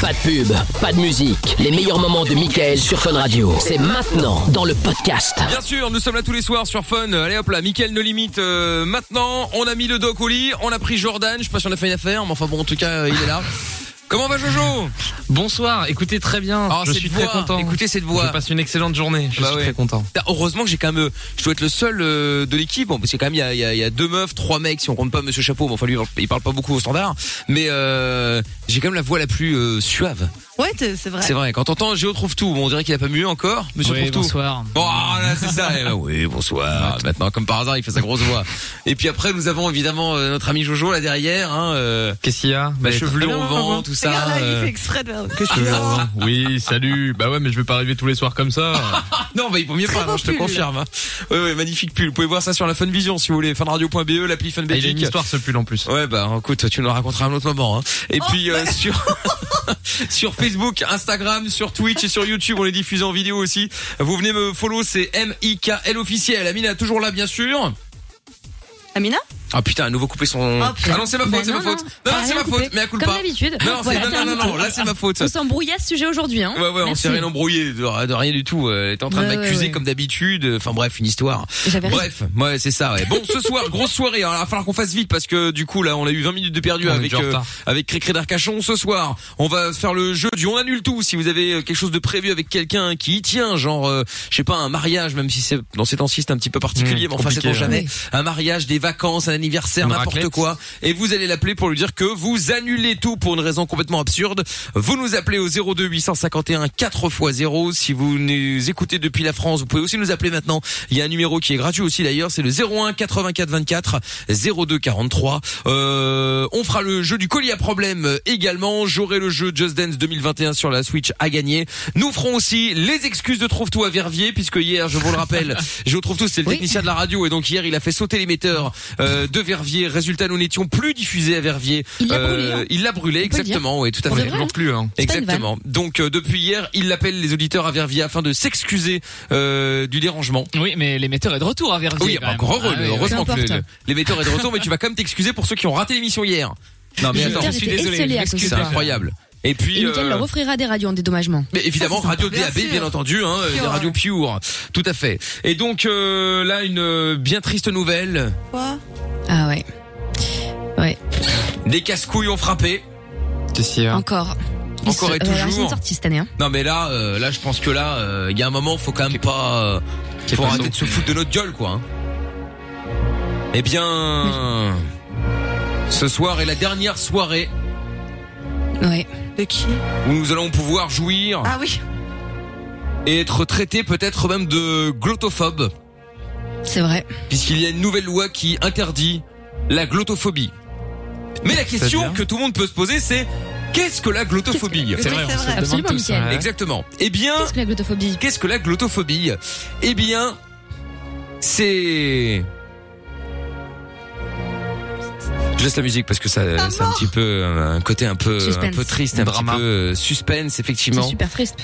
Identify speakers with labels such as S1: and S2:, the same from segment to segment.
S1: Pas de pub, pas de musique. Les meilleurs moments de Michael sur Fun Radio. C'est maintenant dans le podcast.
S2: Bien sûr, nous sommes là tous les soirs sur Fun. Allez hop là, Mickaël ne limite euh, maintenant. On a mis le doc au lit, on a pris Jordan. Je sais pas si on a fait une affaire, mais enfin bon, en tout cas, euh, il est là. Comment va Jojo
S3: Bonsoir, écoutez très bien.
S2: Oh,
S3: je
S2: cette
S3: suis
S2: voix,
S3: très content.
S2: écoutez cette voix.
S3: Je passe une excellente journée. Je
S2: Bah
S3: suis
S2: ouais.
S3: très content.
S2: Putain, Heureusement que j'ai quand même, euh, je dois être le seul euh, de l'équipe, bon, parce qu'il y a quand même il y a, il y a- il y a deux meufs, trois mecs, si on compte pas Monsieur Chapeau, mais enfin lui il parle- il parle pas beaucoup au standard, mais euh, j'ai quand même la voix la plus euh, suave.
S4: Ouais, t'es- c'est vrai.
S2: C'est vrai. Quand t'entends Géo trouve tout, bon, on dirait qu'il a pas mué encore. Monsieur
S3: Oui,
S2: trouve tout.
S3: bonsoir. Bah,
S2: Bon, ah, là, c'est ça. Eh ben, oui, bonsoir. Maintenant, comme par hasard, il fait sa grosse voix. Et puis après, nous avons évidemment euh, notre ami Jojo là derrière, hein, euh,
S3: Qu'est-ce qu'il y a
S2: la
S3: Bah,
S2: chevelure
S3: très
S2: au
S3: bien,
S2: vent,
S3: hein.
S2: tout ça.
S4: Regarde là, il
S2: euh.
S4: fait exprès de faire- que je
S3: Chevelure
S4: suis
S3: au vent. Oui, salut. Bah ouais, mais je vais pas arriver tous les soirs comme ça.
S2: Non, bah, il vaut mieux
S4: Ah. Très
S2: pas,
S4: beau
S2: non, je te
S4: pull.
S2: confirme. hein. Ouais, ouais, magnifique pull. Vous pouvez voir ça sur la Funvision si vous voulez. Funradio.be, E, l'appli Fun
S3: Ah, il a
S2: Belgique.
S3: une histoire ce pull en plus.
S2: Ouais bah écoute, tu nous la raconteras à un autre moment. Hein. Et puis euh, sur sur Facebook, Instagram, sur Twitch et sur YouTube, on les diffuse en vidéo aussi. Vous venez me follow, c'est M I K L officiel. Amina toujours là bien sûr.
S4: Amina
S2: Ah putain, à nouveau coupé son.
S4: Oh, putain.
S2: ah non c'est ma faute,
S5: Bah
S2: c'est ma
S5: non,
S2: faute.
S5: non.
S2: Non,
S5: T'as
S2: c'est
S5: rien
S2: ma
S5: coupé.
S2: faute. Mais à coup
S5: Comme d'habitude.
S2: Non, c'est-
S5: Voilà,
S2: non, non, non, non,
S5: terminé.
S2: là c'est ma faute.
S5: On s'embrouille à ce sujet aujourd'hui. Hein.
S2: Ouais ouais, on
S5: Merci.
S2: s'est rien embrouillé de, de rien du tout. Euh, T'es en train de
S5: Ouais, ouais,
S2: m'accuser
S5: ouais.
S2: comme d'habitude. Enfin bref, une histoire.
S5: J'avais raison.
S2: Bref, ouais, c'est ça. Ouais. Bon, ce soir, grosse soirée. Alors, il va falloir qu'on fasse vite parce que du coup, là, on a eu 20 minutes de perdu
S3: On est
S2: avec
S3: déjà en
S2: euh,
S3: retard.
S2: avec Crécré d'Arcachon. Ce soir, on va faire le jeu du on annule tout. Si vous avez euh, quelque chose de prévu avec quelqu'un qui y tient, genre, euh, je sais pas, un mariage, même si c'est dans ces temps-ci c'est un petit peu particulier,
S3: Mmh,
S2: mais enfin, c'est
S3: compliqué,
S2: pour jamais.
S5: ouais.
S2: Un mariage, des vacances, un anniversaire,
S3: Une
S2: n'importe
S3: raclette.
S2: quoi. Et vous allez l'appeler pour lui dire que vous annulez tout pour une raison complètement absurde. Vous nous appelez au 02 851 4 x 0. Si vous nous écoutez depuis la France, vous pouvez aussi nous appeler maintenant. Il y a un numéro qui est gratuit aussi d'ailleurs, c'est le 01 84 24 02 43. Euh, on fera le jeu du colis à problème euh, également. J'aurai le jeu Just Dance 2021 sur la Switch à gagner. Nous ferons aussi les excuses de Trouve tout à Verviers puisque hier, je vous le rappelle, je Trouve tout, c'est le
S5: Oui.
S2: technicien de la radio et donc hier il a fait sauter l'émetteur euh, de Verviers. Résultat, nous n'étions plus diffusés à Verviers. Euh,
S5: Il l'a
S3: Euh,
S5: brûlé, hein.
S2: Il l'a brûlé,
S5: On peut le
S2: exactement. Oui, tout à
S5: On
S2: fait.
S5: devrait, hein.
S3: plus. Hein.
S5: C'est pas une
S2: Exactement. Donc euh, depuis hier, il appelle les auditeurs à Verviers afin de s'excuser euh, du dérangement.
S6: Oui, mais l'émetteur est de retour à Verviers.
S2: Oui,
S6: quand
S2: bah,
S6: même.
S2: encore heureux,
S6: Ah, oui, oui.
S2: heureusement
S5: peu
S2: que le-
S5: importe.
S2: le- l'émetteur est de retour, mais tu vas quand même t'excuser pour ceux qui ont raté l'émission hier. Non mais
S5: Je
S2: attends,
S5: t'ai-
S6: je suis
S5: J'étais
S6: désolé,
S5: esselée
S6: je
S5: à cause
S6: m'excuse.
S5: de
S2: c'est
S5: ça.
S2: incroyable. Et puis,
S5: Et Mickaël
S2: euh,
S5: leur offrira des radios en dédommagement.
S2: mais évidemment,
S6: Ah,
S2: radio
S4: Bien
S2: DAB,
S4: sûr.
S2: bien entendu, hein, euh, des
S4: Pure.
S2: radios pure, tout à fait. Et donc euh, là, une euh, bien triste nouvelle.
S4: Quoi
S5: Ah ouais. Ouais,
S2: Des casse-couilles ont frappé.
S3: Qu'est-ce qu'il y a
S5: encore.
S2: Encore et
S5: Ils se- euh, alors, Ils
S2: toujours.
S5: sont sortis cette année. hein.
S2: Non mais là, euh, là, je pense que là, euh, il y a un moment, faut quand même pas, euh,
S3: Qu'est-ce
S2: faut
S3: que
S2: arrêter
S3: ça
S2: de se foutre de notre gueule, quoi. hein. Eh bien, ce soir est la dernière soirée
S5: Ouais.
S4: De qui
S2: où nous allons pouvoir jouir
S4: Ah oui.
S2: et être traités peut-être même de glottophobes,
S5: C'est vrai.
S2: puisqu'il y a une nouvelle loi qui interdit la glottophobie. Mais la question
S3: C'est-à-dire
S2: que tout le monde peut se poser, c'est qu'est-ce que la glottophobie
S4: C'est vrai,
S3: on
S4: c'est
S3: se
S4: vrai.
S3: demande
S5: Absolument,
S3: tous, hein,
S5: Mickaël.
S3: ouais.
S2: Exactement. Eh bien,
S5: Qu'est-ce que la glottophobie
S2: qu'est-ce que la glottophobie Eh bien, c'est... Je laisse la musique parce que ça,
S4: Ah,
S2: c'est un petit peu euh, un côté un peu un
S5: Suspense.
S2: peu triste, un
S3: Drama.
S2: petit peu euh, suspense
S5: C'est
S2: effectivement.
S5: super triste.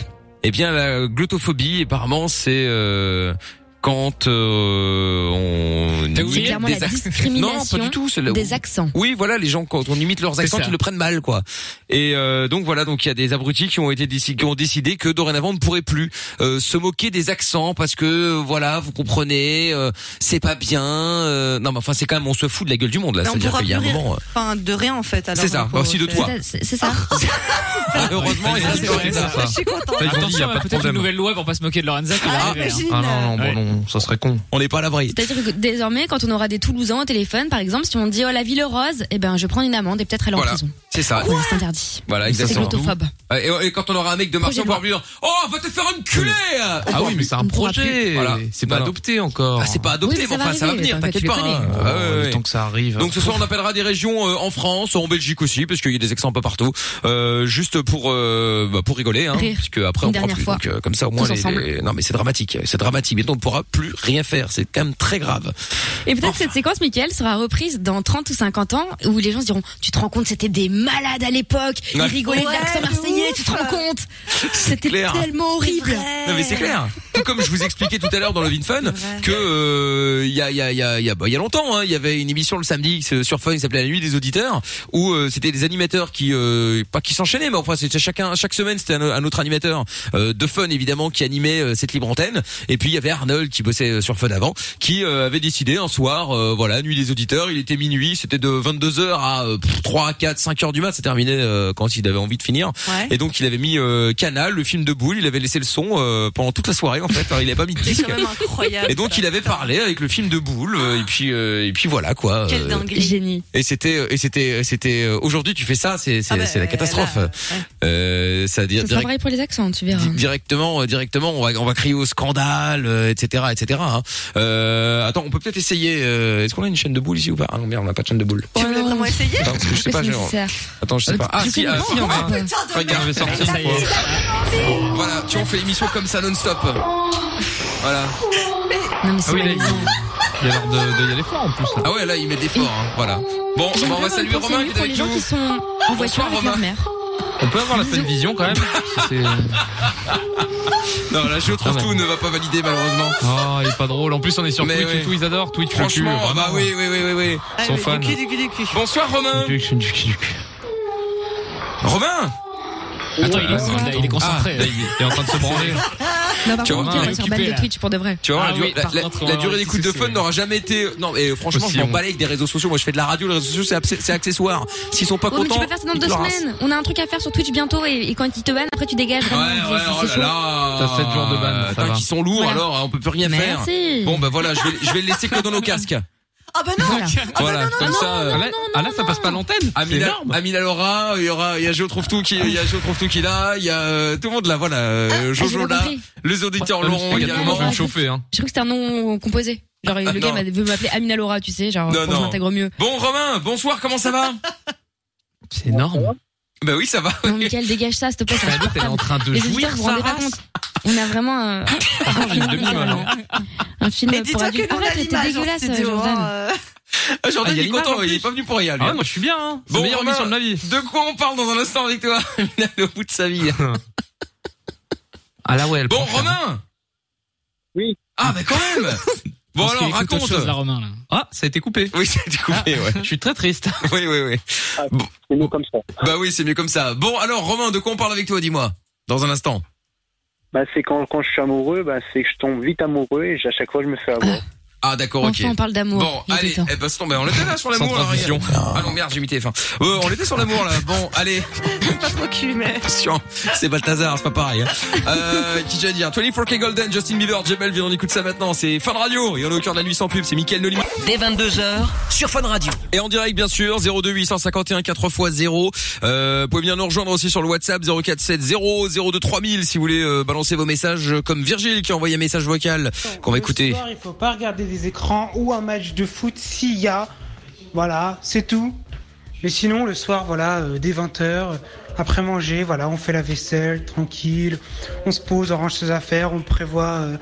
S2: Eh bien, la glottophobie, apparemment, c'est euh, quand euh, on
S6: T'as
S5: C'est
S6: oublié Oui,
S5: clairement
S2: des
S5: la
S2: ac- Non,
S5: discrimination
S2: pas du tout. C'est là où-
S5: des accents.
S2: Oui, voilà, les gens quand on imite leurs
S6: C'est
S2: accents,
S6: ça.
S2: ils le prennent mal, quoi. Et euh, donc voilà, donc il y a des abrutis qui ont été déci- qui ont décidé que dorénavant on ne pourrait plus euh, se moquer des accents parce que euh, voilà, vous comprenez, euh, c'est pas bien. euh, non, mais enfin, c'est quand même on se fout de la gueule du monde là.
S4: Mais on
S2: C'est-à-dire
S4: pourra
S2: qu'il y a un
S4: plus rire.
S2: moment. euh,
S4: Enfin, de rien en fait. alors,
S2: C'est ça.
S4: hein, pour-
S2: Aussi de
S4: c'est-
S2: toi.
S5: C'est- C'est c'est ça.
S2: Heureusement, et ça, c'est
S6: Ouais,
S2: vrai, ça.
S4: Je suis contente.
S3: Ils ont dit,
S6: Attention,
S3: y a
S6: il y
S3: pas
S6: a
S3: de
S6: peut-être
S3: problème.
S6: une nouvelle loi pour pas se moquer de Lorenza qui va
S4: Ah,
S6: arriver. hein.
S4: imagine.
S3: Ah non, non,
S6: Ouais.
S3: bon, non, ça serait con.
S2: On n'est pas à l'abri.
S5: C'est-à-dire que désormais, quand on aura des Toulousains au téléphone, par exemple, si on dit oh la ville rose, eh ben je prends une amende et peut-être aller en
S2: Voilà.
S5: prison.
S2: C'est ça.
S5: Non, c'est interdit.
S2: Voilà,
S5: C'est
S2: exactement. Ah,
S5: glottophobe.
S2: Et, et quand on aura un mec de Marseille
S5: Projet de
S2: pour lui dire Oh, va te faire enculer
S3: Ah oui, mais c'est un
S5: On pourra plus.
S3: projet.
S2: Voilà.
S3: C'est
S2: Non,
S3: pas
S2: non.
S3: adopté encore.
S2: Ah, c'est pas adopté,
S5: Oui, mais
S2: mais
S5: ça va
S2: enfin, ça va
S5: arriver,
S2: venir, t'inquiète
S5: t'inquiète, tu
S2: pas.
S5: le connais.
S2: hein.
S3: Oh,
S2: Ah, ouais,
S3: le
S2: ouais.
S3: temps que ça arrive.
S2: Donc ce soir on appellera des régions euh, en France, en Belgique aussi, parce qu'il y a des accents un peu partout, euh, juste pour euh, bah, pour rigoler, hein,
S5: Rire.
S2: parce que après on
S5: Une
S2: pourra
S5: dernière
S2: plus.
S5: fois.
S2: Donc, euh, comme ça au moins
S5: Tous
S2: les-
S5: ensemble.
S2: les- non mais c'est dramatique, c'est dramatique. Bientôt on ne pourra plus rien faire, c'est quand même très grave.
S5: Et peut-être cette séquence, Michael, sera reprise dans 30 ou 50 ans où les gens se diront Tu te rends compte, c'était des malades à l'époque, ils
S2: Ouais.
S5: rigolaient de
S4: Ouais,
S5: l'accent
S4: de
S5: marseillais,
S4: ouf.
S5: tu te rends compte C'était
S2: clair.
S5: tellement horrible
S4: vrai.
S2: Non mais c'est clair. tout comme je vous expliquais tout à l'heure dans le Fun
S4: Ouais.
S2: que euh, il y a il y a il y a il y a bah, il y a longtemps hein, il y avait une émission le samedi euh, sur Fun qui s'appelait la nuit des auditeurs où euh, c'était des animateurs qui euh, pas qui s'enchaînaient mais enfin c'était chacun chaque semaine c'était un, un autre animateur euh, de Fun évidemment qui animait euh, cette libre antenne et puis il y avait Arnold qui bossait euh, sur Fun avant qui euh, avait décidé un soir euh, voilà nuit des auditeurs il était minuit c'était de 22h à euh, pff, 3 4 5 heures du mat ça terminait euh, quand il avait envie de finir
S4: Ouais.
S2: et donc il avait mis euh, Canal le film de boule il avait laissé le son euh, pendant toute la soirée en fait Alors, il avait pas mis de
S4: C'est
S2: disque
S4: quand même incroyable.
S2: et donc il avait parlé avec le film de boule euh, et puis euh, et puis voilà quoi.
S4: Quelle
S2: Euh,
S4: dinguerie.
S5: Génie.
S2: Et c'était et c'était c'était euh, aujourd'hui tu fais ça c'est c'est
S4: Ah bah,
S2: c'est la catastrophe.
S4: là,
S2: Euh, ça dire
S5: Ça sera pareil pour les accents, tu verras.
S2: directement euh, directement on va on va crier au scandale euh, etc etc. hein. Euh, attends on peut peut-être essayer. euh, Est-ce qu'on a une chaîne de boule ici ou pas Ah non merde on n'a pas de chaîne de boule.
S4: Tu voulais vraiment essayer
S2: Attends, parce que je sais pas.
S5: Oh, C'est
S2: j'ai-
S5: nécessaire.
S2: Attends je sais pas. Ah
S5: Tu
S2: si,
S5: connais
S2: ah,
S5: pas
S2: si, on va-
S5: encore
S2: Regarde,
S3: je vais sortir.
S6: Ça y est.
S2: voilà tu on fait émission comme ça non-stop. Voilà.
S5: Non, mais c'est
S3: Ah oui, là,
S5: malaisant.
S3: Il y a l'air de, de y aller fort en plus. là.
S2: Ah ouais là il met des forts hein, voilà. Bon
S5: J'ai
S2: bah, on va
S5: vraiment
S2: saluer
S5: une pensée
S2: Romain qui
S5: émue
S2: est
S5: pour les
S2: avec
S5: gens qui
S2: nous. Oh,
S5: sont en voiture avec
S2: Romain.
S5: leur mère.
S3: On peut avoir la pleine vision quand même. si c'est-
S2: Non là je trouve
S3: Ah ouais.
S2: tout ne va pas valider malheureusement.
S3: Ah, il est pas drôle. En plus, on est sur
S2: Mais
S3: Twitch
S2: ouais.
S3: et tout. Ils adorent Twitch. le cul,
S2: Franchement, ah
S3: vraiment.
S2: bah oui, oui, oui, oui, oui.
S4: Ah,
S3: Son
S4: mais
S3: fan.
S4: Du cul, du cul, du cul.
S2: Bonsoir Romain.
S3: Du cul, du cul, du cul.
S2: Romain.
S6: Attends, il est, il est- il est concentré.
S3: Ah, il est en train de se branler.
S2: Ah,
S5: Non, par
S2: Tu
S5: contre,
S2: vois,
S5: il
S6: on
S5: va
S6: est
S5: sur
S6: occupé,
S5: balle de
S6: là.
S5: Twitch pour de vrai.
S2: Tu vois,
S6: Ah
S2: la,
S6: oui,
S2: durée- la-
S6: par
S2: la-
S6: contre,
S2: la
S6: on
S2: durée
S6: va
S2: des coups de
S6: voir ce
S2: fun
S6: que
S2: n'aura jamais été. euh, Non, mais franchement,
S3: Aussi
S2: je m'en
S3: long.
S2: bats avec des réseaux sociaux. Moi, je fais de la radio, les réseaux sociaux, c'est abs- c'est accessoire. S'ils sont pas
S5: Ouais, Oh, mais tu
S2: contents,
S5: peux faire ça dans
S2: ils
S5: deux
S2: te le rincent.
S5: semaines. On a un truc à faire sur Twitch bientôt et, et quand ils te bannent, après tu dégages.
S2: Ouais,
S5: vraiment,
S2: ouais,
S5: c'est-
S2: oh
S5: c'est
S2: là
S5: chaud.
S2: là.
S3: T'as sept jours de ban, ça
S2: Putain,
S3: va.
S2: qui sont lourds
S5: Voilà.
S2: alors, hein, on peut plus rien faire.
S5: Merci.
S2: Bon, bah voilà, je vais, je vais le laisser que dans nos casques.
S4: Ah bah non
S5: Voilà.
S4: Ah bah
S2: voilà,
S4: non, non,
S2: comme
S4: non,
S2: ça. euh,
S3: Ah, là, ah, là, ça passe pas l'antenne. C'est
S2: Amina,
S3: énorme.
S2: Amina Laura, il y aura, il y a Joe trouve tout qui, il y a Joe trouve tout qui est là, il y a euh, tout le monde là, voilà,
S4: Ah,
S2: euh,
S5: j'ai
S2: Jojo
S5: pas
S2: là,
S5: compris.
S2: les auditeurs l'auront
S5: c'est
S2: également.
S3: Je vais me chauffer. Hein.
S5: Je crois que c'était un nom composé. Genre, le
S2: Ah, Non.
S5: gars m'a- veut m'appeler Amina Laura, tu sais, genre,
S2: Non,
S5: pour que je
S2: non.
S5: m'intègre mieux.
S2: Bon Romain, bonsoir, comment ça va
S3: C'est énorme. Bah,
S2: Bah oui, ça va.
S5: Non, Michael, dégage ça, s'il te plaît, c'est
S3: T'es en
S5: insupportable.
S3: train de
S5: Les auditeurs,
S3: jouir,
S5: vous vous rendez pas
S3: Sarah.
S5: compte. On a vraiment un, un film,
S3: demi,
S5: vraiment.
S3: maintenant.
S5: Un film
S4: Mais
S5: pour
S4: dis-toi que
S5: adultes.
S4: nous, on a
S5: Arrête, t'es
S4: l'image en
S5: dégueulasse,
S4: studio.
S5: Jordan.
S4: hein, euh.
S2: Ah, Jordan
S3: Ah, il y a
S2: il est
S3: l'image,
S2: content,
S3: en
S2: il est
S3: plus.
S2: pas venu pour rien. lui.
S3: Ah ouais, moi je suis bien. Hein. C'est
S2: Bon,
S3: la meilleure
S2: Romain.
S3: émission de ma vie.
S2: de quoi on parle dans un instant avec toi Amina, le bout de sa vie.
S3: Ah là ouais. elle
S2: Bon
S3: prend cher.
S2: Romain.
S7: Oui.
S2: Ah bah quand même. Bon
S6: Parce
S2: alors
S6: qu'il écoute autre
S2: raconte.
S6: chose, là, Romain, là.
S3: Ah, ça a été coupé. Ah,
S2: Oui, c'est découpé, ouais.
S3: Je suis très triste.
S2: Oui, oui, oui.
S7: Ah, C'est mieux comme ça.
S2: Bah oui, c'est mieux comme ça. Bon alors Romain, de quoi on parle avec toi, dis-moi, dans un instant.
S7: Bah, c'est quand, quand je suis amoureux, bah, c'est que je tombe vite amoureux et à chaque fois je me fais avoir.
S2: Ah d'accord, ok.
S5: Enfin, on parle d'amour.
S2: Bon,
S5: Il était
S2: allez,
S5: temps.
S2: eh ben, c'est tombé. on était là sur l'amour.
S3: Sans
S2: là,
S3: transition.
S2: regarde. Ah non, merde, j'ai mis TF1. Euh, on était sur l'amour, là. Bon, allez,
S4: Pas trop cul, mais.
S2: attention. C'est Balthazar, c'est pas pareil. hein. Euh, qui j'ai à dire 24K Golden, Justin Bieber, Jebel, viens, on écoute ça maintenant. C'est Fun Radio. Et on est au cœur de la nuit sans pub, c'est Mickaël Nolima.
S1: Dès 22h sur Fun Radio.
S2: Et en direct, bien sûr, 02 851 4x0. Euh, vous pouvez bien nous rejoindre aussi sur le WhatsApp 047 0 02 3000 si vous voulez euh, balancer vos messages euh, comme Virgile qui a envoyé un message vocal qu'on va écouter.
S8: Le soir, il faut pas regarder des écrans ou un match de foot s'il y a. Voilà, c'est tout. Mais sinon, le soir, voilà, euh, dès 20h, après manger, voilà, on fait la vaisselle, tranquille. On se pose, on range ses affaires, on prévoit euh,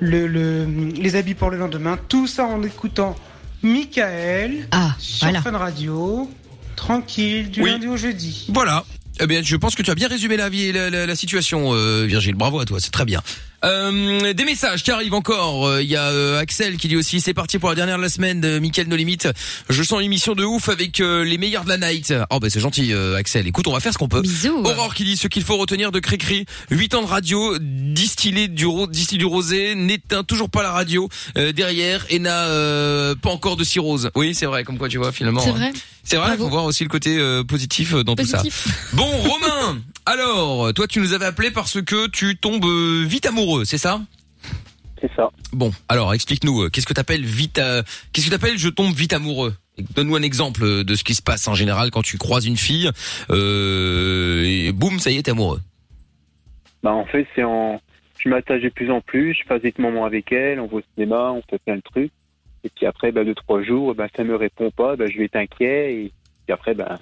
S8: le, le- les habits pour le lendemain. Tout ça en écoutant Michael
S5: Ah,
S8: sur
S5: voilà.
S8: Fun Radio, tranquille, du
S2: Oui.
S8: lundi au jeudi.
S2: Voilà. Eh bien, je pense que tu as bien résumé la vie, la, la- la situation, euh, Virgile. Bravo à toi, c'est très bien. Euh, des messages qui arrivent encore. Euh, Il y a euh, Axel qui dit aussi c'est parti pour la dernière de la semaine de Mickaël No Limite. Je sens l'émission de ouf avec euh, les meilleurs de la night. Oh ben c'est gentil euh, Axel. Écoute, on va faire ce qu'on peut.
S5: Bisous.
S2: Aurore qui dit ce qu'il faut retenir de Cricri. 8 ans de radio, distillé du, ro distillé du rosé, n'éteint toujours pas la radio euh, derrière et n'a euh, pas encore de cirrhose. Oui, c'est vrai, comme quoi tu vois finalement.
S5: C'est
S2: hein.
S5: vrai.
S2: C'est vrai, il
S5: Bravo.
S2: faut voir aussi le côté euh, positif euh, dans tout ça.
S5: Positif.
S2: Bon Romain, alors toi tu nous avais appelé parce que tu tombes euh, vite amoureux, c'est ça
S7: C'est ça.
S2: Bon, alors explique-nous euh, qu'est-ce que t'appelles vite euh, qu'est-ce que t'appelles je tombe vite amoureux Donne-nous un exemple euh, de ce qui se passe en général quand tu croises une fille euh, et boum, ça y est, t'es amoureux.
S7: Bah, en fait, c'est en. Je m'attache de plus en plus, je passe des moments avec elle, on va au cinéma, on fait plein de trucs. Et puis après, bah, deux, trois jours, bah, ça me répond pas, bah, je vais être inquiet. Et puis après, bah,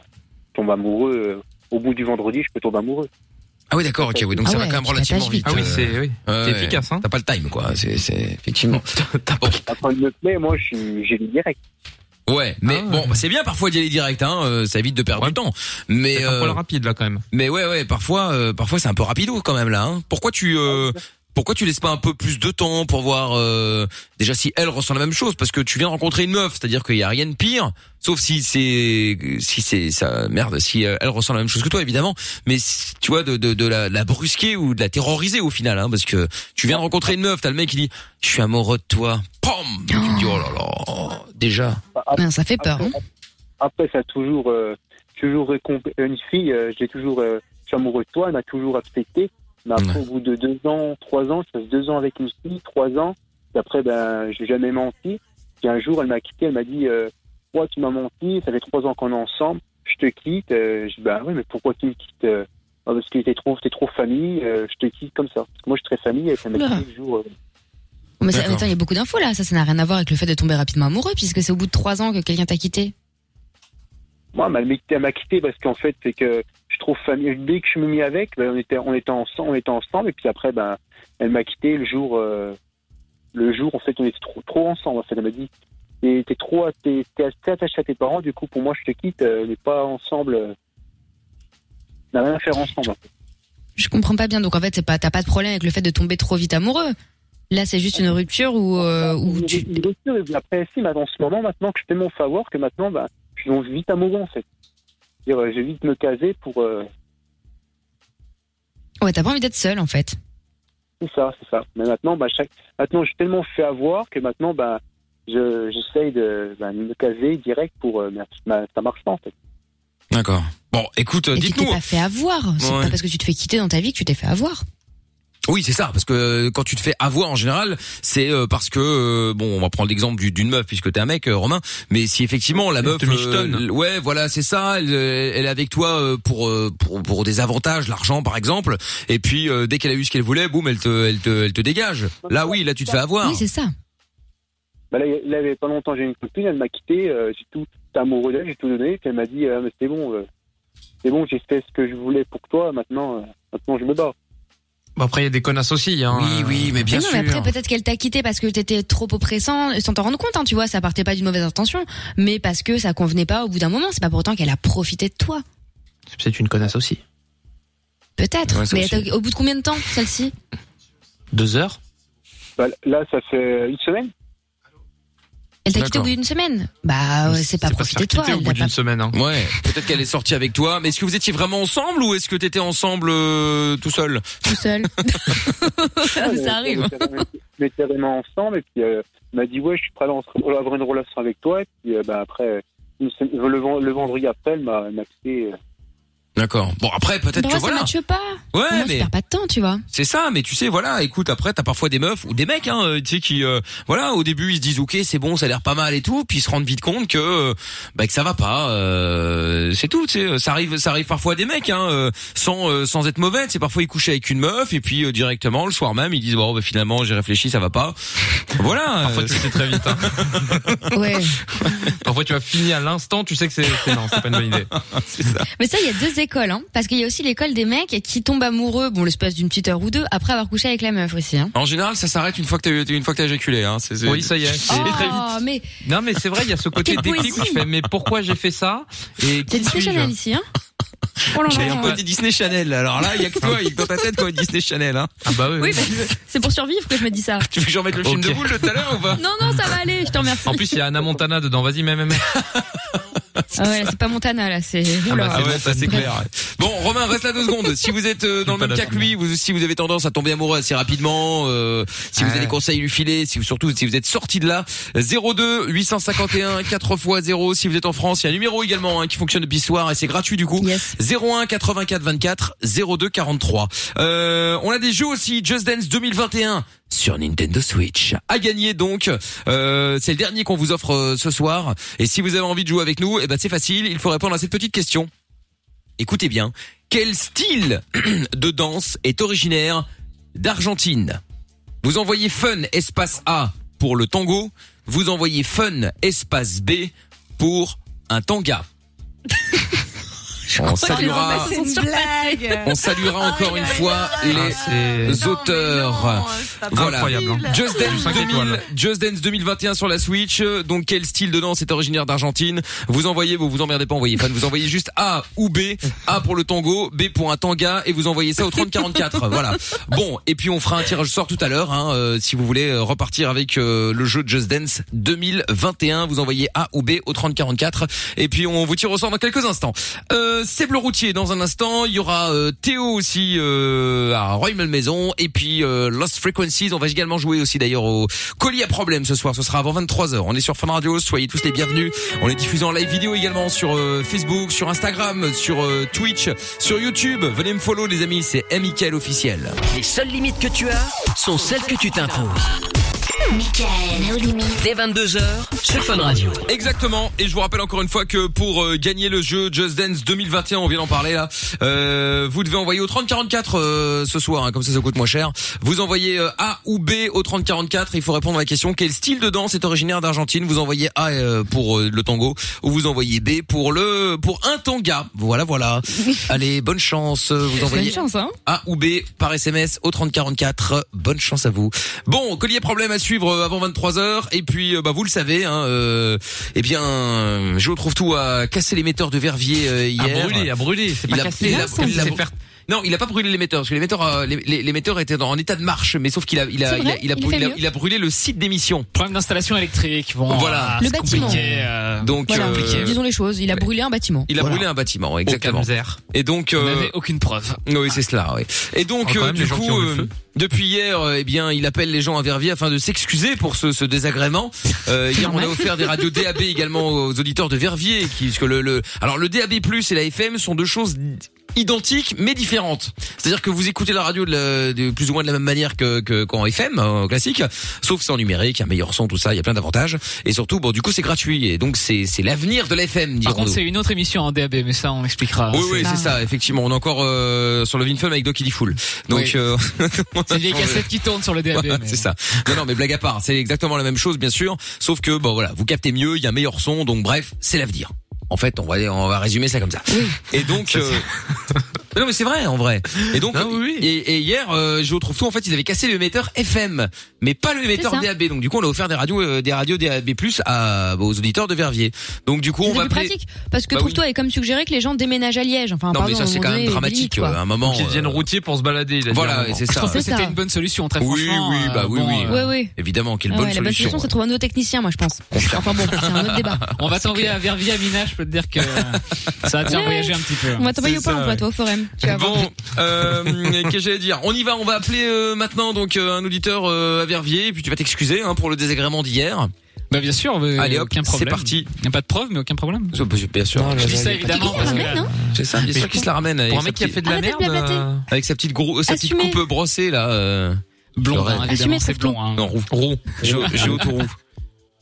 S7: je tombe amoureux. euh, Au bout du vendredi, je peux tomber amoureux.
S2: Ah oui, d'accord, ok, oui, donc
S5: Ah
S2: ça va
S5: ouais,
S2: quand même
S5: tu
S2: relativement
S5: t'attaches
S2: vite.
S5: vite.
S3: Ah oui,
S2: euh,
S3: c'est oui.
S2: ouais,
S3: c'est
S2: ouais.
S3: efficace. Hein.
S2: T'as pas le time, quoi. C'est, c'est effectivement. T'as pas-
S7: Quand il me plaît, moi, je suis, j'ai le direct.
S2: Ouais, mais
S3: Ah ouais.
S2: bon, c'est bien parfois d'y aller direct. Hein, euh, ça évite de perdre
S3: Ouais.
S2: du temps. Mais
S3: C'est un poil
S2: euh,
S3: rapide là quand même.
S2: Mais ouais, ouais, parfois, euh, parfois c'est un peu rapido quand même là. Hein. Pourquoi tu, euh, pourquoi tu laisses pas un peu plus de temps pour voir euh, déjà si elle ressent la même chose parce que tu viens de rencontrer une meuf, c'est-à-dire qu'il y a rien de pire, sauf si c'est si c'est ça merde, si euh, elle ressent la même chose que toi évidemment, mais si- tu vois de de, de la, la brusquer ou de la terroriser au final, hein, parce que tu viens de rencontrer une meuf, t'as le mec qui dit je suis amoureux de toi, pom, tu te dis oh là là, déjà.
S5: ça fait peur. hein.
S7: Après, ça a toujours, euh, toujours récomp- une fille, euh, je l'ai toujours, euh, je suis amoureux de toi, elle m'a toujours accepté. Mais après, au bout de deux ans, trois ans, je passe deux ans avec une fille, trois ans. Et après, ben, j'ai jamais menti. Puis un jour, elle m'a quitté, elle m'a dit, euh, ouais, tu m'as menti, ça fait trois ans qu'on est ensemble, je te quitte. Euh, je dis, ben oui, mais pourquoi tu me quittes euh, Ah, Parce que t'es trop, t'es trop famille, euh, je te quitte comme ça. Parce que moi, je suis très famille, et ça m'a
S5: Oula.
S7: quitté le jour. euh,
S5: Mais ça-
S2: D'accord.
S5: attends, il y a beaucoup d'infos là. Ça, ça n'a rien à voir avec le fait de tomber rapidement amoureux, puisque c'est au bout de trois ans que quelqu'un t'a quitté.
S7: Moi, elle m'a quitté- elle m'a quitté parce qu'en fait, c'est que je trouve famille. Dès que je me mis avec, ben, on était, on était ensemble, on était ensemble, et puis après, ben, elle m'a quitté le jour, euh, le jour, en fait, on était trop, trop ensemble. En fait, elle m'a dit, t'es t'es trop, t'es t'es assez attaché à tes parents, du coup, pour moi, je te quitte, euh, on n'est pas ensemble. euh, on n'a rien à faire ensemble. en fait.
S5: Je comprends pas bien. Donc en fait, c'est pas, t'as pas de problème avec le fait de tomber trop vite amoureux. Là, c'est juste une rupture où, euh, où
S7: Une-
S5: tu.
S7: une rupture, et puis après, si, mais en ce moment, maintenant que je fais mon favor, que maintenant, ben, je suis donc vite amoureux, en fait. C'est-à-dire, euh, Je vais vite me caser pour. euh,
S5: Ouais, t'as pas envie d'être seul en fait.
S7: C'est ça, c'est ça. Mais maintenant, bah, chaque... maintenant, je suis tellement fait avoir que maintenant, bah, je, j'essaye de bah, me caser direct pour. euh, mais bah, ça marche pas, en fait.
S2: D'accord. Bon, écoute,
S5: Et tu t'es
S2: dites-nous.
S5: pas fait avoir. C'est
S2: Ouais.
S5: pas parce que tu te fais quitter dans ta vie que tu t'es fait avoir.
S2: Oui, c'est ça, parce que euh, quand tu te fais avoir en général, c'est euh, parce que euh, bon, on va prendre l'exemple du- d'une meuf puisque t'es un mec, euh, Romain. Mais si effectivement la
S3: Elle
S2: meuf, euh,
S3: te michetonne.
S2: l- ouais, voilà, c'est ça. Elle, euh, elle est avec toi euh, pour euh, pour, pour des avantages, l'argent par exemple. Et puis euh, dès qu'elle a eu ce qu'elle voulait, boum, elle te elle te elle te dégage. Là oui, là tu te fais avoir.
S5: Oui, c'est ça.
S7: Bah, là, il- là, il y a pas longtemps, j'ai une copine, elle m'a quitté, euh, j'ai tout, j'étais amoureux d'elle, j'ai tout donné, puis elle m'a dit, euh, mais c'est bon, euh, c'est bon, j'ai fait ce que je voulais pour toi, maintenant, euh, maintenant, je me bats.
S3: Bon, après, il y a des connasses aussi. Hein.
S2: oui, oui, mais bien
S5: Mais Ah non,
S2: sûr.
S5: mais après, peut-être qu'elle t'a quitté parce que t'étais trop oppressant, sans t'en rendre compte, hein, tu vois, ça partait pas d'une mauvaise intention, mais parce que ça convenait pas au bout d'un moment, c'est pas pour autant qu'elle a profité de toi.
S3: C'est peut-être une connasse aussi.
S5: Peut-être.
S2: Ouais, ça
S5: mais
S2: aussi.
S5: attends, au bout de combien de temps, celle-ci
S3: Deux heures
S7: Bah, là, ça fait une semaine.
S5: Elle t'a quitté au
S2: D'accord.
S5: bout d'une semaine Bah, ouais, c'est pas
S3: se faire
S5: profiter de toi.
S3: quitter au
S5: elle
S3: bout
S5: l'a
S3: d'une
S5: pas-
S3: semaine. hein.
S2: Ouais, peut-être qu'elle est sortie avec toi, mais est-ce que vous étiez vraiment ensemble ou est-ce que t'étais ensemble euh, tout seul
S5: tout seul.
S7: Ouais,
S5: ça arrive.
S7: On était vraiment ensemble et puis euh, elle m'a dit ouais, je suis prêt à lancer- à avoir une relation avec toi. Et puis euh, bah, après, euh, une semaine- le, vend- le vendredi après, elle m'a elle m'a quitté. euh.
S2: D'accord. Bon après peut-être
S5: Bah,
S2: que
S5: ça
S2: voilà.
S5: matche pas.
S2: Ouais,
S5: Moi, tu
S2: mais
S5: perds pas de temps, tu vois.
S2: C'est ça, mais tu sais, voilà, écoute, après, t'as parfois des meufs ou des mecs, hein, euh, tu sais, qui, euh, voilà, au début, ils se disent, ok, c'est bon, ça a l'air pas mal et tout, puis ils se rendent vite compte que, euh, bah, que ça va pas, euh, c'est tout, tu sais, ça arrive, ça arrive parfois à des mecs, hein, euh, sans, euh, sans être mauvais, c'est parfois ils couchaient avec une meuf et puis euh, directement le soir même, ils disent, bon, bah, finalement, j'ai réfléchi, ça va pas, voilà.
S3: Parfois,
S2: euh,
S3: tu sais très vite. hein.
S5: Ouais.
S3: Parfois, tu vas finir à l'instant, tu sais que c'est c'est- non, c'est pas une bonne idée.
S5: mais ça, il y a deux écoles, hein, parce qu'il y a aussi l'école des mecs qui tombent amoureux, bon, l'espace d'une petite heure ou deux, après avoir couché avec la meuf aussi. Hein.
S2: en général, ça s'arrête une fois que t'as, une fois que t'as éjaculé, hein, c'est, c'est-
S3: Oui, ça y est. c'est très vite.
S5: Oh, mais
S3: Non, mais c'est vrai, il y a ce côté
S5: Quelle
S3: déclic où je
S5: poésie.
S3: fais, mais pourquoi j'ai fait ça Et
S5: t'es
S3: qui suis-je
S5: Disney ici, hein Oh là là.
S2: J'ai un côté Disney Channel. Alors là, il y a que toi, il y a que dans ta tête quoi, Disney Channel. Hein.
S3: Ah bah oui.
S5: Oui, bah, c'est pour survivre que je me dis ça.
S2: Tu veux que je remette le film
S3: Ok.
S2: de boule de tout à l'heure ou pas
S5: Non, non, ça va aller, je te remercie.
S3: En plus, il y a Anna Montana dedans. Vas-y, même, même.
S5: Ah ouais, là, c'est pas Montana, là, c'est. Oula.
S2: Ah ouais, ça c'est clair. Bon, Romain, reste là deux secondes. Si vous êtes euh, dans le
S3: Pas
S2: même cas que lui, vous, si vous avez tendance à tomber amoureux assez rapidement, euh, si vous avez
S3: Ouais.
S2: des conseils à lui filer, si vous, surtout si vous êtes sorti de là, 02 851 4 x 0. Si vous êtes en France, il y a un numéro également hein, qui fonctionne depuis ce soir et c'est gratuit du coup.
S5: Yes.
S2: 01 84 24 02 43. Euh, on a des jeux aussi Just Dance 2021 sur Nintendo Switch. À gagner donc, Euh, c'est le dernier qu'on vous offre euh, ce soir. Et si vous avez envie de jouer avec nous, eh ben c'est facile, il faut répondre à cette petite question. Écoutez bien, quel style de danse est originaire d'Argentine Vous envoyez fun espace A pour le tango, vous envoyez fun espace B pour un tanga. On
S4: Non,
S2: saluera,
S4: mais c'est une blague.
S2: on saluera encore
S4: Ah,
S2: une
S4: oui,
S2: fois
S4: oui, oui.
S2: les
S4: Non, mais
S2: auteurs.
S4: non, c'est pas
S2: Voilà.
S3: Incroyable, hein.
S4: possible.
S2: Just Dance,
S3: Cinq
S2: 2000,
S3: étoiles.
S2: Just Dance 2021 sur la Switch. Euh, Donc quel style dedans C'est originaire d'Argentine. Vous envoyez, vous vous emmerdez pas, envoyez fan. Vous envoyez juste A ou B. A pour le tango, B pour un tanga, et vous envoyez ça au 3044. voilà. Bon, et puis on fera un tirage au sort tout à l'heure. hein, euh, si vous voulez euh, repartir avec euh, le jeu Just Dance 2021, vous envoyez A ou B au 3044. Et puis on vous tire au sort dans quelques instants. Euh, c'est Bleu Routier dans un instant. Il y aura euh, Théo aussi euh, à Royal Maison. Et puis euh, Lost Frequencies. On va également jouer aussi d'ailleurs au colis à problème ce soir. Ce sera avant 23h. On est sur Fun Radio. Soyez tous les bienvenus. On est diffusé en live vidéo également sur euh, Facebook, sur Instagram, sur euh, Twitch, sur YouTube. Venez me follow les amis. C'est Michael officiel.
S1: Les seules limites que tu as sont celles que tu t'imposes.
S9: Michael, nos limites.
S1: Dès 22h sur Fun Radio.
S2: Exactement. Et je vous rappelle encore une fois que pour euh, gagner le jeu Just Dance 2021, on vient d'en parler là, euh, vous devez envoyer au 3044 euh, ce soir, hein, comme ça ça coûte moins cher. Vous envoyez euh, A ou B au 3044, il faut répondre à la question quel style de danse est originaire d'Argentine Vous envoyez A euh, pour euh, le tango ou vous envoyez B pour le pour un tanga. Voilà voilà. Allez, bonne chance. Vous envoyez
S5: Bonne chance, hein.
S2: a ou B par SMS au 3044. Bonne chance à vous. Bon, collier problème à suivre euh, avant 23h. Et puis, euh, bah, vous le savez, hein, euh, eh bien, euh, je retrouve tout à casser l'émetteur de Verviers euh,
S3: À
S2: hier.
S3: brûler, à brûler. C'est pas
S2: Il a-
S3: cassé.
S2: il a-
S3: ça,
S2: il a-
S3: c'est faire-
S2: Non, il a pas brûlé l'émetteur parce que l'émetteur, euh, l'é- l'é- l'émetteur était en état de marche, mais sauf qu'il a, il a,
S5: C'est
S2: il a,
S5: vrai,
S2: il a,
S5: il
S2: brûlé-
S5: fait
S2: il a-
S5: mieux.
S2: il a brûlé le site d'émission.
S6: Problème d'installation électrique. Bon,
S2: Voilà.
S3: ah,
S6: euh,
S5: Le
S6: c'est
S5: bâtiment.
S6: compliqué, euh,
S2: Donc,
S5: Voilà,
S2: euh,
S5: disons les choses. Il a brûlé un bâtiment.
S2: il a
S6: Voilà.
S2: brûlé un bâtiment,
S3: Au
S2: exactement.
S3: Calmzer.
S2: Et donc,
S6: on
S2: euh,
S6: n'avait aucune preuve.
S2: Oui, c'est cela. Oui. Et
S3: Oh,
S2: donc,
S3: quand
S2: euh,
S3: même,
S2: du
S3: les gens qui
S2: coup,
S3: ont mis le
S2: euh,
S3: feu.
S2: depuis hier, euh, eh bien, il appelle les gens à Verviers afin de s'excuser pour ce, ce désagrément. Euh, hier, on a offert des radios DAB également aux auditeurs de Verviers, qui, parce que le, le- alors le DAB+ et la FM sont deux choses identiques mais différentes. C'est-à-dire que vous écoutez la radio de, la- de plus ou moins de la même manière que que- qu'en FM euh, classique, sauf que c'est en numérique, il y a un meilleur son, tout ça, il y a plein d'avantages. Et surtout, bon, du coup, c'est gratuit et donc c'est c'est l'avenir de la FM,
S6: Par
S2: dirons-nous.
S6: contre, c'est une autre émission en DAB, mais ça, on
S3: Ah,
S6: expliquera.
S2: Oui,
S6: C'est-
S2: oui, c'est ça, effectivement. On est encore euh, sur le VinFun avec Doc Fool. Donc,
S6: Oui.
S2: euh,
S6: C'est une vieille cassette qui tourne sur le DAB.
S2: voilà,
S6: mais-
S2: c'est ça. Non, non, mais blague à part, c'est exactement la même chose, bien sûr. Sauf que, bon, voilà, vous captez mieux, il y a un meilleur son, donc bref, c'est l'avenir. En fait, on va on va résumer ça comme ça. Et donc, euh, non mais c'est vrai en vrai. Et donc,
S3: Non, oui, oui.
S2: Et, et hier, euh, je retrouve tout. En fait, ils avaient cassé l'émetteur FM, mais pas le émetteur
S5: ça.
S2: DAB. Donc du coup, on a offert des radios, euh, des radios DAB+ à aux auditeurs de Verviers. Donc du coup, on
S5: C'est
S2: va
S5: plus
S2: appeler.
S5: pratique parce
S2: Bah
S5: que
S2: oui.
S5: trouve-toi est comme suggéré que les gens déménagent à Liège. Enfin,
S2: Non
S5: pardon,
S2: mais
S5: à
S2: ça
S5: un
S2: c'est
S5: moment
S2: quand même
S5: donné,
S2: dramatique.
S5: oublie, quoi.
S2: euh, à un moment.
S3: Qu'ils deviennent
S2: euh,
S3: routiers pour se balader. il a dit à un
S2: Voilà,
S3: moment.
S2: et c'est
S6: Je
S2: ça.
S6: trouve que
S5: C'est
S6: c'était
S5: ça.
S6: une bonne solution, très
S2: Oui,
S6: franchement.
S2: oui,
S6: euh,
S2: bah oui,
S6: bon,
S2: oui.
S6: euh,
S5: Ouais, ouais.
S2: Évidemment, quelle
S5: Ah
S2: bonne
S5: ouais, la bonne
S2: solution.
S5: solution, c'est de trouver un autre technicien, moi, je pense. Enfin bon, c'est un autre débat.
S6: On va t'envoyer à Verviers à Mina, je peux te dire que euh, ça va te faire
S5: Ouais.
S6: voyager un petit peu.
S5: On va t'envoyer au
S2: ça,
S5: Pôle emploi,
S2: ouais.
S5: toi, au forum. Tu vas voir.
S2: Bon, euh, qu'est-ce que j'allais dire On y va, on va appeler euh, maintenant donc euh, un auditeur euh, à Verviers, et puis tu vas t'excuser hein, pour le désagrément d'hier.
S3: Oh
S6: Bah bien sûr, mais
S2: Allez hop,
S6: aucun
S2: c'est
S6: problème.
S2: parti.
S6: Il n'y a pas de preuve, mais aucun problème.
S2: Bien sûr,
S6: Je dis ça évidemment.
S5: Quelqu'un
S6: parce que-
S5: ramène, non
S2: c'est ça. Bien sûr qu'il se la ramène avec,
S3: hein. Pour un
S2: sa,
S3: mec qui a
S2: petite-
S3: fait de la
S5: Arrêtez de
S3: merde.
S5: blablater.
S3: euh,
S2: avec sa petite gros, sa petite
S5: Assumez.
S2: coupe brossée là. euh,
S6: blond,
S2: J'aurais-
S6: hein,
S5: Assumez
S6: évidemment, c'est
S5: surtout.
S6: blond. hein.
S2: non roux, roux. J'ai j'ai autoroux.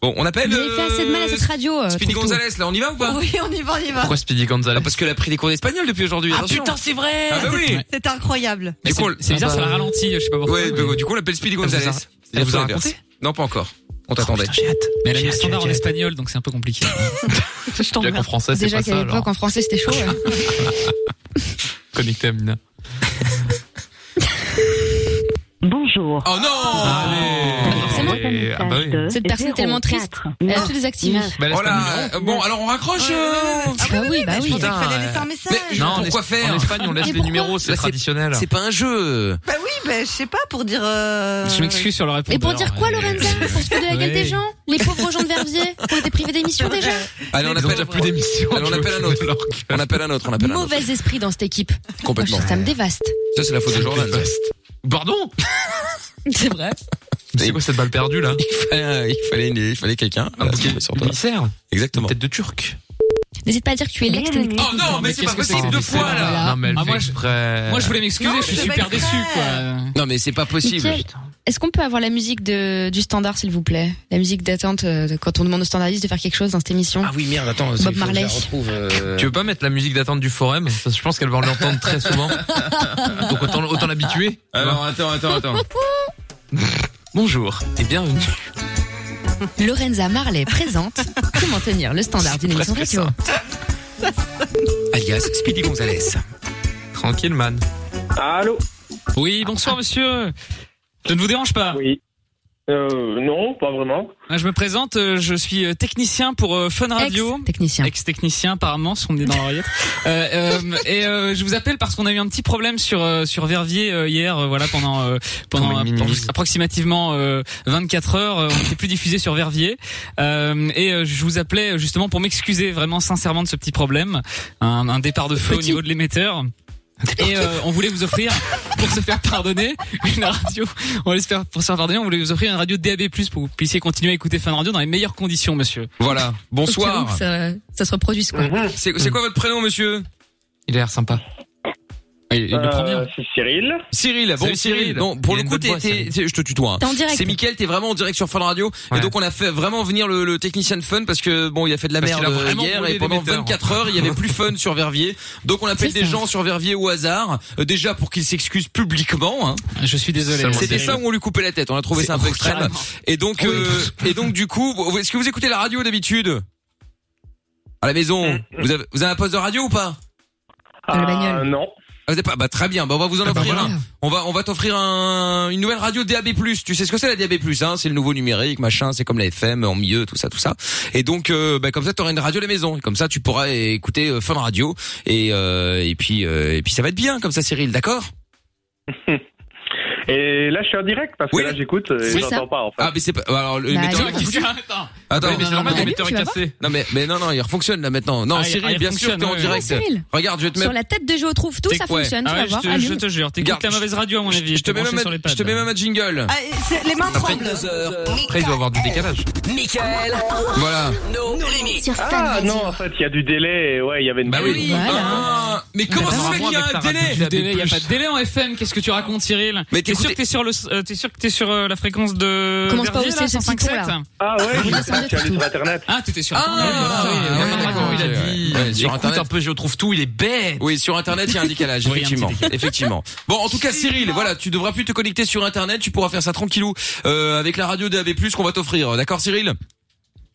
S2: Bon, on appelle.
S5: Vous avez fait assez de mal à cette radio. euh,
S2: Speedy
S5: trouve-toi.
S2: Gonzalez, là, on y va ou pas
S4: Oui, on y va, on y va.
S3: Pourquoi Speedy Gonzalez
S2: Ah, Parce qu'elle a pris des cours d'espagnol depuis aujourd'hui. attention.
S4: c'est vrai.
S2: Ah bah oui.
S4: C'est incroyable.
S6: Mais
S2: Du coup,
S6: C'est c'est bizarre,
S3: Ah
S6: ça
S3: bah-
S6: la ralentit, je sais pas
S2: on-
S6: pourquoi.
S2: ouais,
S6: mais-
S2: bah, du coup, on l'appelle Speedy Gonzalez.
S3: ça. Elle vous a raconté
S2: Non, pas encore.
S6: Oh,
S2: On t'attendait.
S6: Mais elle a mis
S3: J'ai
S6: le
S3: hâte,
S6: standard
S3: j'ai
S6: en
S3: hâte.
S6: espagnol, donc c'est un peu compliqué. hein.
S4: Je
S3: Bien
S4: t'emmerde.
S3: qu'en français, c'est
S5: Déjà
S3: pas
S5: qu'à
S3: ça.
S5: l'époque,
S3: alors.
S5: en français, c'était chaud. ouais.
S3: Connecté à Mina.
S6: Oh,
S9: Bonjour.
S2: Oh non
S10: Ah,
S5: forcément.
S3: Allez. Ah bah oui.
S5: Cette personne est tellement triste. Elle a tout désactivé.
S3: Bah, laisse
S2: Oh
S3: pas
S2: là, euh, bon alors on raccroche. euh,
S5: Ah bah oui, bah
S4: Je
S5: oui.
S4: pensais qu'il fallait
S3: Putain,
S4: laisser un
S2: Mais
S4: message.
S2: je-
S3: Non,
S2: pourquoi
S3: Mina. En
S2: faire
S3: Espagne, on laisse
S5: Mais
S3: les
S5: pourquoi
S3: numéros, c'est
S2: Bah, c'est-
S3: traditionnel.
S2: C'est pas un jeu.
S4: Bah oui, bah je sais pas pour dire. euh,
S6: Je m'excuse sur le répondeur.
S5: Et pour dire quoi,
S6: mais-
S5: Lorenza Pour se foutre de la gueule
S6: Ouais.
S5: des gens Les pauvres gens de Verviers qui ont été privés d'émission déjà
S2: Allez on
S3: Ils ont
S2: appelle.
S3: déjà plus d'émissions.
S2: Allez, on appelle un autre. On appelle un autre. On appelle un autre.
S5: Mauvais esprit dans cette équipe. Moi, je-
S2: Complètement.
S5: Ça me dévaste.
S2: Ça c'est la faute de Jordan.
S3: Pardon
S5: C'est vrai.
S3: C'est quoi cette balle perdue là
S2: Il fallait, il fallait, une- il fallait quelqu'un.
S3: Un
S2: euh,
S3: bouquet
S2: sur toi.
S3: Émissaire
S2: Exactement.
S3: Tête de turc
S5: N'hésite pas à dire que tu es l'ex. t'es une-
S2: Oh non mais
S6: Mais
S2: c'est
S6: qu'est-ce
S2: pas
S6: que c'est
S2: possible
S6: que
S2: deux
S6: c'est
S2: fois
S6: ça,
S2: là.
S6: Voilà.
S3: Non mais elle
S6: Ah,
S3: fait
S6: moi, je-
S3: exprès.
S6: Moi, je voulais m'excuser,
S4: Non,
S6: je suis
S4: c'est
S6: super
S4: pas
S6: déçu,
S4: grave.
S6: quoi.
S2: Non mais c'est pas possible.
S5: Mickey, Est-ce qu'on peut avoir la musique de, du standard, s'il vous plaît La musique d'attente, euh, de- quand on demande au standardiste de faire quelque chose dans cette émission.
S2: Ah oui merde attends.
S5: Bob Marley.
S2: euh.
S3: Tu veux pas mettre la musique d'attente du forum Parce que Je pense qu'elle va l'entendre très souvent. Donc autant, autant l'habituer.
S2: Alors Ah attends attends attends.
S3: Bonjour et bienvenue.
S5: Lorenza Marley présente Comment tenir le standard d'une émission
S3: Presque
S5: radio.
S2: alias Speedy Gonzalez.
S11: Tranquille, man.
S7: Allô
S3: Oui, bonsoir monsieur. Je ne vous dérange pas.
S7: Oui. Euh, non, pas vraiment.
S3: Ah, Je me présente, euh, je suis euh, technicien pour euh, Fun Radio.
S5: Technicien.
S3: Ex-technicien apparemment, si on me dit dans l'oreillette. Euh, euh, et euh, je vous appelle parce qu'on a eu un petit problème sur euh, sur Verviers euh, hier, euh, voilà pendant euh, pendant
S11: Comment il
S3: appro-
S11: minimise.
S3: approximativement euh, 24 heures, euh, on n'était plus diffusé sur Verviers. Euh, et euh, je vous appelais justement pour m'excuser vraiment sincèrement de ce petit problème, un, un départ de feu au niveau de l'émetteur. Et euh, on voulait vous offrir, pour se faire pardonner, une radio. On voulait se faire, pour se faire pardonner, on voulait vous offrir une radio DAB+, pour que vous puissiez continuer à écouter Fun Radio dans les meilleures conditions, monsieur.
S2: Voilà.
S5: Au cas où
S2: Bonsoir.
S5: Ça, ça se reproduise quoi.
S7: Mhm.
S2: C'est c'est quoi votre prénom, monsieur
S11: Il a l'air sympa.
S3: Ah, il- il le prend bien.
S7: Euh, c'est Cyril.
S2: Cyril. Bon,
S11: Salut,
S2: Cyril.
S11: Cyril.
S2: Non, pour
S11: Il a
S2: le
S11: une
S2: coup,
S11: bonne
S2: t'es-
S11: voix,
S2: t'es-
S11: Cyril.
S2: t'es- je te tutoie. hein.
S5: T'es en direct.
S2: C'est Mickaël, t'es vraiment en direct sur Fun Radio. Et
S11: Ouais.
S2: donc, on a fait vraiment venir le, le technicien de Fun parce que bon, il a fait de la
S11: Parce
S2: merde euh,
S11: qu'il a vraiment
S2: hier
S11: brûlé
S2: et pendant
S11: l'émetteur.
S2: 24 heures, il y avait plus Fun sur Verviers. Donc, on appelle
S5: C'est
S2: des
S5: ça.
S2: gens sur Verviers au hasard. euh, déjà pour qu'ils s'excusent publiquement, hein.
S3: Je suis désolé.
S11: Seulement
S2: C'était
S11: Cyril.
S2: ça où on lui coupait la tête. On a trouvé
S3: C'est-
S2: ça un peu
S3: oh,
S2: extrême.
S3: carrément.
S2: Et donc, euh, et donc du coup, bon, est-ce que vous écoutez la radio d'habitude À la maison, vous avez, vous avez un poste de radio ou pas
S5: Dans Mm, la bagnole.
S7: Ah, non.
S2: ah, vous avez pas Bah très bien. Bah on va vous en offrir
S11: voilà.
S2: un. On va on va t'offrir un une nouvelle radio DAB+. Tu sais ce que c'est la DAB+ hein C'est le nouveau numérique, machin. C'est comme la FM en milieu, tout ça, tout ça. Et donc euh, bah, comme ça t'auras une radio à la maison. Et comme ça tu pourras écouter euh, Fun Radio et euh, et puis euh, et puis ça va être bien comme ça, Cyril. D'accord
S7: Et là, je suis en direct parce que
S2: Oui.
S7: là, j'écoute euh, et
S5: C'est
S7: j'entends pas en fait.
S2: Ah mais c'est pas alors le
S5: Bah,
S2: metteur-
S5: allez,
S3: Qu'est-ce que- Attends.
S2: Attends,
S11: Oui, mais c'est
S5: non, non,
S11: normal,
S5: non,
S11: l'émetteur est
S5: allume, tu vas
S11: cassé.
S2: Non mais mais non non il refonctionne là maintenant. Non
S3: Ah, il-
S2: Cyril
S3: ah, il
S2: bien sûr
S3: fonctionne,
S2: t'es en
S3: ouais.
S2: direct.
S5: Ouais, Cyril.
S2: Regarde je vais te
S5: Sur
S2: mettre.
S5: la tête de Géo trouve tout, ça
S2: Ouais.
S5: fonctionne,
S3: Ah ouais,
S5: tu vas
S3: je,
S5: voir.
S3: te, je
S5: allume.
S3: te jure, t'écoutes
S2: Garde,
S3: la mauvaise radio à mon avis.
S2: Je te mets même
S3: sur les
S2: un-
S3: pads.
S2: je te mets même un jingle.
S4: Ah, et c'est- les mains tremblent.
S10: 22h,
S11: Après,
S5: ah.
S11: il doit avoir du décalage.
S10: Michael,
S2: Voilà.
S10: nos limites.
S12: Sur Fun
S7: Ah
S12: Radio.
S7: non, en fait, il y a du délai. et Ouais, il y avait une.
S2: Bah oui.
S5: Voilà.
S2: Ah, mais comment
S11: Bah,
S2: ça se fait
S11: bravo
S2: qu'il y a
S11: avec
S2: un
S11: ta radio.
S2: délai
S11: Il y a
S3: Délai,
S11: plus.
S3: y a pas de délai en FM. Qu'est-ce que tu racontes, Cyril
S2: Mais
S3: T'es sûr que
S2: t'écoutes-
S3: t'es sur le, euh, t'es sûr que t'es sur euh, la fréquence de.
S5: Commence pas à
S3: Verviers,
S5: hausser
S3: là,
S5: ce petit
S3: 105.7?
S5: ton, là.
S7: Ah ouais, je
S5: Ah,
S7: je suis allé sur internet.
S3: Ah, t'étais sur.
S2: Ah,
S3: ton web, voilà, oui,
S2: ouais,
S3: oui,
S2: ouais,
S3: d'accord,
S2: ouais,
S3: il a
S2: ouais.
S3: dit.
S11: dit.
S2: Ouais, sur
S11: écoute
S2: Internet.
S11: un peu, je trouve tout, il est bête.
S2: Oui, sur internet, il y a un décalage,
S3: Oui, il y a un
S2: effectivement.
S3: petit décalage.
S2: Effectivement. Bon, en tout cas, Cyril, voilà, tu devras plus te connecter sur internet, tu pourras faire ça tranquillou euh, avec la radio DAB+ qu'on va t'offrir. D'accord, Cyril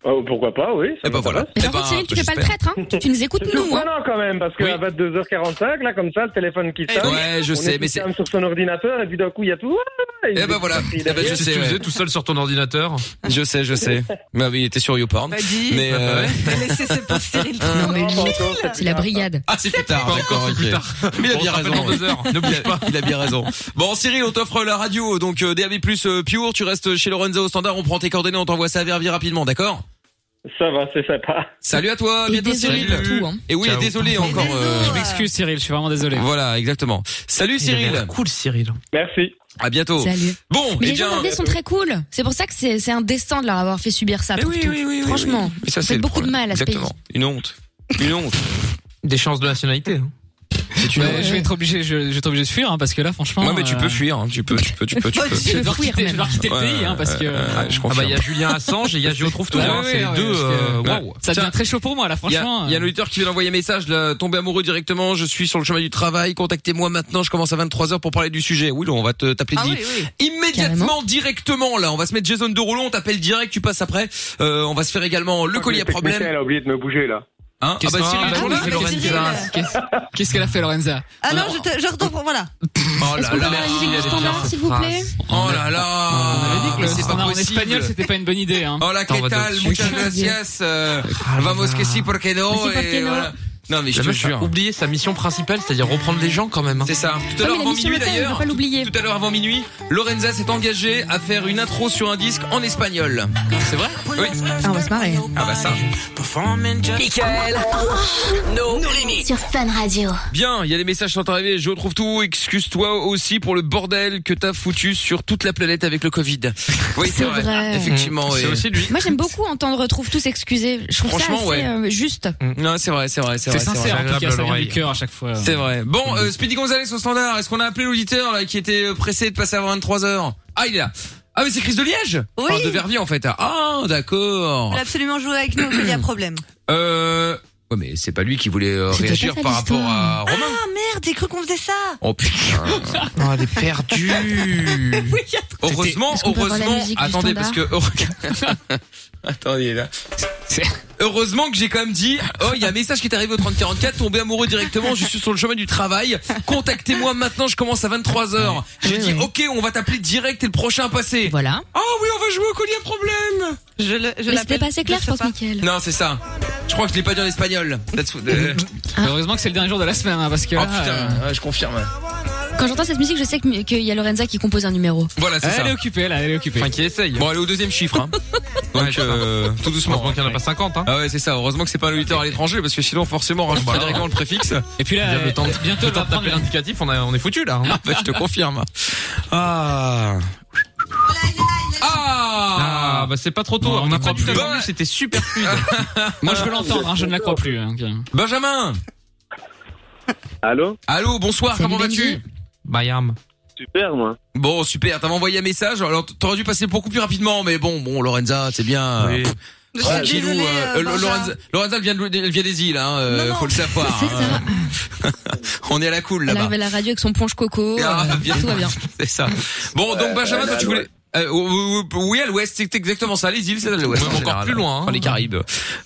S7: Oh, pourquoi pas, oui. ça
S2: Eh ben
S7: me-
S2: voilà.
S5: Mais
S2: Eh
S5: par
S2: ben,
S5: contre, Cyril, tu fais pas le
S2: j'espère.
S5: traître, hein. Tu nous écoutes,
S7: C'est
S5: nous, hein.
S7: surprenant quand même parce
S2: Oui.
S7: qu'à 22h45, là, comme ça, le téléphone qui sonne.
S2: Ouais, je
S7: on
S2: sais,
S7: est
S2: mais
S7: tout
S2: c'est.
S7: calme sur son ordinateur et puis d'un coup, il y a tout. Ah, il
S2: Eh
S7: est
S2: ben voilà.
S7: parti
S2: Eh ben,
S7: derrière.
S2: je
S11: Qu'est-ce que
S2: sais,
S11: tu
S2: ouais.
S11: faisais tout seul sur ton ordinateur
S2: je sais, je sais. Mais oui, il était sur
S5: Bah,
S2: YouPorn.
S4: Vas-y.
S2: Mais euh,
S4: Laissez ses pauvres Cyril
S2: Non,
S5: Non, mais
S7: pas
S5: lui,
S7: encore,
S5: c'est la
S7: bizarre.
S5: brigade.
S2: ah, c'est plus tard.
S11: Pas encore,
S2: D'accord,
S11: c'est
S2: ok.
S11: plus tard.
S2: Mais il a
S11: On
S2: bien
S11: se rappelle
S2: raison.
S11: dans deux heures. Ne bouge pas.
S2: Il a bien raison. Bon, Cyril, on t'offre la radio, donc euh, DAB+ euh, Pure. Tu restes chez Lorenzo au standard. On prend tes coordonnées, on t'envoie ça à Verviers rapidement, d'accord
S7: Ça va, c'est sympa.
S2: Salut à toi, à
S5: Et
S2: bientôt
S5: désolé
S2: Oh, Cyril.
S5: pour tout, hein.
S2: Et oui,
S11: Ciao.
S2: et désolé encore.
S4: désolé.
S2: euh,
S3: Je m'excuse, Cyril, je suis vraiment désolé.
S2: Voilà, exactement. Salut Cyril.
S11: Cool, Cyril.
S7: Merci.
S2: À bientôt.
S5: Salut.
S2: Bon,
S5: Mais
S2: eh
S5: les gens
S2: bien.
S5: d'Hervé sont très cool. C'est pour ça que c'est c'est indécent de leur avoir fait subir ça.
S2: Mais
S5: pour
S2: oui,
S5: tout.
S2: oui, oui, oui,
S5: Franchement,
S2: Mais ça,
S5: vous
S2: c'est
S5: faites
S2: le
S5: beaucoup de
S2: problème.
S5: mal à ce
S2: Exactement. Une honte. Une honte.
S11: Des chances de nationalité. hein.
S2: C'est une
S3: Bah,
S2: honte.
S3: je vais être obligé, je, je vais être obligé de fuir hein, parce que là, franchement.
S2: Ouais, mais tu
S3: euh,
S2: peux fuir. hein. Tu peux, tu peux, tu peux, tu peux.
S3: Je vais devoir
S5: fuir,
S3: quitter, je vais
S5: même.
S3: devoir quitter le
S2: Ouais,
S3: pays hein, parce que.
S2: ouais, ouais, je
S11: Ah bah,
S2: confirme.
S11: il y a Julien Assange et il y a Géo trouve tout.
S3: Ouais,
S11: hein.
S3: ouais,
S11: C'est les
S3: ouais,
S11: deux.
S3: parce que-
S11: euh,
S2: Ouais.
S11: waouh.
S3: Ça
S2: Tiens,
S3: devient très chaud pour moi là,
S2: Il y a,
S3: franchement.
S2: il y a un
S3: euh,
S2: auditeur qui vient d'envoyer un message, là, tombé amoureux directement, je suis sur le chemin du travail, contactez-moi maintenant, je commence à 23h pour parler du sujet. Oui, on va te t'appeler
S4: Ah
S2: dit.
S4: oui, oui.
S2: Immédiatement,
S5: Carrément.
S2: directement, là, on va se mettre Jason de Roulon, on t'appelle direct, tu passes après. Euh, on va se faire également le collier à problème.
S7: Elle a oublié de me bouger là.
S2: Hein ah
S11: Qu'est-ce
S2: bah
S11: qu'on
S2: Cyril,
S11: a
S2: toujours là
S11: C'est Lorenza.
S4: Cyril.
S3: Qu'est-ce qu'est-ce qu'elle a fait, Lorenza
S4: Ah non,
S2: Alors-
S4: je, te, je retombe. Voilà.
S2: Oh
S5: Est-ce
S2: là
S5: qu'on peut
S2: là.
S5: avoir la musique du
S11: elle est
S5: standard,
S11: bien,
S5: s'il vous plaît
S11: cette
S2: Oh là là.
S3: On avait dit que
S2: Mais
S3: le
S2: c'est pas
S3: standard en
S2: possible.
S3: espagnol, c'était pas une bonne idée. Hein.
S2: Hola,
S11: Attends, on
S2: ¿qué
S11: va
S2: tal?
S11: dessus.
S2: Muchas
S5: Ok.
S2: gracias. euh, vamos
S11: là.
S2: que si, porque no.
S5: Aussi, porque
S2: et
S5: no.
S2: voilà. Non, mais je
S11: La
S2: te
S11: meuf a
S2: jure.
S11: oublié sa mission principale, c'est-à-dire reprendre les gens quand même. hein.
S2: C'est ça. Tout à l'heure
S5: Ouais, mais
S2: avant
S5: Ah la mission
S2: minuit
S5: m'étonne, on
S2: d'ailleurs.
S5: va pas l'oublier.
S2: Tout à l'heure avant minuit, Lorenza s'est engagée à faire une intro sur un disque en espagnol.
S11: C'est vrai
S2: Oui.
S5: Ah, on va se marrer.
S2: Ah bah ça.
S10: Michael, nos limites.
S12: Sur Fun Radio.
S2: Bien, il y a les messages sont arrivés, je retrouve tout, excuse-toi aussi pour le bordel que t'as foutu sur toute la planète avec le Covid. Oui, c'est
S5: C'est
S2: vrai.
S5: vrai.
S2: Effectivement,
S11: Mm. C'est
S2: oui.
S11: aussi lui.
S5: Moi, j'aime beaucoup entendre Trouve tous s'excuser. Je trouve ça
S2: Franchement,
S5: assez
S2: ouais.
S5: euh, juste.
S2: Non, c'est vrai, c'est vrai, c'est
S3: C'est
S2: vrai. vrai.
S3: sincère en
S11: agréable
S3: tout
S11: Mm.
S3: cas,
S11: à
S3: ça vient
S11: l'oreille.
S3: du cœur à chaque Mm. fois.
S2: C'est vrai. Bon, euh, Speedy Gonzalez au standard. Est-ce qu'on a appelé l'auditeur là qui était euh, pressé de passer avant 23 h Ah, il est là. Ah, mais c'est Chris de Liège.
S4: Oui.
S2: Enfin, de Verviers en fait. Ah, d'accord.
S4: Il a absolument joué avec nous. Il y a problème.
S2: Euh. Ouais, mais c'est pas lui qui voulait euh,
S5: C'était
S2: réagir
S5: pas hein. ça,
S2: par rapport à Romain.
S4: Ah merde, j'ai cru qu'on faisait ça.
S2: Oh putain.
S11: Oh, elle est perdue.
S2: heureusement,
S5: Est-ce qu'on peut avoir la
S2: heureusement.
S5: musique du
S3: oh,
S2: Attendez, parce que Attendez là. Heureusement que j'ai quand même dit Oh, il y a un message qui est arrivé au 3044, tombé amoureux directement, je suis sur le chemin du travail, contactez-moi maintenant, je commence à 23h. J'ai dit Ok, on va t'appeler direct et le prochain à passer.
S5: Voilà.
S2: Oh oui, on va jouer au collier à problème
S4: Je le,
S5: Mais c'était pas assez clair, je pense, Mickaël.
S2: Non, c'est ça. Je crois que je l'ai pas dit en espagnol. That's- euh,
S5: Ah.
S6: Heureusement que c'est le dernier jour de la semaine, hein, parce que.
S2: Oh
S6: là,
S2: putain, ouais, je confirme.
S5: Quand j'entends cette musique, je sais que- qu'il y a Lorenza qui compose un numéro.
S2: Voilà, c'est
S6: Elle
S2: ça.
S6: est occupée, là, elle est occupée.
S3: Enfin, qui essaye.
S2: Bon, allez au deuxième chiffre. Hein. Donc, euh, tout doucement.
S3: Heureusement qu'il n'y en a pas 50, hein.
S2: Ah ouais, c'est ça. Heureusement que c'est pas un auditeur à l'étranger, parce que sinon, forcément, on rajoute directement le préfixe.
S6: Et puis là,
S3: Dire le temps de-
S6: bientôt,
S3: le
S6: elle va
S3: temps de taper
S6: prendre
S3: l'indicatif, on, a- on est foutu là. hein.
S2: Ah bah, je te confirme. Ah.
S3: Ah,
S2: Ah.
S3: bah c'est pas trop tôt.
S6: Non, on
S3: a
S6: n'y croit
S3: pas dit
S6: plus.
S2: bah,
S3: tout à l'heure, C'était super fluide.
S6: Moi, je veux l'entendre, hein, je ne la crois plus. hein, ok.
S2: Benjamin.
S12: Allô
S2: Allô, bonsoir.
S5: Salut,
S2: comment vas-tu
S5: Benji.
S3: Bayam.
S12: Super, moi.
S2: Bon, super. T'avais envoyé un message. Alors, t'aurais dû passer beaucoup plus rapidement, mais bon, bon, Lorenza, c'est bien. euh,
S3: Oui.
S2: Pff,
S4: Je
S2: tranquillou,
S4: suis désolée,
S2: euh,
S4: euh,
S2: Lo-
S4: Benjamin.
S2: Lorenza, Lorenza, elle vient, de- elle vient des îles, hein, euh,
S4: Non, non.
S2: faut le savoir.
S5: C'est ça.
S2: hein. On est à la cool
S5: Elle
S2: là-bas.
S5: arrive à la radio avec son ponche coco.
S2: Ah,
S5: euh,
S2: bien.
S5: Tout va bien.
S2: C'est ça. Bon, donc Benjamin, toi tu voulais. Euh, ou- ou- oui, à l'ouest, c'est exactement ça. Les îles, c'est à l'ouest.
S3: Même
S2: en
S3: encore
S2: général.
S3: plus loin, hein.
S2: Enfin, les Caraïbes.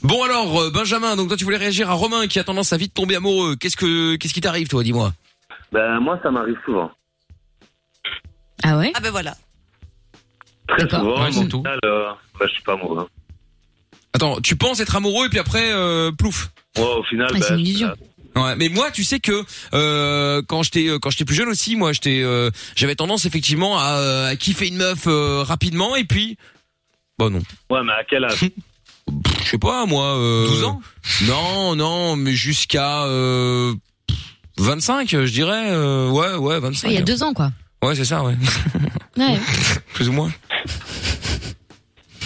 S2: Bon alors, euh, Benjamin, donc toi tu voulais réagir à Romain qui a tendance à vite tomber amoureux. Qu'est-ce que, qu'est-ce qui t'arrive, toi, dis-moi
S12: Ben, moi, ça m'arrive souvent.
S5: Ah ouais
S4: Ah ben voilà.
S12: Très
S5: D'accord.
S12: souvent.
S3: Ouais, c'est
S12: mon
S3: tout.
S12: final, euh, ben, je suis pas amoureux.
S2: Attends, tu penses être amoureux et puis après, euh, plouf.
S12: Moi, au final,
S5: Ah, c'est
S12: ben,
S5: une illusion.
S12: euh,
S2: Ouais, mais moi, tu sais que euh, quand j'étais euh, quand j'étais plus jeune aussi, moi, j'étais euh, j'avais tendance effectivement à, euh, à kiffer une meuf euh, rapidement et puis. Bah non.
S12: ouais, mais à quel âge
S2: Pff, Je sais pas, moi. Euh,
S3: 12 ans
S2: Non, non, mais jusqu'à euh, 25, je dirais. euh, ouais, ouais, 25.
S5: Il y a deux ans, quoi.
S2: Ouais, c'est ça, ouais. Mm.
S5: Ouais.
S2: Plus ou moins.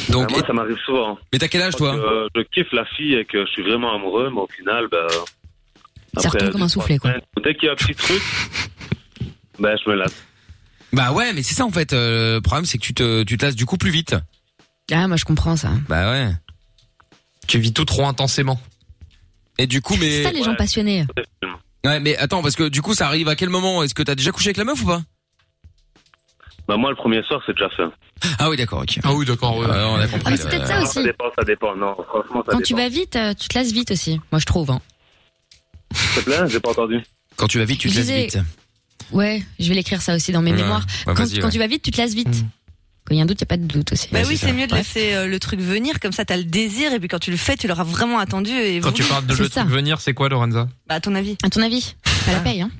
S2: Donc,
S12: Ben, Moi, ça m'arrive souvent.
S2: mais t'as quel âge, toi
S12: Parce que, euh, je kiffe la fille et que je suis vraiment amoureux, mais au final, ben, après,
S5: retombe comme un
S12: deux,
S5: soufflé,
S12: trois
S5: quoi.
S12: semaines, Dès qu'il y a un petit truc, ben, je me lasse.
S2: Bah ouais, mais c'est ça en fait. euh, le problème, c'est que tu te tu te lasses du coup plus vite.
S5: Ah, moi, je comprends ça.
S2: Bah ouais.
S3: Tu vis tout trop intensément.
S2: Et du coup,
S5: C'est
S2: mais
S5: ça, les gens
S12: ouais.
S5: passionnés.
S2: ouais, mais attends, parce que du coup, ça arrive à quel moment Est-ce que t'as déjà couché avec la meuf ou pas
S12: Ben, moi, le premier soir, c'est déjà fait.
S2: Ah oui, d'accord, ok.
S3: Ah oui, d'accord.
S2: Ah, on a compris.
S5: Ah, mais c'est peut-être ça
S12: Non,
S5: aussi.
S12: Ça dépend, ça dépend. Non, franchement, ça
S5: Quand tu
S12: dépend.
S5: vas vite, euh, tu te lasses vite aussi. Moi, je trouve. Hein.
S12: S'il te plaît, j'ai pas entendu.
S2: Quand tu vas vite, tu te
S5: Je
S2: lasses
S5: disais-
S2: vite.
S5: Ouais, je vais l'écrire ça aussi dans mes
S2: Ouais.
S5: mémoires.
S2: Ouais,
S5: quand,
S2: vas-y,
S5: quand
S2: ouais. Mm.
S5: tu vas vite, tu te lasses vite. Quand il y a un doute, il n'y a pas de doute aussi.
S4: Mm. Bah oui,
S2: c'est
S4: c'est
S2: ça.
S4: mieux de
S5: Ouais.
S4: laisser euh, le truc venir, comme ça t'as le désir, et puis quand tu le fais, tu l'auras vraiment attendu. Et
S3: Quand tu
S4: voulu.
S3: parles de
S5: C'est
S3: le
S5: ça.
S3: truc venir, c'est quoi, Lorenza
S4: Bah, à ton avis.
S5: À ton avis, ça la paye, hein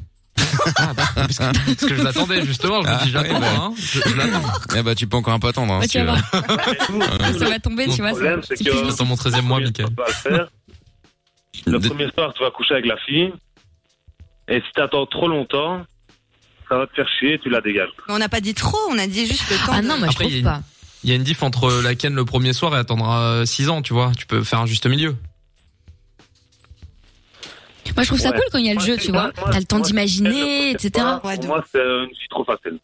S3: Parce que je l'attendais justement. Je me dis,
S2: Ah,
S3: j'attends.
S2: ouais, bah.
S3: hein. Je- je l'attends.
S2: Eh bah, tu peux encore un peu attendre. Hein,
S5: Ouais,
S2: si
S5: tu vas
S2: veux.
S5: voir. Ah, ça va tomber, tu vois.
S12: Le problème,
S5: ça-
S12: c'est
S5: c'est
S12: que-
S5: plus-
S3: Dans mon 13 e mois,
S12: Premier
S3: Mickaël.
S12: soir, tu vas le faire. Le
S2: De-
S12: premier soir, tu vas coucher avec la fille. Et si t'attends trop longtemps, ça va te faire chier, tu la dégages.
S4: Mais on n'a pas dit trop, on a dit juste le temps.
S5: Ah
S4: de-
S5: non, moi, je
S3: Après, il y a
S5: trouve
S3: une-
S5: pas.
S3: Il y a une diff entre la ken le premier soir et attendre 6 ans, tu vois. Tu peux faire un juste milieu.
S5: Moi, je trouve ça
S12: Ouais.
S5: cool quand il y a le jeu, tu vois. T'as le temps d'imaginer, etc.
S4: Ouais, de-
S12: Bah, Pour moi, c'est euh, une fille trop facile.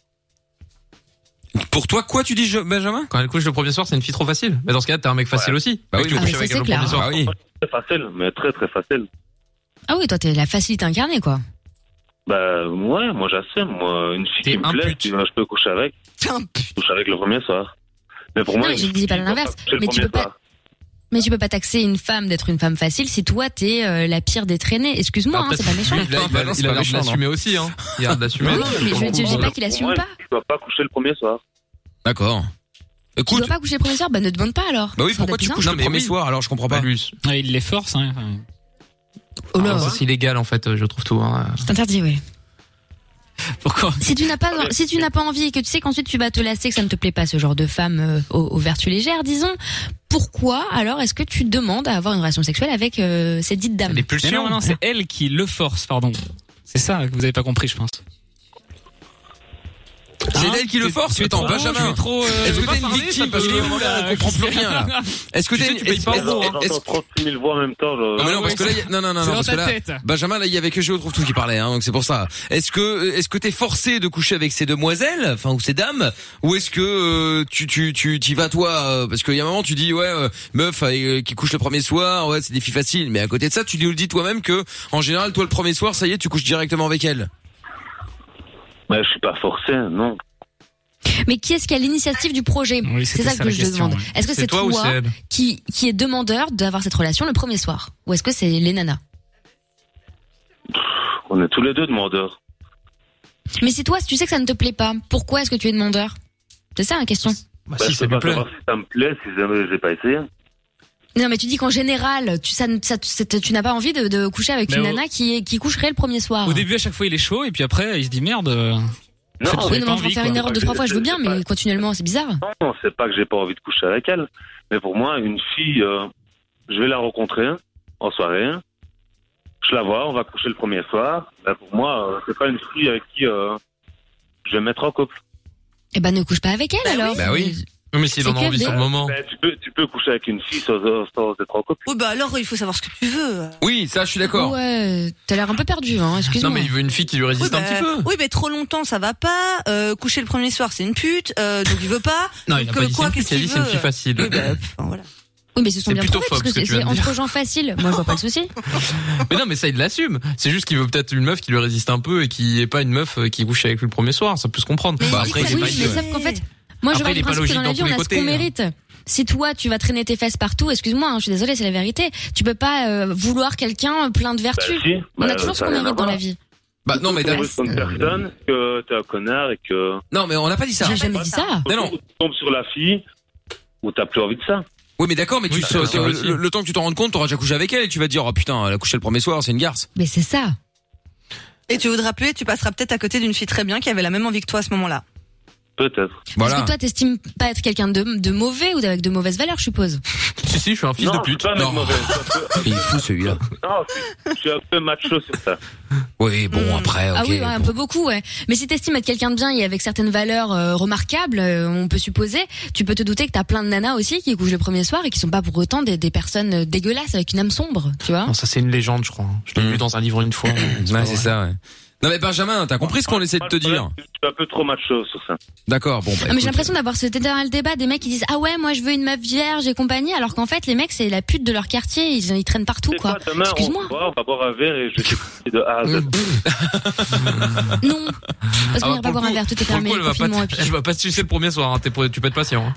S2: Pour toi, quoi tu dis, je- Benjamin
S3: Quand elle couche le premier soir, c'est une fille trop facile. Mais dans ce cas, t'es un mec facile aussi.
S2: Bah
S3: Mec,
S2: oui,
S3: tu
S2: mais
S3: couches
S5: ça,
S3: avec
S5: c'est
S3: elle le
S5: clair.
S3: premier soir.
S2: Ah oui.
S12: Très facile, mais très très facile.
S5: Ah oui, toi, t'es la facilité incarnée, quoi.
S12: Bah, ouais, moi j'assume. Moi, une fille
S3: T'es
S12: qui me
S3: un
S12: plaît,
S3: pute.
S12: tu vois, je peux coucher avec.
S4: Putain,
S12: Je couche avec le premier soir. Mais pour
S5: Non,
S12: moi,
S5: mais
S12: une
S5: je
S12: fille
S5: dis pas
S12: qui
S5: l'inverse,
S12: va coucher le
S5: mais tu
S12: premier
S5: peux pas-
S12: soir.
S5: Mais tu peux pas taxer une femme d'être une femme facile si toi, t'es euh, la pire des traînées. Excuse-moi,
S2: Bah,
S5: hein,
S3: Après,
S5: c'est pas méchant. Ah
S3: Lui, là, il a-
S2: Non, c'est
S3: il a
S2: pas
S3: l'air de
S2: méchant, non.
S3: l'assumer aussi, hein. Il a l'air de l'assumer.
S2: Bah
S5: Oui, mais je je dis pas qu'il
S12: Pour
S5: assume
S12: moi,
S5: pas.
S12: Tu dois pas coucher le premier soir.
S2: D'accord.
S5: Tu
S2: Écoute.
S5: dois pas coucher le premier soir, bah ne demande pas alors.
S2: Bah oui,
S5: Ça
S2: pourquoi
S5: doit
S2: tu
S5: être
S2: couches
S3: Non,
S2: le
S3: mais
S2: premier
S3: oui.
S2: soir Alors, je comprends pas.
S3: Pas
S6: Bah,
S3: lui.
S5: Ah,
S6: Ouais, il les force. Hein. enfin.
S5: Oh
S3: Ah,
S5: là,
S3: ça, C'est illégal, en fait, euh, je trouve tout. hein.
S5: c'est interdit, oui.
S6: Pourquoi
S5: Si tu n'as pas, si tu n'as pas envie et que tu sais qu'ensuite tu vas te lasser, que ça ne te plaît pas ce genre de femme euh, aux, aux vertus légères, disons, pourquoi alors est-ce que tu demandes à avoir une relation sexuelle avec euh, cette dite dame
S3: Les
S6: Mais non,
S3: pulsions.
S6: non, c'est elle qui le force, pardon. C'est ça que vous avez pas compris, je pense.
S2: C'est
S6: Hein
S2: elle qui le
S6: Tu-
S2: force.
S6: tu es
S2: Attends,
S6: trop- je
S2: Benjamin.
S6: suis trop, euh,
S2: Est-ce
S6: je
S2: que
S6: veux
S2: t'es
S6: pas
S2: une
S6: parler,
S2: victime
S6: ça
S2: Parce que
S6: peut-
S2: là, voilà, elle comprend plus rien, là. Est-ce que
S6: Tu
S2: t'es
S6: sais,
S2: une-
S6: tu payes
S2: est-ce-
S6: pas
S2: est-ce-
S6: gros, hein.
S2: est-ce-
S12: J'entends 36 000 voix en même temps. genre.
S2: Ah, mais non,
S6: Ah
S2: parce que là, il y a- non, non, non,
S6: C'est
S2: non,
S6: dans
S2: parce
S6: ta
S2: que là,
S6: tête.
S2: Benjamin, là, il y avait que je retrouve tout qui parlait, hein, donc c'est pour ça. Est-ce que, euh, est-ce que t'es forcé de coucher avec ces demoiselles, enfin ou ces dames, ou est-ce que euh, tu, tu, tu, t'y vas toi, euh, parce qu'il y a un moment tu dis ouais, euh, meuf euh, qui couche le premier soir, ouais, c'est des filles faciles, mais à côté de ça, tu nous dis toi-même que, en général, toi le premier
S12: Ben,
S2: soir, ça y est, tu couches directement avec elle.
S12: Mais je suis pas forcé, non.
S5: Mais qui est-ce qui a l'initiative du projet
S6: Oui,
S5: C'est
S6: c'était
S5: ça
S6: ça
S5: que
S6: la
S5: je
S6: question,
S5: demande.
S6: ouais.
S5: Est-ce que
S6: C'est
S5: c'est
S6: toi
S5: toi,
S6: ou c'est elle
S5: qui, qui est demandeur d'avoir cette relation le premier soir Ou est-ce que c'est les nanas
S12: On est tous les deux demandeurs.
S5: Mais si toi, tu sais que ça ne te plaît pas, pourquoi est-ce que tu es demandeur C'est ça la question.
S12: Bah, je peux pas savoir si ça me plaît, si jamais j'ai pas essayé.
S5: Non, mais tu dis qu'en général, tu, ça, ne- ça- c'est- tu n'as pas envie de, de coucher avec
S6: Mais
S5: une
S6: au-
S5: nana qui, est- qui coucherait le premier soir.
S6: Au début, à chaque fois, il est chaud, et puis après, il se dit merde. euh, en fait,
S5: oui,
S6: j'avais
S5: non,
S6: pas
S5: mais enfin,
S6: envie,
S5: faire
S6: quoi.
S5: une erreur de trois fois, je veux bien, mais continuellement, c'est bizarre.
S12: Non, c'est pas que j'ai pas envie de coucher avec elle, mais pour moi, une fille, euh, je vais la rencontrer en soirée, je la vois, on va coucher le premier soir. Bah, pour moi, euh, c'est pas une fille avec qui euh, je vais me mettre en couple.
S5: Eh ben, ne couche pas avec elle
S3: Bah
S5: alors.
S3: Oui, mais
S5: s'il en a C'est envie que sur le des- moment.
S12: Bah, tu, peux, tu peux coucher avec une fille sans, sans être en couple.
S4: Oui, bah alors il faut savoir ce que tu veux.
S2: Oui, ça, je suis
S5: Ouais, t'as l'air un peu perdu, hein, excuse-moi.
S3: veut une fille qui lui
S4: Oui, bah, oui, mais trop longtemps ça va pas. Euh, coucher le premier soir c'est une pute, euh, donc il veut pas.
S3: Non, il a
S4: Donc,
S3: pas
S4: euh,
S3: dit
S4: quoi,
S3: c'est une
S4: qu'est-ce
S3: fille, il a dit
S4: qu'il
S3: c'est une
S4: veut
S3: fille facile.
S4: Oui, bah, enfin, voilà.
S5: Oui, mais ce sont
S3: C'est
S5: bien
S3: plutôt
S5: trouvés,
S3: faux,
S5: parce que
S3: ce que
S5: c'est
S3: tu viens
S5: c'est
S3: de
S5: entre
S3: dire.
S5: gens faciles. Moi, je vois pas le souci.
S3: Mais non, mais ça, il l'assume. C'est juste qu'il veut peut-être une meuf qui lui résiste un peu et qui est pas une meuf euh, qui couche avec lui le premier soir. Ça peut se comprendre. Bah, après, il est
S5: oui,
S3: pas-
S5: mais sauf qu'en fait, moi, je
S3: Après,
S5: vois
S3: il
S5: le
S3: est pas
S5: principe que
S3: logique
S5: dans la
S3: dans
S5: vie,
S3: tous
S5: on
S3: les
S5: a ce
S3: côtés,
S5: qu'on
S3: hein.
S5: mérite. Si toi, tu vas traîner tes fesses partout, excuse-moi, hein, je suis désolée, c'est la vérité. Tu peux pas euh, vouloir quelqu'un plein de vertus.
S12: si,
S5: on a
S12: bah,
S5: toujours ce
S12: ça a
S5: qu'on
S12: rien à
S5: mérite dans
S12: voir.
S5: la vie.
S2: Bah non, mais
S12: Tu
S2: t'as-
S12: tombes sur une personne, que t'es un connard et que.
S2: Non, mais on n'a pas dit ça.
S5: J'ai jamais dit ça.
S2: Non, non.
S12: Tu tombes sur la fille où t'as plus envie de ça.
S2: Oui, mais d'accord, mais tu,
S12: Oui, c'est
S2: euh,
S12: possible aussi.
S2: le, le temps que tu t'en rendes compte, t'auras déjà couché avec elle et tu vas te dire, oh putain, elle a couché le premier soir, c'est une garce.
S5: Mais c'est ça.
S4: Et tu voudras plus, et tu passeras peut-être à côté d'une fille très bien qui avait la même envie que toi à ce moment-là.
S12: Peut-être.
S5: Parce que toi, t'estimes pas être quelqu'un de, de mauvais ou avec de mauvaises valeurs, je suppose.
S3: Si, si, je suis un fils
S12: non,
S3: de pute.
S12: je suis pas un mec
S3: Non.
S12: mauvais. Je suis un
S2: Il est fou celui-là.
S12: peu- non, je suis un peu macho sur ça.
S2: Oui, bon, après, ok.
S5: ah oui, ouais, un peu beaucoup, ouais. Mais si t'estimes être quelqu'un de bien et avec certaines valeurs euh, remarquables, euh, on peut supposer, tu peux te douter que t'as plein de nanas aussi qui couchent le premier soir et qui sont pas pour autant des, des personnes euh, dégueulasses avec une âme sombre, tu vois.
S3: Non, ça, c'est une légende, je crois. hein. Je l'ai lu dans un livre une fois. euh,
S2: Ouais, c'est ça, ouais. Non, mais Eh, Benjamin, t'as compris ce qu'on essaie de te dire.
S12: Je suis un peu trop macho sur ça.
S2: D'accord, bon, bah,
S5: Ah, mais j'ai
S2: écoute.
S3: euh,
S5: l'impression d'avoir ce éternel débat des mecs qui disent ah ouais moi je veux une meuf vierge et compagnie alors qu'en fait les mecs c'est la pute de leur quartier ils, ils traînent partout
S12: Des
S5: quoi
S12: fois, demain, on,
S5: excuse-moi
S12: se voit, on va boire un verre et je vais t'expliquer de A à
S2: Mm.
S12: Z.
S5: non parce
S3: Ah bah, pour
S5: qu'on ira pas
S3: le
S5: boire
S3: coup-
S5: un verre tout est
S3: Pour le
S5: fermé
S3: coup, elle va pas,
S5: confinement et
S3: te-
S5: puis
S3: elle va pas te sucer le premier soir. hein. T'es pour- Tu peux être patient. hein.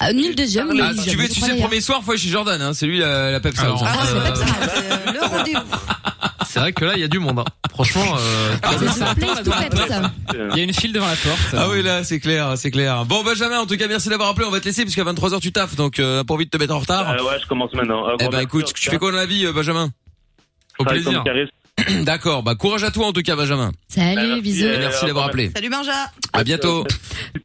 S5: Ah, ni le deuxième ni
S2: Ah,
S5: le
S2: si tu
S5: deuxième,
S2: veux,
S5: je
S2: tu
S5: crois,
S2: sais, le
S5: d'ailleurs.
S2: premier soir, faut chez Jordan, hein. C'est lui, la, la Pepsi.
S3: Alors,
S4: Ah, c'est
S3: euh,
S4: pas ça, c'est le rendez-vous.
S3: c'est vrai que là, il y a du monde. hein. Franchement, euh,
S12: Ah,
S5: C'est sur Play, c'est tout peps, ça.
S6: Il y a une file devant la porte.
S2: Ah oui là c'est clair c'est clair bon Benjamin en tout cas merci d'avoir appelé on va te laisser parce qu'à 23h tu taffes donc euh, pas envie de te mettre en retard
S12: Ah ouais, je commence maintenant.
S2: eh ben écoute tu fais quoi dans la vie euh, Benjamin
S3: au plaisir.
S2: d'accord bah courage à toi en tout cas Benjamin
S12: Bah,
S5: salut bisous
S2: et merci d'avoir appelé
S4: Salut Benja.
S2: à bientôt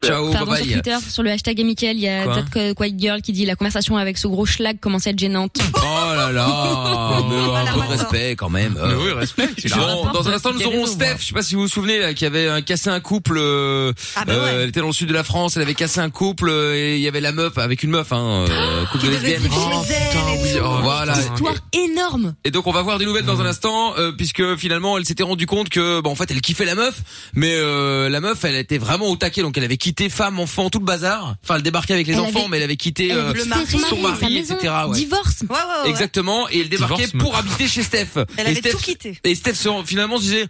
S2: ciao bye
S5: Pardon sur
S2: bye
S5: Twitter, sur le hashtag Amical, il y a
S2: Quoi
S5: Ted Qu- Quiet Girl qui dit la conversation avec ce gros schlag commence à être gênante.
S2: oh là là mais un peu de
S4: Voilà.
S2: respect quand même euh.
S3: Mais oui, respect. tu l'as.
S2: Bon, dans un instant nous
S5: Quel
S2: aurons
S5: réseau,
S2: Steph,
S5: moi
S2: je sais pas si vous vous souvenez là, qui avait euh, cassé un couple. euh,
S4: Ah bah ouais.
S2: euh, elle était dans le sud de la France, elle avait cassé un couple euh, et il y avait la meuf avec une meuf, hein, euh, couple de
S4: Ah, devait
S2: lesbiennes.
S4: vivre chez elle et
S2: oui,
S4: tout.
S2: oh, voilà.
S5: Histoire énorme.
S2: Et donc on va voir des nouvelles dans un instant, euh, puisque finalement elle s'était rendue compte que, bon en fait elle kiffait la meuf, mais euh, la meuf elle était vraiment au taquet, donc elle avait quitté femme, enfant, tout le bazar. Enfin elle débarquait avec les
S5: Elle
S2: enfants,
S5: avait-
S2: mais elle avait quitté euh,
S4: le
S5: C'était
S4: mari,
S5: son
S2: son
S5: sa
S2: mari,
S5: maison,
S2: etc. ouais.
S5: divorce.
S4: Ouais, ouais, ouais.
S2: Exactement, et elle débarquait
S3: Divorce,
S2: pour habiter chez Steph.
S4: Elle
S2: et
S4: avait
S2: Steph,
S4: tout quitté.
S2: Et Steph se- finalement se disait,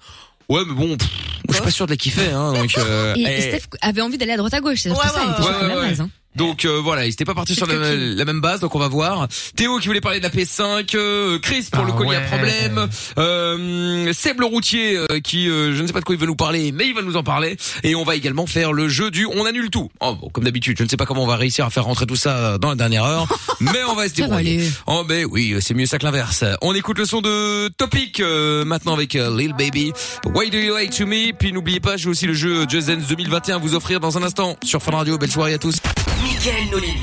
S2: ouais mais bon, pff, je suis pas sûr de la kiffer, hein, donc... euh,
S5: Et, et
S2: eh.
S5: Steph avait envie d'aller à droite à gauche, c'est
S4: Ouais,
S5: pour ça, elle
S4: ouais,
S5: était sur
S2: ouais,
S5: la même
S2: ouais.
S5: base, hein.
S2: Donc euh, voilà, ils étaient pas partis sur la,
S5: coquine.
S2: la même base, donc on va voir. Théo qui voulait parler de la PS5, euh, Chris pour
S3: Ah
S2: le collier à
S3: ouais.
S2: problème, euh, Seb le routier euh, qui, euh, je ne sais pas de quoi il veut nous parler, mais il va nous en parler. Et on va également faire le jeu du on annule tout. Oh, bon, comme d'habitude, je ne sais pas comment on va réussir à faire rentrer tout ça euh, dans la dernière heure, mais on va se
S5: Ça va
S2: débrouiller.
S5: aller.
S2: Oh ben oui, c'est mieux ça que l'inverse. On écoute le son de Topic euh, maintenant avec euh, Lil Baby. Why do you hate to me Puis n'oubliez pas, j'ai aussi le jeu Just Dance 2021 à vous offrir dans un instant sur Fun Radio. Belle soirée à tous.
S1: Michael, nos limites.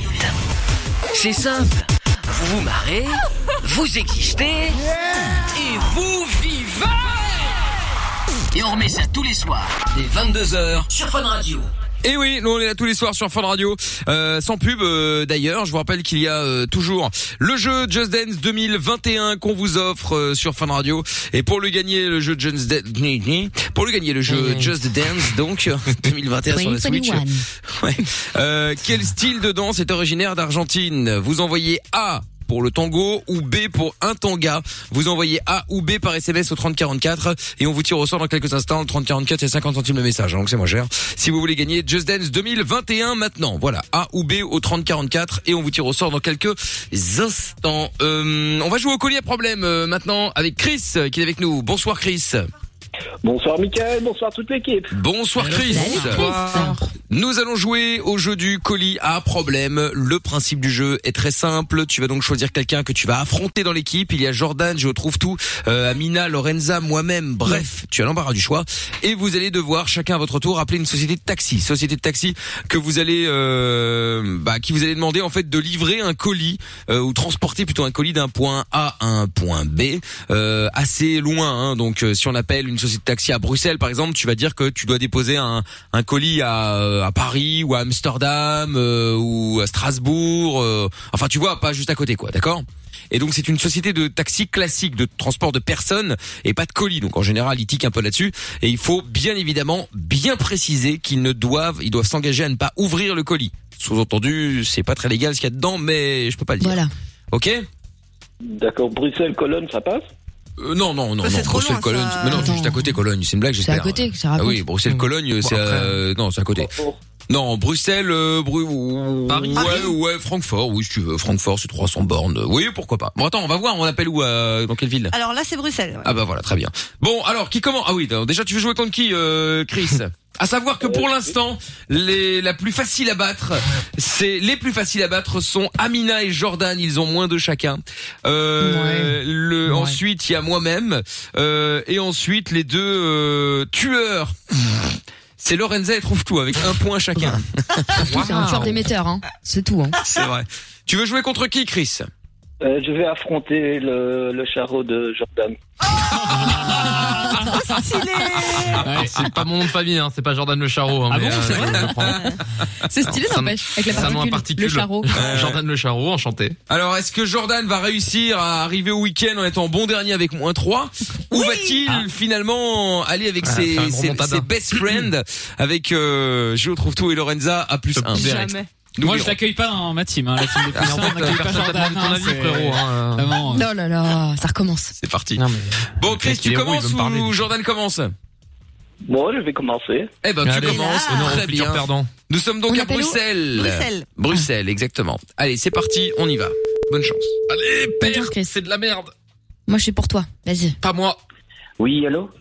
S1: C'est simple. Vous vous marrez, vous existez et vous vivez. Et on remet ça tous les soirs dès 22h sur Fun Radio.
S2: Et oui, nous on est là tous les soirs sur Fun Radio, euh, sans pub euh, d'ailleurs. Je vous rappelle qu'il y a euh, toujours le jeu Just Dance 2021 qu'on vous offre euh, sur Fun Radio. Et pour le gagner, le jeu Just Dance, pour le gagner le jeu Just Dance donc euh, 2021 sur la Switch.
S5: 2021.
S2: Ouais. Euh, quel style de danse est originaire d'Argentine Vous envoyez A pour le tango ou B pour un tanga. Vous envoyez A ou B par SMS au 3044 et on vous tire au sort dans quelques instants. Le 3044 et 50 centimes le message, hein, donc c'est moins cher. Si vous voulez gagner Just Dance 2021 maintenant, voilà A ou B au 3044 et on vous tire au sort dans quelques instants. Euh, on va jouer au collier à problème euh, maintenant avec Chris euh, qui est avec nous. Bonsoir Chris.
S13: Bonsoir Mickaël, bonsoir toute l'équipe.
S2: Bonsoir Chris. Nous allons jouer au jeu du colis à problème. Le principe du jeu est très simple. Tu vas donc choisir quelqu'un que tu vas affronter dans l'équipe. Il y a Jordan, je trouve tout, euh, Amina, Lorenza, moi-même. Bref, tu as l'embarras du choix. Et vous allez devoir chacun à votre tour appeler une société de taxi. Société de taxi que vous allez, euh, bah, qui vous allez demander en fait de livrer un colis euh, ou transporter plutôt un colis d'un point A à un point B, euh, assez loin. hein. Donc euh, si on appelle une société de taxi à Bruxelles par exemple, tu vas dire que tu dois déposer un, un colis à, euh, à Paris ou à Amsterdam euh, ou à Strasbourg. euh, enfin tu vois, pas juste à côté quoi, d'accord et donc c'est une société de taxi classique de transport de personnes et pas de colis. Donc en général, ils tiquent un peu là-dessus et il faut bien évidemment bien préciser qu'ils ne doivent, ils doivent s'engager à ne pas ouvrir le colis. Sous-entendu, c'est pas très légal ce qu'il y a dedans, mais je peux pas le dire.
S5: Voilà.
S2: Ok
S13: D'accord, Bruxelles, Cologne, ça passe
S2: Euh, non, non, non, non. Bruxelles, Cologne. Mais non, c'est juste à côté, Cologne. C'est une blague, j'espère.
S5: côté, ça
S2: Ah
S5: raconte.
S2: oui, Bruxelles, Cologne, c'est euh, non, c'est à côté. Non, Bruxelles, euh, Bru- ou-
S3: Paris.
S2: ouais, ouais, Francfort, oui, si tu veux. Francfort, c'est 300 bornes. Oui, pourquoi pas. Bon, attends, on va voir, on appelle où, euh, dans quelle ville
S4: Alors là, c'est Bruxelles. ouais.
S2: Ah bah voilà, très bien. Bon, alors qui commence Ah oui, donc, déjà tu veux jouer contre qui, euh, Chris À savoir que pour l'instant, les la plus facile à battre, c'est les plus faciles à battre sont Amina et Jordan. Ils ont moins de chacun. Euh, Le ensuite il y a moi-même Euh, et ensuite les deux euh, tueurs. C'est Lorenza et trouve tout avec un point chacun.
S5: Surtout, c'est un tueur d'émetteur, hein. C'est tout, hein.
S2: C'est vrai. Tu veux jouer contre qui, Chris
S13: Euh, Je vais affronter le, le charreau de Jordan.
S3: c'est pas mon nom de famille, hein, c'est pas Jordan le Charreau. Hein, ah bon, c'est
S5: C'est stylé, n'empêche. Avec la particule. Le charreau.
S3: Jordan le Charreau, enchanté.
S2: Alors, est-ce que Jordan va réussir à arriver au week-end en étant bon dernier avec moins 3 Ou va-t-il finalement aller avec
S3: Ah, faire
S2: ses,
S3: une
S2: ses,
S3: remontada.
S2: ses best friends avec euh, Gio Trouve-Tout et Lorenza à plus 1
S6: Moi, je t'accueille pas dans ma team, hein, la team des plus
S3: Ah,
S6: sains,
S3: en fait,
S6: on n'accueille pas
S3: personne t'a
S6: Jordan,
S3: demandé
S6: hein,
S3: ton avis,
S6: c'est-
S3: frérot, hein.
S6: Vraiment, euh,
S5: Oh là là, ça recommence.
S2: C'est parti.
S3: euh,
S2: Bon, Chris, tu
S3: les roues, ils
S2: commences
S3: veulent me parler,
S2: ou
S3: lui.
S2: Jordan commence
S13: Bon, je vais commencer.
S2: Eh ben, tu
S3: Allez, Ah.
S2: commences.
S3: honneur
S2: Très
S3: aux futurs
S2: bien.
S3: perdants.
S2: Nous sommes donc
S3: On
S2: à
S3: appelle où
S2: Bruxelles.
S3: Bruxelles.
S2: Bruxelles, exactement. Allez, c'est parti, on y va. Bonne chance. Allez,
S5: père,
S3: c'est de la merde.
S5: Moi, je suis pour toi. Vas-y.
S3: Pas moi.
S13: Oui, allô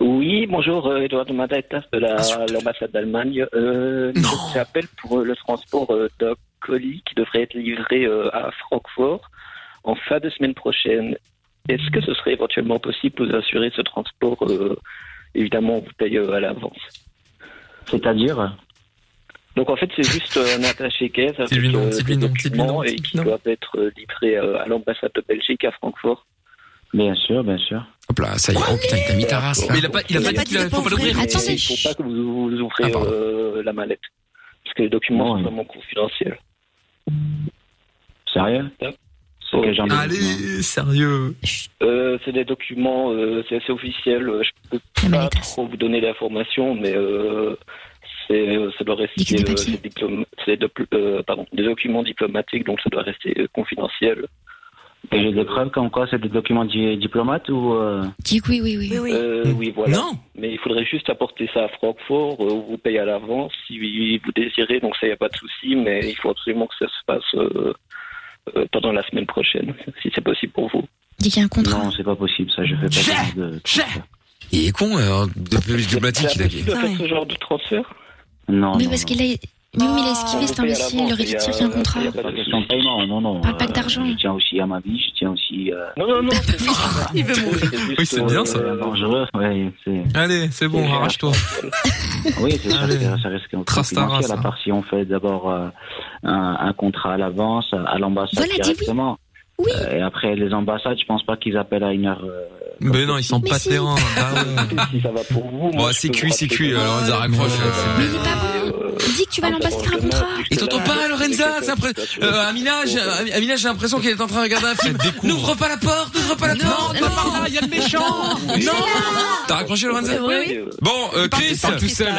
S13: Oui, bonjour, euh, Edouard Madaitas de la- l'ambassade d'Allemagne. Euh, je t'appelle pour euh, le transport euh, d'un colis qui devrait être livré euh, à Francfort en fin de semaine prochaine. Est-ce que ce serait éventuellement possible de vous assurer ce transport euh, Évidemment, on vous paye euh, à l'avance. C'est-à-dire Donc en fait, c'est juste euh, un attaché caisse avec
S3: Dis-lui non,
S13: euh,
S3: dis-lui
S13: des
S3: non, dis-lui non.
S13: documents et qui doivent être euh, livrés euh, à l'ambassade de Belgique à Francfort. Bien sûr, bien sûr.
S2: Hop là, ça y est. Oh putain, il t'a mis ta
S13: Ah,
S2: race. là.
S3: Mais il a pas, il a pas dit qu'il faut pas l'ouvrir.
S13: Il faut pas que vous, vous ouvrez euh, la mallette. Parce que les documents sont vraiment confidentiels. Sérieux
S3: hein, Allez, sérieux.
S13: euh, C'est des documents, euh, c'est assez officiel. euh, Je peux pas trop vous donner l'information, mais euh, c'est, euh, ça doit rester. euh, c'est diplôme- c'est de- euh, pardon, des documents diplomatiques, donc ça doit rester euh, confidentiel.
S14: Et j'ai des preuves comme quoi c'est des documents di- diplomates ou... euh,
S5: oui, oui, oui. Hmm.
S13: Euh, oui, voilà. Mais il faudrait juste apporter ça à Francfort. euh, on vous paye à l'avance si vous désirez, donc ça, il n'y a pas de souci. Mais il faut absolument que ça se passe euh, euh, pendant la semaine prochaine, si c'est possible pour vous.
S5: Dis qu'il y a un contrat.
S14: Non, c'est pas possible, ça, je fais pas ce genre de...
S2: Il est con, euh, de plus diplomatique, il a
S13: Tu dois faire ce genre de transfert Ah,
S14: Non,
S5: Ah Mais
S14: non,
S5: parce qu'il a. Oui, mais il a esquivé cet imbécile, il aurait dit de signer un contrat.
S14: pas question de paiement, non, non.
S5: Parle pas que d'argent.
S14: Je tiens aussi à ma vie, je tiens aussi... euh,
S13: Non, non, non.
S5: Il veut mourir.
S3: Oui, c'est bien ça.
S14: euh, dangereux, ouais, c'est...
S3: Allez, c'est bon, arrache-toi.
S14: Ah Oui, c'est ça,
S3: Allez.
S14: ça, ça risque d'être
S3: Trace ta race,
S14: confidentiel, à
S3: hein.
S14: part si on fait d'abord euh, un, un contrat à l'avance, à l'ambassade
S5: Voilà, dis oui.
S14: directement. Euh, et après, les ambassades, je pense pas qu'ils appellent à une heure... euh,
S3: Mais non, ils sont pas terrains.
S2: bah
S13: Si ça va pour vous.
S2: Bon, c'est cuit, c'est cuit, alors Lorenza raccroche.
S13: euh,
S5: Mais il est pas bon. Dis que tu vas à l'ambassade faire un contrat.
S2: Il t'entend pas, Lorenza c'est impre- euh, Amina, j'ai Ami- Amina, j'ai l'impression qu'elle est en train de regarder un film. N'ouvre pas la porte, n'ouvre pas la porte. Non, par là, il y a le méchant. Non. T'as raccroché, Lorenza
S3: Oui, oui.
S2: Bon, euh, Chris,
S3: parti tout seul.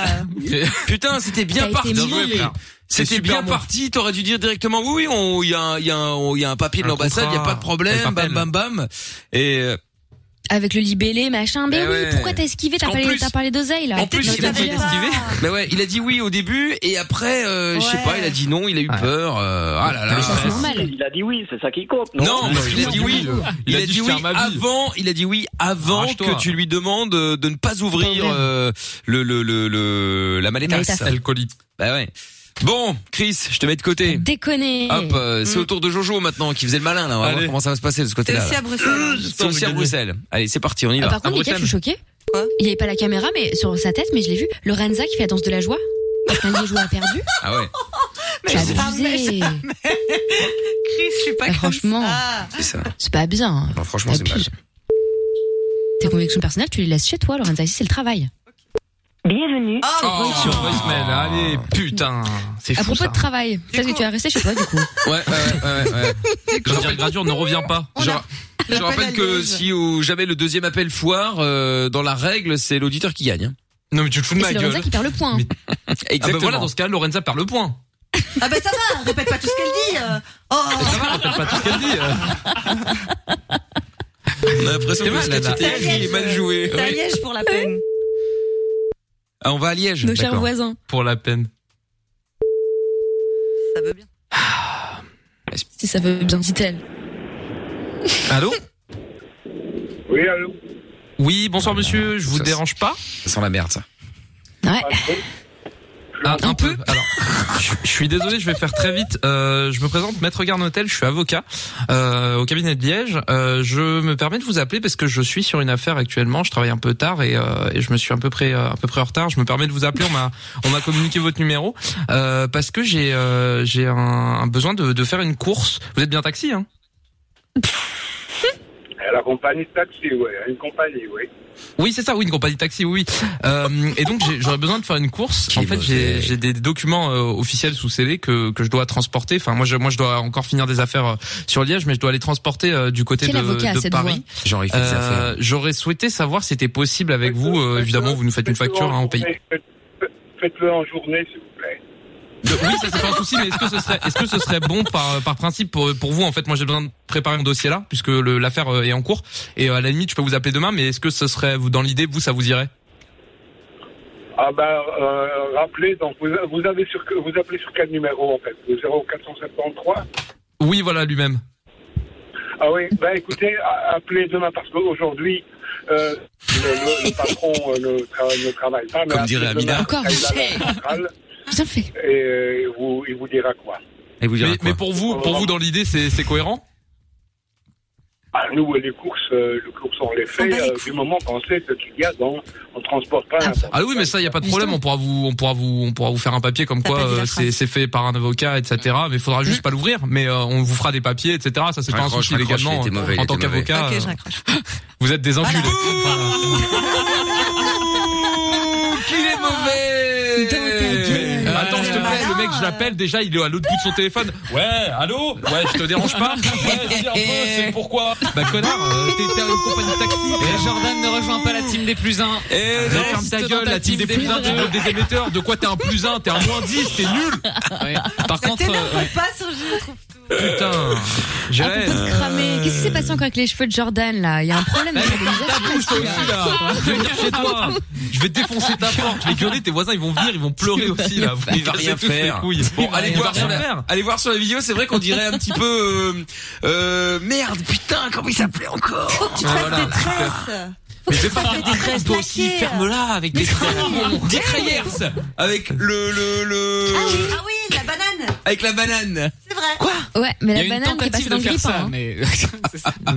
S2: Putain, c'était bien
S3: T'as été
S2: parti.
S3: mignon. Bien joué, frère.
S2: C'était
S3: super
S2: bien
S3: bon.
S2: parti, t'aurais dû dire directement oui, oui, on- il y a, un- il y a un- on- il y a un papier de
S3: Un
S2: l'ambassade, il y a pas
S3: contrat,
S2: de
S3: avec
S2: problème,
S3: un
S2: bam
S3: pen.
S2: bam bam. Et euh,
S5: Avec le libellé, machin. Mais
S2: Eh
S5: oui,
S2: ouais.
S5: pourquoi t'as esquivé T'as
S2: En
S5: parlé,
S2: plus-
S5: t'as parlé d'oseille là.
S2: en plus, il a dit Mais ouais, il a dit oui au début et après, euh, je sais pas, il a dit non, il a eu peur. euh, ah là là.
S13: Il a dit oui, c'est ça qui compte, non
S2: Non, parce qu'il a dit oui. Il a dit oui avant. Il a dit oui avant
S13: Arrache-toi.
S2: que tu lui demandes euh, de ne pas ouvrir euh, le, le le le la mallette
S5: Mallette à sac.
S2: alcoolique. Bah ouais. Bon, Chris, je te mets de côté.
S5: Déconner.
S2: Hop, euh, c'est
S5: Mm.
S2: au tour de Jojo maintenant qui faisait le malin là. On va voir comment ça va se passer de ce côté-là.
S5: C'est aussi
S2: là.
S5: à Bruxelles. hein.
S2: C'est aussi à Bruxelles. Allez, c'est parti, on y
S5: Ah,
S2: va.
S5: par contre, Mickaël, je suis choquée. Il n'y avait pas la caméra mais sur sa tête, mais je l'ai vu. Lorenza qui fait la danse de la joie. Quand il joue a perdu.
S2: Ah ouais.
S5: C'est abusé.
S4: Chris, je suis pas
S5: Franchement,
S2: C'est ça.
S5: c'est pas bien.
S2: Non, franchement, Oh, c'est mal.
S5: Tes convictions personnelles, tu les laisses chez toi, Lorenza. Ici, c'est le travail. Bienvenue.
S3: Oh, sur voicemail, allez, putain, c'est
S5: à
S3: fou
S5: propos
S3: ça.
S5: de travail, peut-être que tu vas rester chez toi du coup.
S2: Ouais, ouais, ouais, ouais, ouais.
S3: Je rappelle gradure, ne reviens pas.
S2: Je, ra- je rappelle que si ou jamais le deuxième appel foire, euh, dans la règle, c'est l'auditeur qui gagne. hein.
S3: Non mais tu te fous
S5: Et c'est Lorenza qui perd le point.
S2: Exactement.
S3: Ah bah voilà, dans ce cas, Lorenza perd le point.
S4: Ah ben ça va, répète pas tout ce qu'elle dit. euh. Oh,
S3: Pas tout ce qu'elle dit.
S2: On a l'impression
S3: C'est
S2: que
S3: mal,
S2: la
S3: là.
S2: petite
S3: Ça y est,
S2: Ellie est mal jouée.
S4: c'est à Liège pour la peine.
S2: Ah, on va à Liège.
S4: Nos chers
S2: D'accord.
S4: voisins.
S3: Pour la peine.
S5: Si ça veut bien, dit-elle.
S3: euh. Allô
S15: Oui, allô
S3: Oui, bonsoir monsieur, je vous dérange pas
S2: Ça sent la merde ça.
S5: Ouais.
S3: Ah, un peu. Alors, je, je suis désolé, je vais faire très vite. Euh, je me présente, Maître Garnotel, je suis avocat euh, au cabinet de Liège. Euh, je me permets de vous appeler parce que je suis sur une affaire actuellement. Je travaille un peu tard et, euh, et je me suis à peu près euh, à peu près en retard. Je me permets de vous appeler. On m'a on m'a communiqué votre numéro euh, parce que j'ai euh, j'ai un, un besoin de, de faire une course. Vous êtes bien taxi, hein
S15: La compagnie de taxi, oui. Une compagnie, oui.
S3: Oui, c'est ça, oui, une compagnie de taxi, oui. oui. Euh, et donc, j'ai- j'aurais besoin de faire une course. en fait, j'ai j'ai des documents euh, officiels sous scellés que, que je dois transporter. Enfin, moi, je, moi, je dois encore finir des affaires euh, sur Liège, mais je dois les transporter euh, du côté
S2: Quel
S3: de,
S2: avocat a
S3: de
S2: cette
S3: Paris. Euh,
S2: voix Genre, il fait des affaires.
S3: J'aurais souhaité savoir si c'était possible avec vous. Euh, évidemment, vous nous faites une facture, hein, on paye.
S15: Faites-le en journée, s'il vous plaît.
S3: Oui, ça c'est pas un souci, mais est-ce que ce serait, est-ce que ce serait bon par, par principe pour, pour vous En fait, moi j'ai besoin de préparer mon dossier là, puisque le- l'affaire euh, est en cours. Et euh, à la limite, je peux vous appeler demain, mais est-ce que ce serait, vous, dans l'idée, vous, ça vous irait
S15: Ah ben, euh, rappelez, donc, vous, vous, avez sur, vous appelez sur quel numéro, en fait Le 0473
S3: Oui, voilà, lui-même.
S15: Ah oui, ben écoutez, a- appelez demain, parce qu'aujourd'hui, euh, le, le- le patron euh, ne, tra- ne travaille pas.
S2: Comme
S15: appelez
S2: dirait
S15: demain,
S2: Amina.
S15: il a la centrale, Et euh, il vous, il vous dira quoi.
S2: mais,
S3: mais pour vous, pour vous, dans l'idée, c'est, c'est cohérent
S15: Ah, nous, les courses, euh, les courses, on les fait euh, du moment qu'on sait ce qu'il y a dans. On transporte pas. n'importe
S3: Ah oui, mais ça, il y a pas de problème. On pourra vous, on pourra vous, on pourra vous faire un papier comme quoi euh, c'est, c'est fait par un avocat, etc. Mais il faudra
S6: Mm.
S3: juste pas l'ouvrir. Mais euh, on vous fera des papiers, etc. Ça, c'est pas un
S2: Raccroche,
S3: souci
S2: raccroche,
S3: légalement.
S2: il était mauvais, il
S3: en tant
S2: était mauvais.
S3: qu'avocat,
S2: Ok, je
S3: euh, vous êtes des enculés.
S2: Qu'il est mauvais
S14: Oh,
S3: Mais,
S2: bah,
S3: euh, Attends, je te plaît, le mec, je l'appelle déjà, il est à l'autre bout de son téléphone. Ouais, allô Ouais, je te dérange pas Ouais, si, un peu, c'est pourquoi Bah connard, euh, t'es t'es à une compagnie de taxi.
S6: Et Jordan ne rejoint pas la team des plus Ah, 1.
S2: Et
S3: ferme ta gueule, la team des plus 1, tu bloques des émetteurs. De quoi t'es un plus 1 T'es un moins 10, t'es nul
S6: Par contre, euh, ouais.
S4: Pas sur Gilles, trouve.
S3: Putain, j'ai
S5: Ah,
S2: Euh.
S5: pour te cramer. Qu'est-ce qui s'est passé encore avec les cheveux de Jordan là Il y a un problème
S2: Ah,
S5: avec l'organisation.
S3: là. Je vais venir chez toi. Je vais défoncer ta porte. Je vais gueuler. Tes voisins, ils vont venir. Ils vont pleurer aussi, là. Vous
S2: Il
S3: les
S2: va
S3: cassez
S2: rien
S3: tous les
S2: faire.
S3: couilles.
S2: Bon,
S3: Il
S2: allez
S3: va
S2: voir,
S3: rien
S2: sur
S3: faire.
S2: la, allez voir sur la vidéo, c'est vrai qu'on dirait un petit peu euh, euh, merde, putain, comment il s'appelait encore
S4: Tu te
S2: Ah,
S4: fasses
S2: voilà.
S4: des tresses.
S2: Mais fais pas
S4: Fais des tresses
S2: toi aussi,
S4: laquées.
S2: ferme-la avec
S4: Mais
S2: des
S4: crains.
S2: crayons. Des crayers avec le le le
S4: Ah oui, ah oui, la banane.
S2: avec la banane.
S4: C'est vrai.
S5: Ouais, mais
S2: Il y
S5: la
S2: a une
S5: banane qui est passée
S2: tentative
S5: dans
S2: de
S5: le
S2: faire
S5: grippin.
S2: ça,
S5: hein.
S6: mais
S2: euh,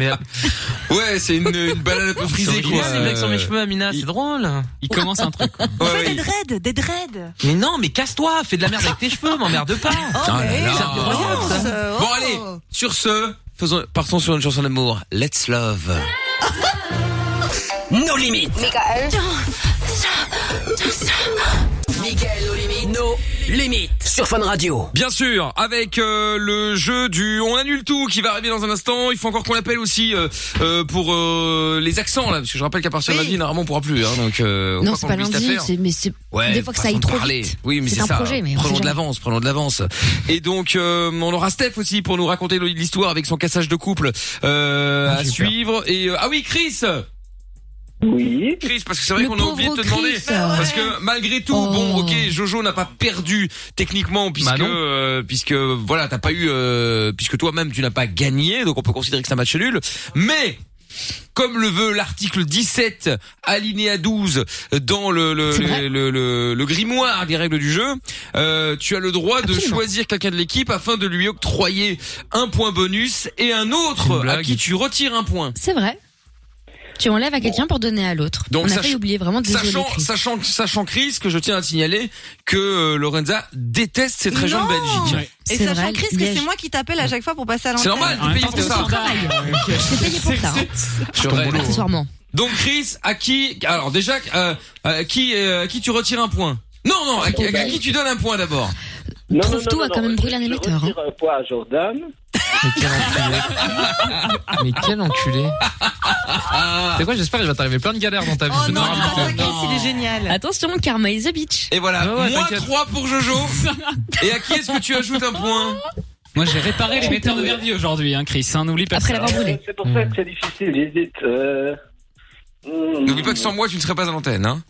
S2: ouais, c'est une, une banane un peu frisée quoi. euh,
S3: C'est blague sur mes cheveux, Amina. C'est drôle.
S6: Il commence un truc.
S4: Fais des dreads, des dreads.
S3: Mais non, mais casse-toi. Fais de la merde avec tes cheveux. M'emmerde pas.
S2: Ah là là.
S3: C'est incroyable, ça.
S4: oh.
S2: Bon allez, sur ce, faisons partons sur une chanson d'amour, Let's Love.
S1: Nos limites.
S16: Michael.
S1: Nos limites. sur Fun Radio.
S2: Bien sûr, avec euh, le jeu du on annule tout qui va arriver dans un instant. Il faut encore qu'on l'appelle aussi euh, euh, pour euh, les accents là, parce que je rappelle qu'à partir de lundi normalement on pourra plus. Hein, donc euh,
S5: Non,
S2: on
S5: c'est
S2: croit
S5: pas
S2: qu'on glisse
S5: lundi,
S2: l'affaire.
S5: c'est- mais c'est
S2: Ouais,
S5: des fois que ça
S2: façon
S5: aille
S2: de
S5: trop
S2: parler.
S5: vite.
S2: Oui, mais c'est
S5: un
S2: ça.
S5: projet, mais on sait
S2: prenons de
S5: jamais.
S2: l'avance, prenons de l'avance. Et donc, euh, on aura Steph aussi pour nous raconter l'histoire avec son cassage de couple
S5: Ah,
S2: euh, à suivre. Et euh, ah oui, Chris.
S13: Oui.
S2: Chris, parce que c'est vrai
S13: Le
S2: qu'on a oublié de
S13: pauvre
S2: te demander.
S13: Chris,
S2: Parce que malgré tout,
S3: Oh.
S2: bon, ok, Jojo n'a pas perdu techniquement puisque euh, puisque voilà, t'as pas eu euh, puisque toi-même tu n'as pas gagné, donc on peut considérer que c'est un match nul. Mais comme le veut l'article 17 alinéa 12 dans le le, le, le- le- le grimoire des règles du jeu, euh, tu as le droit de choisir quelqu'un de l'équipe afin de lui octroyer un point bonus et un autre à qui tu retires un point.
S5: C'est vrai. Tu enlèves à quelqu'un pour donner à l'autre.
S2: Donc,
S5: on a
S2: sach-
S5: failli oublier vraiment de
S2: Sachant, sachant, sachant Chris que je tiens à te signaler que euh, Lorenza déteste cette région de Belgique.
S4: Et
S2: C'est
S4: sachant,
S2: vrai,
S4: Chris, que
S2: Liège.
S4: c'est moi qui t'appelle à chaque fois pour passer à l'antenne.
S2: C'est normal, t'es payé pour ça.
S5: C'est payé pour ça. hein.
S2: Je rêve.
S5: Accessoirement.
S2: Donc Chris, à qui Alors déjà, euh, euh, qui, euh, à qui tu retires un point Non, non, à, qui- à qui tu donnes un point d'abord
S5: Trouve-toi à quand même brûler un émetteur. hein.
S13: Un poids à Jordan.
S3: Ah, Mais quel enculé. C'est quoi, j'espère qu'il va t'arriver plein de galères dans ta vie. Je te raconte.
S5: Oh il est génial. Attention, Karma is a bitch.
S2: Et voilà,
S3: Ouais, ouais,
S2: moins
S3: t'inquiète.
S2: 3 pour Jojo. Et à qui est-ce que tu ajoutes un point
S6: Moi, j'ai réparé l'émetteur de Verviers aujourd'hui, hein, Chris. hein, N'oublie pas ça.
S13: Euh, C'est pour ça que c'est difficile, j'hésite. Euh... hmm.
S2: N'oublie pas que sans moi, tu ne serais pas à l'antenne. Hein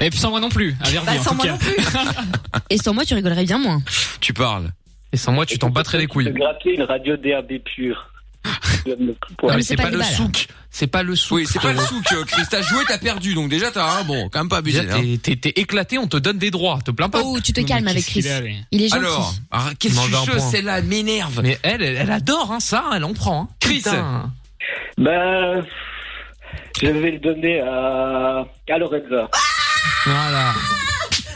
S6: Et puis sans moi non plus, à
S2: Bah,
S13: Bah,
S6: Verviers en tout cas.
S5: Et sans moi, tu rigolerais bien moins.
S2: Tu parles.
S3: Et sans moi, tu t'en battrais les couilles.
S13: Gratter une radio DAB pure.
S3: Non, Ah, mais c'est pas le souk. C'est pas
S6: hein.
S3: le souk.
S2: Oui, c'est pas le souk, euh, Chris. T'as joué, t'as perdu. Donc déjà, t'as hein, bon, quand même pas abusé.
S3: Déjà, t'es- t'es- t'es éclaté, on te donne des droits. Te plains pas.
S5: Oh, tu te calmes avec Chris. Il est gentil.
S3: Alors,
S2: ah, qu'est-ce
S3: Demande
S2: que
S3: un
S2: je-
S3: point.
S2: celle-là elle m'énerve.
S3: Mais elle, elle, elle adore hein, ça, elle en prend. Hein.
S2: Chris.
S3: Putain.
S14: Ben,
S13: Bah, je vais le donner à, à Lorenza.
S2: Ah
S3: Voilà.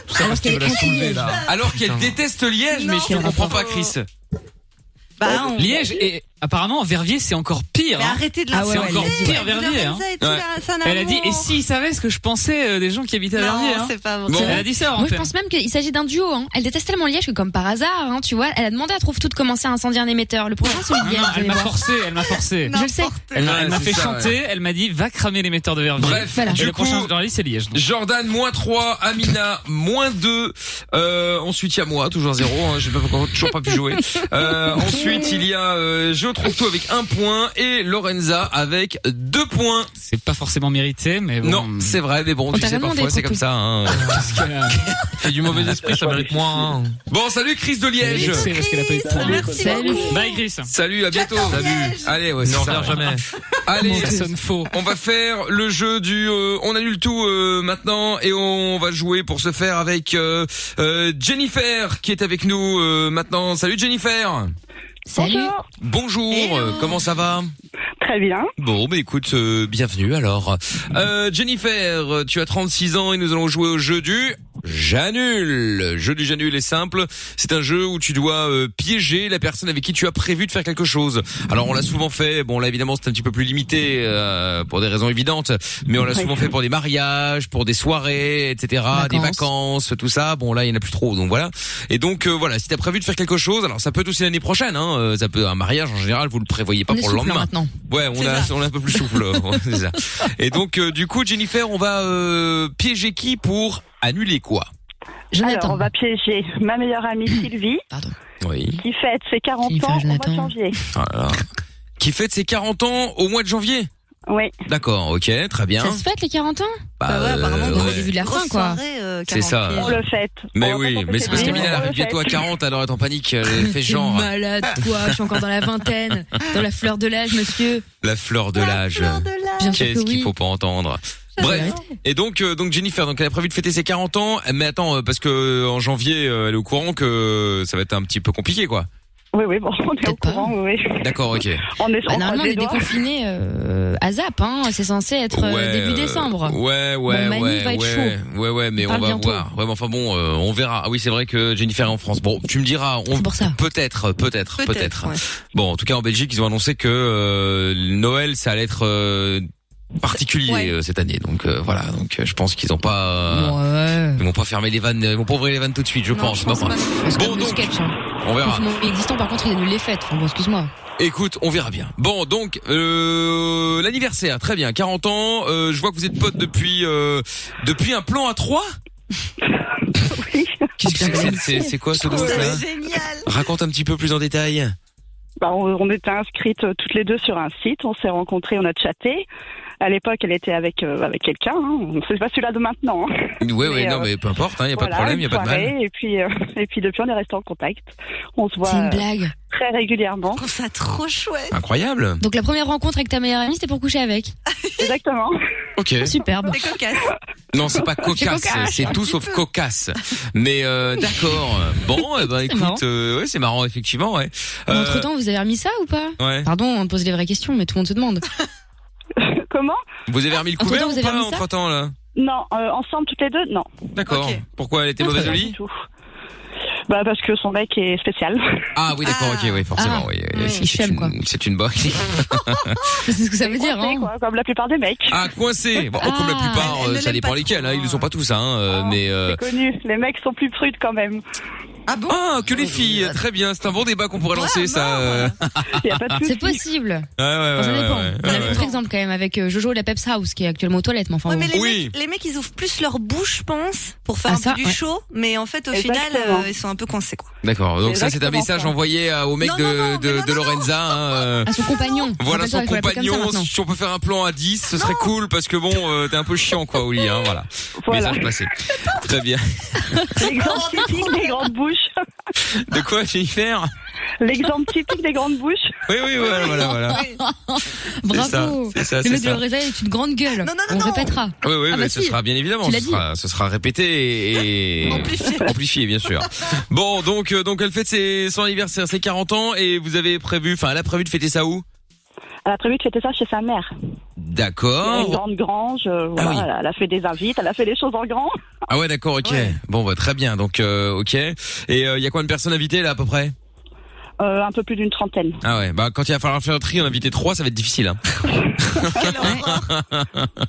S3: Tout ça parce
S13: qu'elle
S3: qu'elle veut la
S13: est
S3: soulever là.
S2: Alors qu'elle déteste Liège,
S3: mais
S2: je te comprends pas, Chris.
S4: Bah, on-
S6: Liège et apparemment Verviers c'est encore pire.
S4: Mais
S6: hein.
S4: arrêtez
S3: Ah
S4: de la
S6: C'est
S4: sauver.
S6: encore
S4: Elle a dit,
S6: pire
S4: ouais,
S6: Verviers. hein.
S4: Lorenza et tout, Ouais. là, ça n'a
S6: Elle a
S4: rien
S6: dit
S4: à
S6: et
S4: voir.
S6: s'ils savaient ce que je pensais euh, des gens qui habitaient à
S4: Non,
S6: Verviers. hein.
S4: c'est
S3: Ah,
S4: pas vrai.
S6: Elle a dit ça. en
S5: Moi, je
S6: fait.
S5: pense même qu'il s'agit d'un duo. hein. Elle déteste tellement Liège que, comme par hasard, hein, tu vois, elle a demandé à Trouve Tout de commencer à incendier un émetteur. Le prochain, Ah, c'est
S6: Ah Non,
S5: Liège.
S3: Ah,
S6: elle
S5: allez
S6: m'a
S5: voir.
S6: forcé, elle m'a forcé.
S5: Je le sais.
S6: Elle m'a elle m'a
S2: Ouais,
S6: fait
S2: c'est ça,
S6: chanter, elle m'a dit va cramer l'émetteur de Verviers.
S2: Bref, Voilà. du
S6: Et le prochain
S2: coup-
S6: dans la liste, c'est Liège.
S2: Jordan, moins 3, Amina, moins 2, euh, ensuite il y a moi, toujours 0, hein, j'ai pas encore, toujours pas pu jouer. Euh, ensuite il y a euh, Je trouve tout avec un point et Lorenza avec deux points.
S6: C'est pas forcément mérité, mais bon.
S2: Non, c'est vrai, mais
S3: Oh,
S2: bon,
S6: On
S2: tu
S6: t'a
S2: sais,
S6: demandé,
S2: parfois c'est
S6: Trouve-Tout.
S2: comme ça. Hein.
S3: Fait du
S6: Ah,
S3: mauvais esprit, ça mérite moins.
S2: hein. Bon, salut Chris de Liège.
S3: Merci, parce qu'elle a pas eu de point.
S6: Merci Salut. beaucoup. Bye, Chris.
S2: Salut, à bientôt. Salut. Allez, ouais,
S3: Ne
S2: c'est ça.
S3: reviens jamais.
S2: Allez,
S3: Ça sonne
S2: on va faire le jeu du euh, on annule tout euh, maintenant et on va jouer pour se faire avec euh, euh, Jennifer qui est avec nous euh, maintenant. Salut Jennifer.
S16: Salut.
S2: Bonjour, euh, comment ça va
S16: Très bien.
S2: Bon, bah écoute, euh, bienvenue alors. Euh, Jennifer, euh, tu as 36 ans et nous allons jouer au jeu du J'annule. Le jeu du J'annule est simple. C'est un jeu où tu dois euh, piéger la personne avec qui tu as prévu de faire quelque chose. Alors on l'a souvent fait, bon là évidemment c'est un petit peu plus limité euh, pour des raisons évidentes, mais on l'a souvent fait pour des mariages, pour des soirées, etc., des vacances, tout ça. Bon là il y en a plus trop, donc voilà. Et donc euh, voilà, si t'as prévu de faire quelque chose, alors ça peut être aussi l'année prochaine, hein, euh, ça peut un mariage en général, vous le prévoyez pas
S5: On est
S2: pour le
S5: soufflant
S2: lendemain.
S5: maintenant.
S2: Ouais, on
S5: C'est
S2: a,
S5: ça.
S2: on a un peu plus souffle. ouais, hein, c'est ça. Et donc, euh, du coup, Jennifer, on va euh, piéger qui pour annuler quoi
S16: Alors, on va piéger ma meilleure amie Sylvie,
S2: Oui. Ah
S16: qui fête ses 40 ans au mois de janvier.
S2: Qui fête ses 40 ans au mois de janvier
S16: Oui.
S2: D'accord, ok, très Ah, bien.
S5: Ça se fête les 40 ans
S2: Bah, Bah ouais, apparemment, euh, gros ouais.
S5: début de la fin, quoi.
S2: C'est ça.
S16: On le fête.
S2: Mais oui, mais Oh, c'est parce
S5: c'est
S2: qu'Amina
S5: vrai.
S2: elle arrive bientôt à 40, alors elle est en panique, elle fait
S5: T'es
S2: genre euh,
S5: malade, toi. Je suis encore dans la vingtaine, dans la fleur de l'âge, monsieur.
S2: la fleur de l'âge.
S5: Bien sûr
S2: Qu'est-ce
S5: que
S2: qu'il
S5: oui.
S2: faut pas entendre Bref, et donc euh, donc Jennifer, donc elle a prévu de fêter ses 40 ans, mais attends euh, parce que euh, en janvier, euh, elle est au courant que euh, ça va être un petit peu compliqué quoi.
S16: Oui, oui, bon, on est au courant, oui. oui.
S2: D'accord, ok.
S16: On est
S5: Bah, normalement, on est déconfiné euh, à Zap. Hein. C'est censé être euh,
S2: Ouais,
S5: début
S2: euh,
S5: décembre.
S2: Ouais,
S5: Bon,
S2: ouais,
S5: Manu
S2: ouais,
S5: va être
S2: ouais,
S5: chaud.
S2: ouais, ouais, mais
S5: Il
S2: on va
S5: parle bientôt.
S2: voir. Ouais, mais enfin bon, euh, on verra. Ah oui, c'est vrai que Jennifer est en France. Bon, tu me diras. On... Peut-être, peut-être,
S5: Peut-être,
S2: peut-être.
S5: ouais.
S2: Bon, en tout cas, en Belgique, ils ont annoncé que euh, Noël, ça allait être euh, particulier euh, cette année. Donc euh, voilà. Donc euh, je pense qu'ils ont pas.
S5: Ouais.
S2: Ils vont pas fermer les vannes, euh, ils vont pas ouvrir les vannes tout de suite, je
S5: Non,
S2: pense.
S5: je pense
S2: mais
S5: pas.
S2: enfin.
S5: Je pense que
S2: Bon,
S5: le
S2: donc,
S5: sketch, hein.
S2: on verra.
S5: Confinement existant, par contre, il annule les fêtes. Enfin, bon, excuse-moi.
S2: Écoute, on verra bien. Bon, donc euh, l'anniversaire, très bien. 40 ans. euh, je vois que vous êtes potes depuis euh, depuis un plan à 3 Qu'est-ce que c'est que c'est- c'est c'est quoi ce groupe là Raconte un petit peu plus en détail.
S16: Bah, on, on était inscrites euh, toutes les deux sur un site, on s'est rencontrés, on a chatté. À l'époque, elle était avec, euh, avec quelqu'un, hein. On- c'est pas celui-là de maintenant. hein.
S2: Ouais, ouais,
S16: Mais,
S2: non,
S16: euh,
S2: mais peu importe, il n'y a pas de
S16: Voilà,
S2: problème, il
S16: une
S2: n'y a pas de mal.
S16: soirée, Et puis, euh, et puis depuis, on est resté en contact. On se voit
S5: une
S16: euh,
S5: blague.
S16: très régulièrement. Je
S4: ça trop chouette.
S2: Incroyable.
S5: Donc la première rencontre avec ta meilleure amie, c'était pour coucher avec.
S16: Exactement.
S2: Ok.
S5: Superbe.
S4: C'est cocasse.
S2: Non, c'est pas cocasse,
S5: C'est cocasse,
S2: c'est
S5: un
S2: tout
S5: petit
S2: sauf
S5: peu.
S2: cocasse. Mais euh, d'accord. Bon, eh ben
S5: marrant.
S2: écoute, euh, ouais, c'est marrant effectivement, ouais. Euh,
S5: Entre temps, vous avez remis ça ou pas
S2: Ouais.
S5: Pardon, on te pose les vraies questions, mais tout le monde se demande.
S16: Comment
S2: vous avez remis le
S16: Entre-temps,
S2: couvert
S16: vous
S2: ou
S16: avez
S2: pas
S16: remis ça
S2: entre temps là
S16: Non, euh, ensemble, toutes les deux, non.
S2: D'accord. Pourquoi elle était
S16: Non,
S2: mauvaise au
S16: pas
S2: lit
S16: du tout. Bah, parce que son mec est spécial.
S2: Ah oui, d'accord, ok, oui, forcément,
S16: Ah.
S2: oui.
S16: Oui,
S2: c'est-
S16: il
S2: c'est
S16: chame,
S2: une- C'est une bonne.
S5: C'est ce que ça veut dire,
S16: hein. comme la plupart des mecs.
S2: ah, coincé. Bon, comme la plupart, euh, ça dépend lesquels, hein, ils ne sont pas tous, hein, euh, mais. euh,
S16: Connu, les mecs sont plus prudes quand même.
S4: Ah bon
S2: Ah, que les filles, très bien, c'est un bon débat qu'on pourrait lancer, ça. euh.
S5: C'est possible.
S2: Ouais, ouais, ouais.
S5: ça dépend.
S2: ouais,
S5: On
S2: ouais,
S5: a vu
S2: ouais.
S5: d'autres exemples quand même avec euh, Jojo la Peps House qui est actuellement aux toilettes, mais enfin bon.
S4: Mais les, mecs, les mecs, ils ouvrent plus leur bouche, je pense, pour faire
S5: Ah,
S4: un
S5: ça,
S4: peu du
S5: ouais.
S4: show, mais en fait, au final,
S5: Exactement.
S4: euh, ils sont un peu coincés, quoi.
S2: D'accord. Donc ça, c'est un
S4: Exactement
S2: message
S4: ça.
S2: envoyé à- au mec de, de, de Lorenza. hein, euh,
S4: ah,
S5: À son compagnon.
S2: Voilà
S5: Rappelle-toi,
S2: son
S5: il faut l'appeler comme ça
S2: compagnon.
S5: maintenant.
S2: Si on peut faire un plan à 10, ce serait cool parce que bon, euh, t'es un peu chiant quoi, Oli. Hein, voilà.
S16: Voilà.
S2: Message passé. Très bien.
S16: L'exemple typique des grandes bouches.
S2: De quoi Jennifer
S16: L'exemple typique des grandes bouches.
S2: Oui, oui, voilà, voilà, voilà.
S5: Bravo.
S2: C'est ça, c'est ça,
S5: le mec
S2: c'est
S5: de
S2: ça.
S5: Lorenza est une grande gueule. on répétera.
S2: Oui, oui,
S5: Ah
S2: mais
S5: bah
S2: ce
S5: si.
S2: sera bien évidemment,
S5: Tu
S2: ce
S5: l'as dit.
S2: sera, ce sera répété et amplifié, bien sûr. Bon, donc, euh, donc elle fête ses, son anniversaire, ses 40 ans, et vous avez prévu, enfin, elle a prévu de fêter ça où
S16: Elle a prévu de fêter ça chez sa mère. Il y a une
S2: D'accord.
S16: grande grange, euh, voilà, elle a- elle a fait des invites, elle a fait des choses en grand.
S2: Ah ouais, d'accord, ok. Bon, bah, très bien. Donc, euh, ok. Et euh, il y a combien de personnes invitées là à peu près
S16: Euh, un peu plus d'une trentaine.
S2: Ah ouais. Bah, quand il va falloir faire le tri, en inviter trois, ça va être difficile. Hein.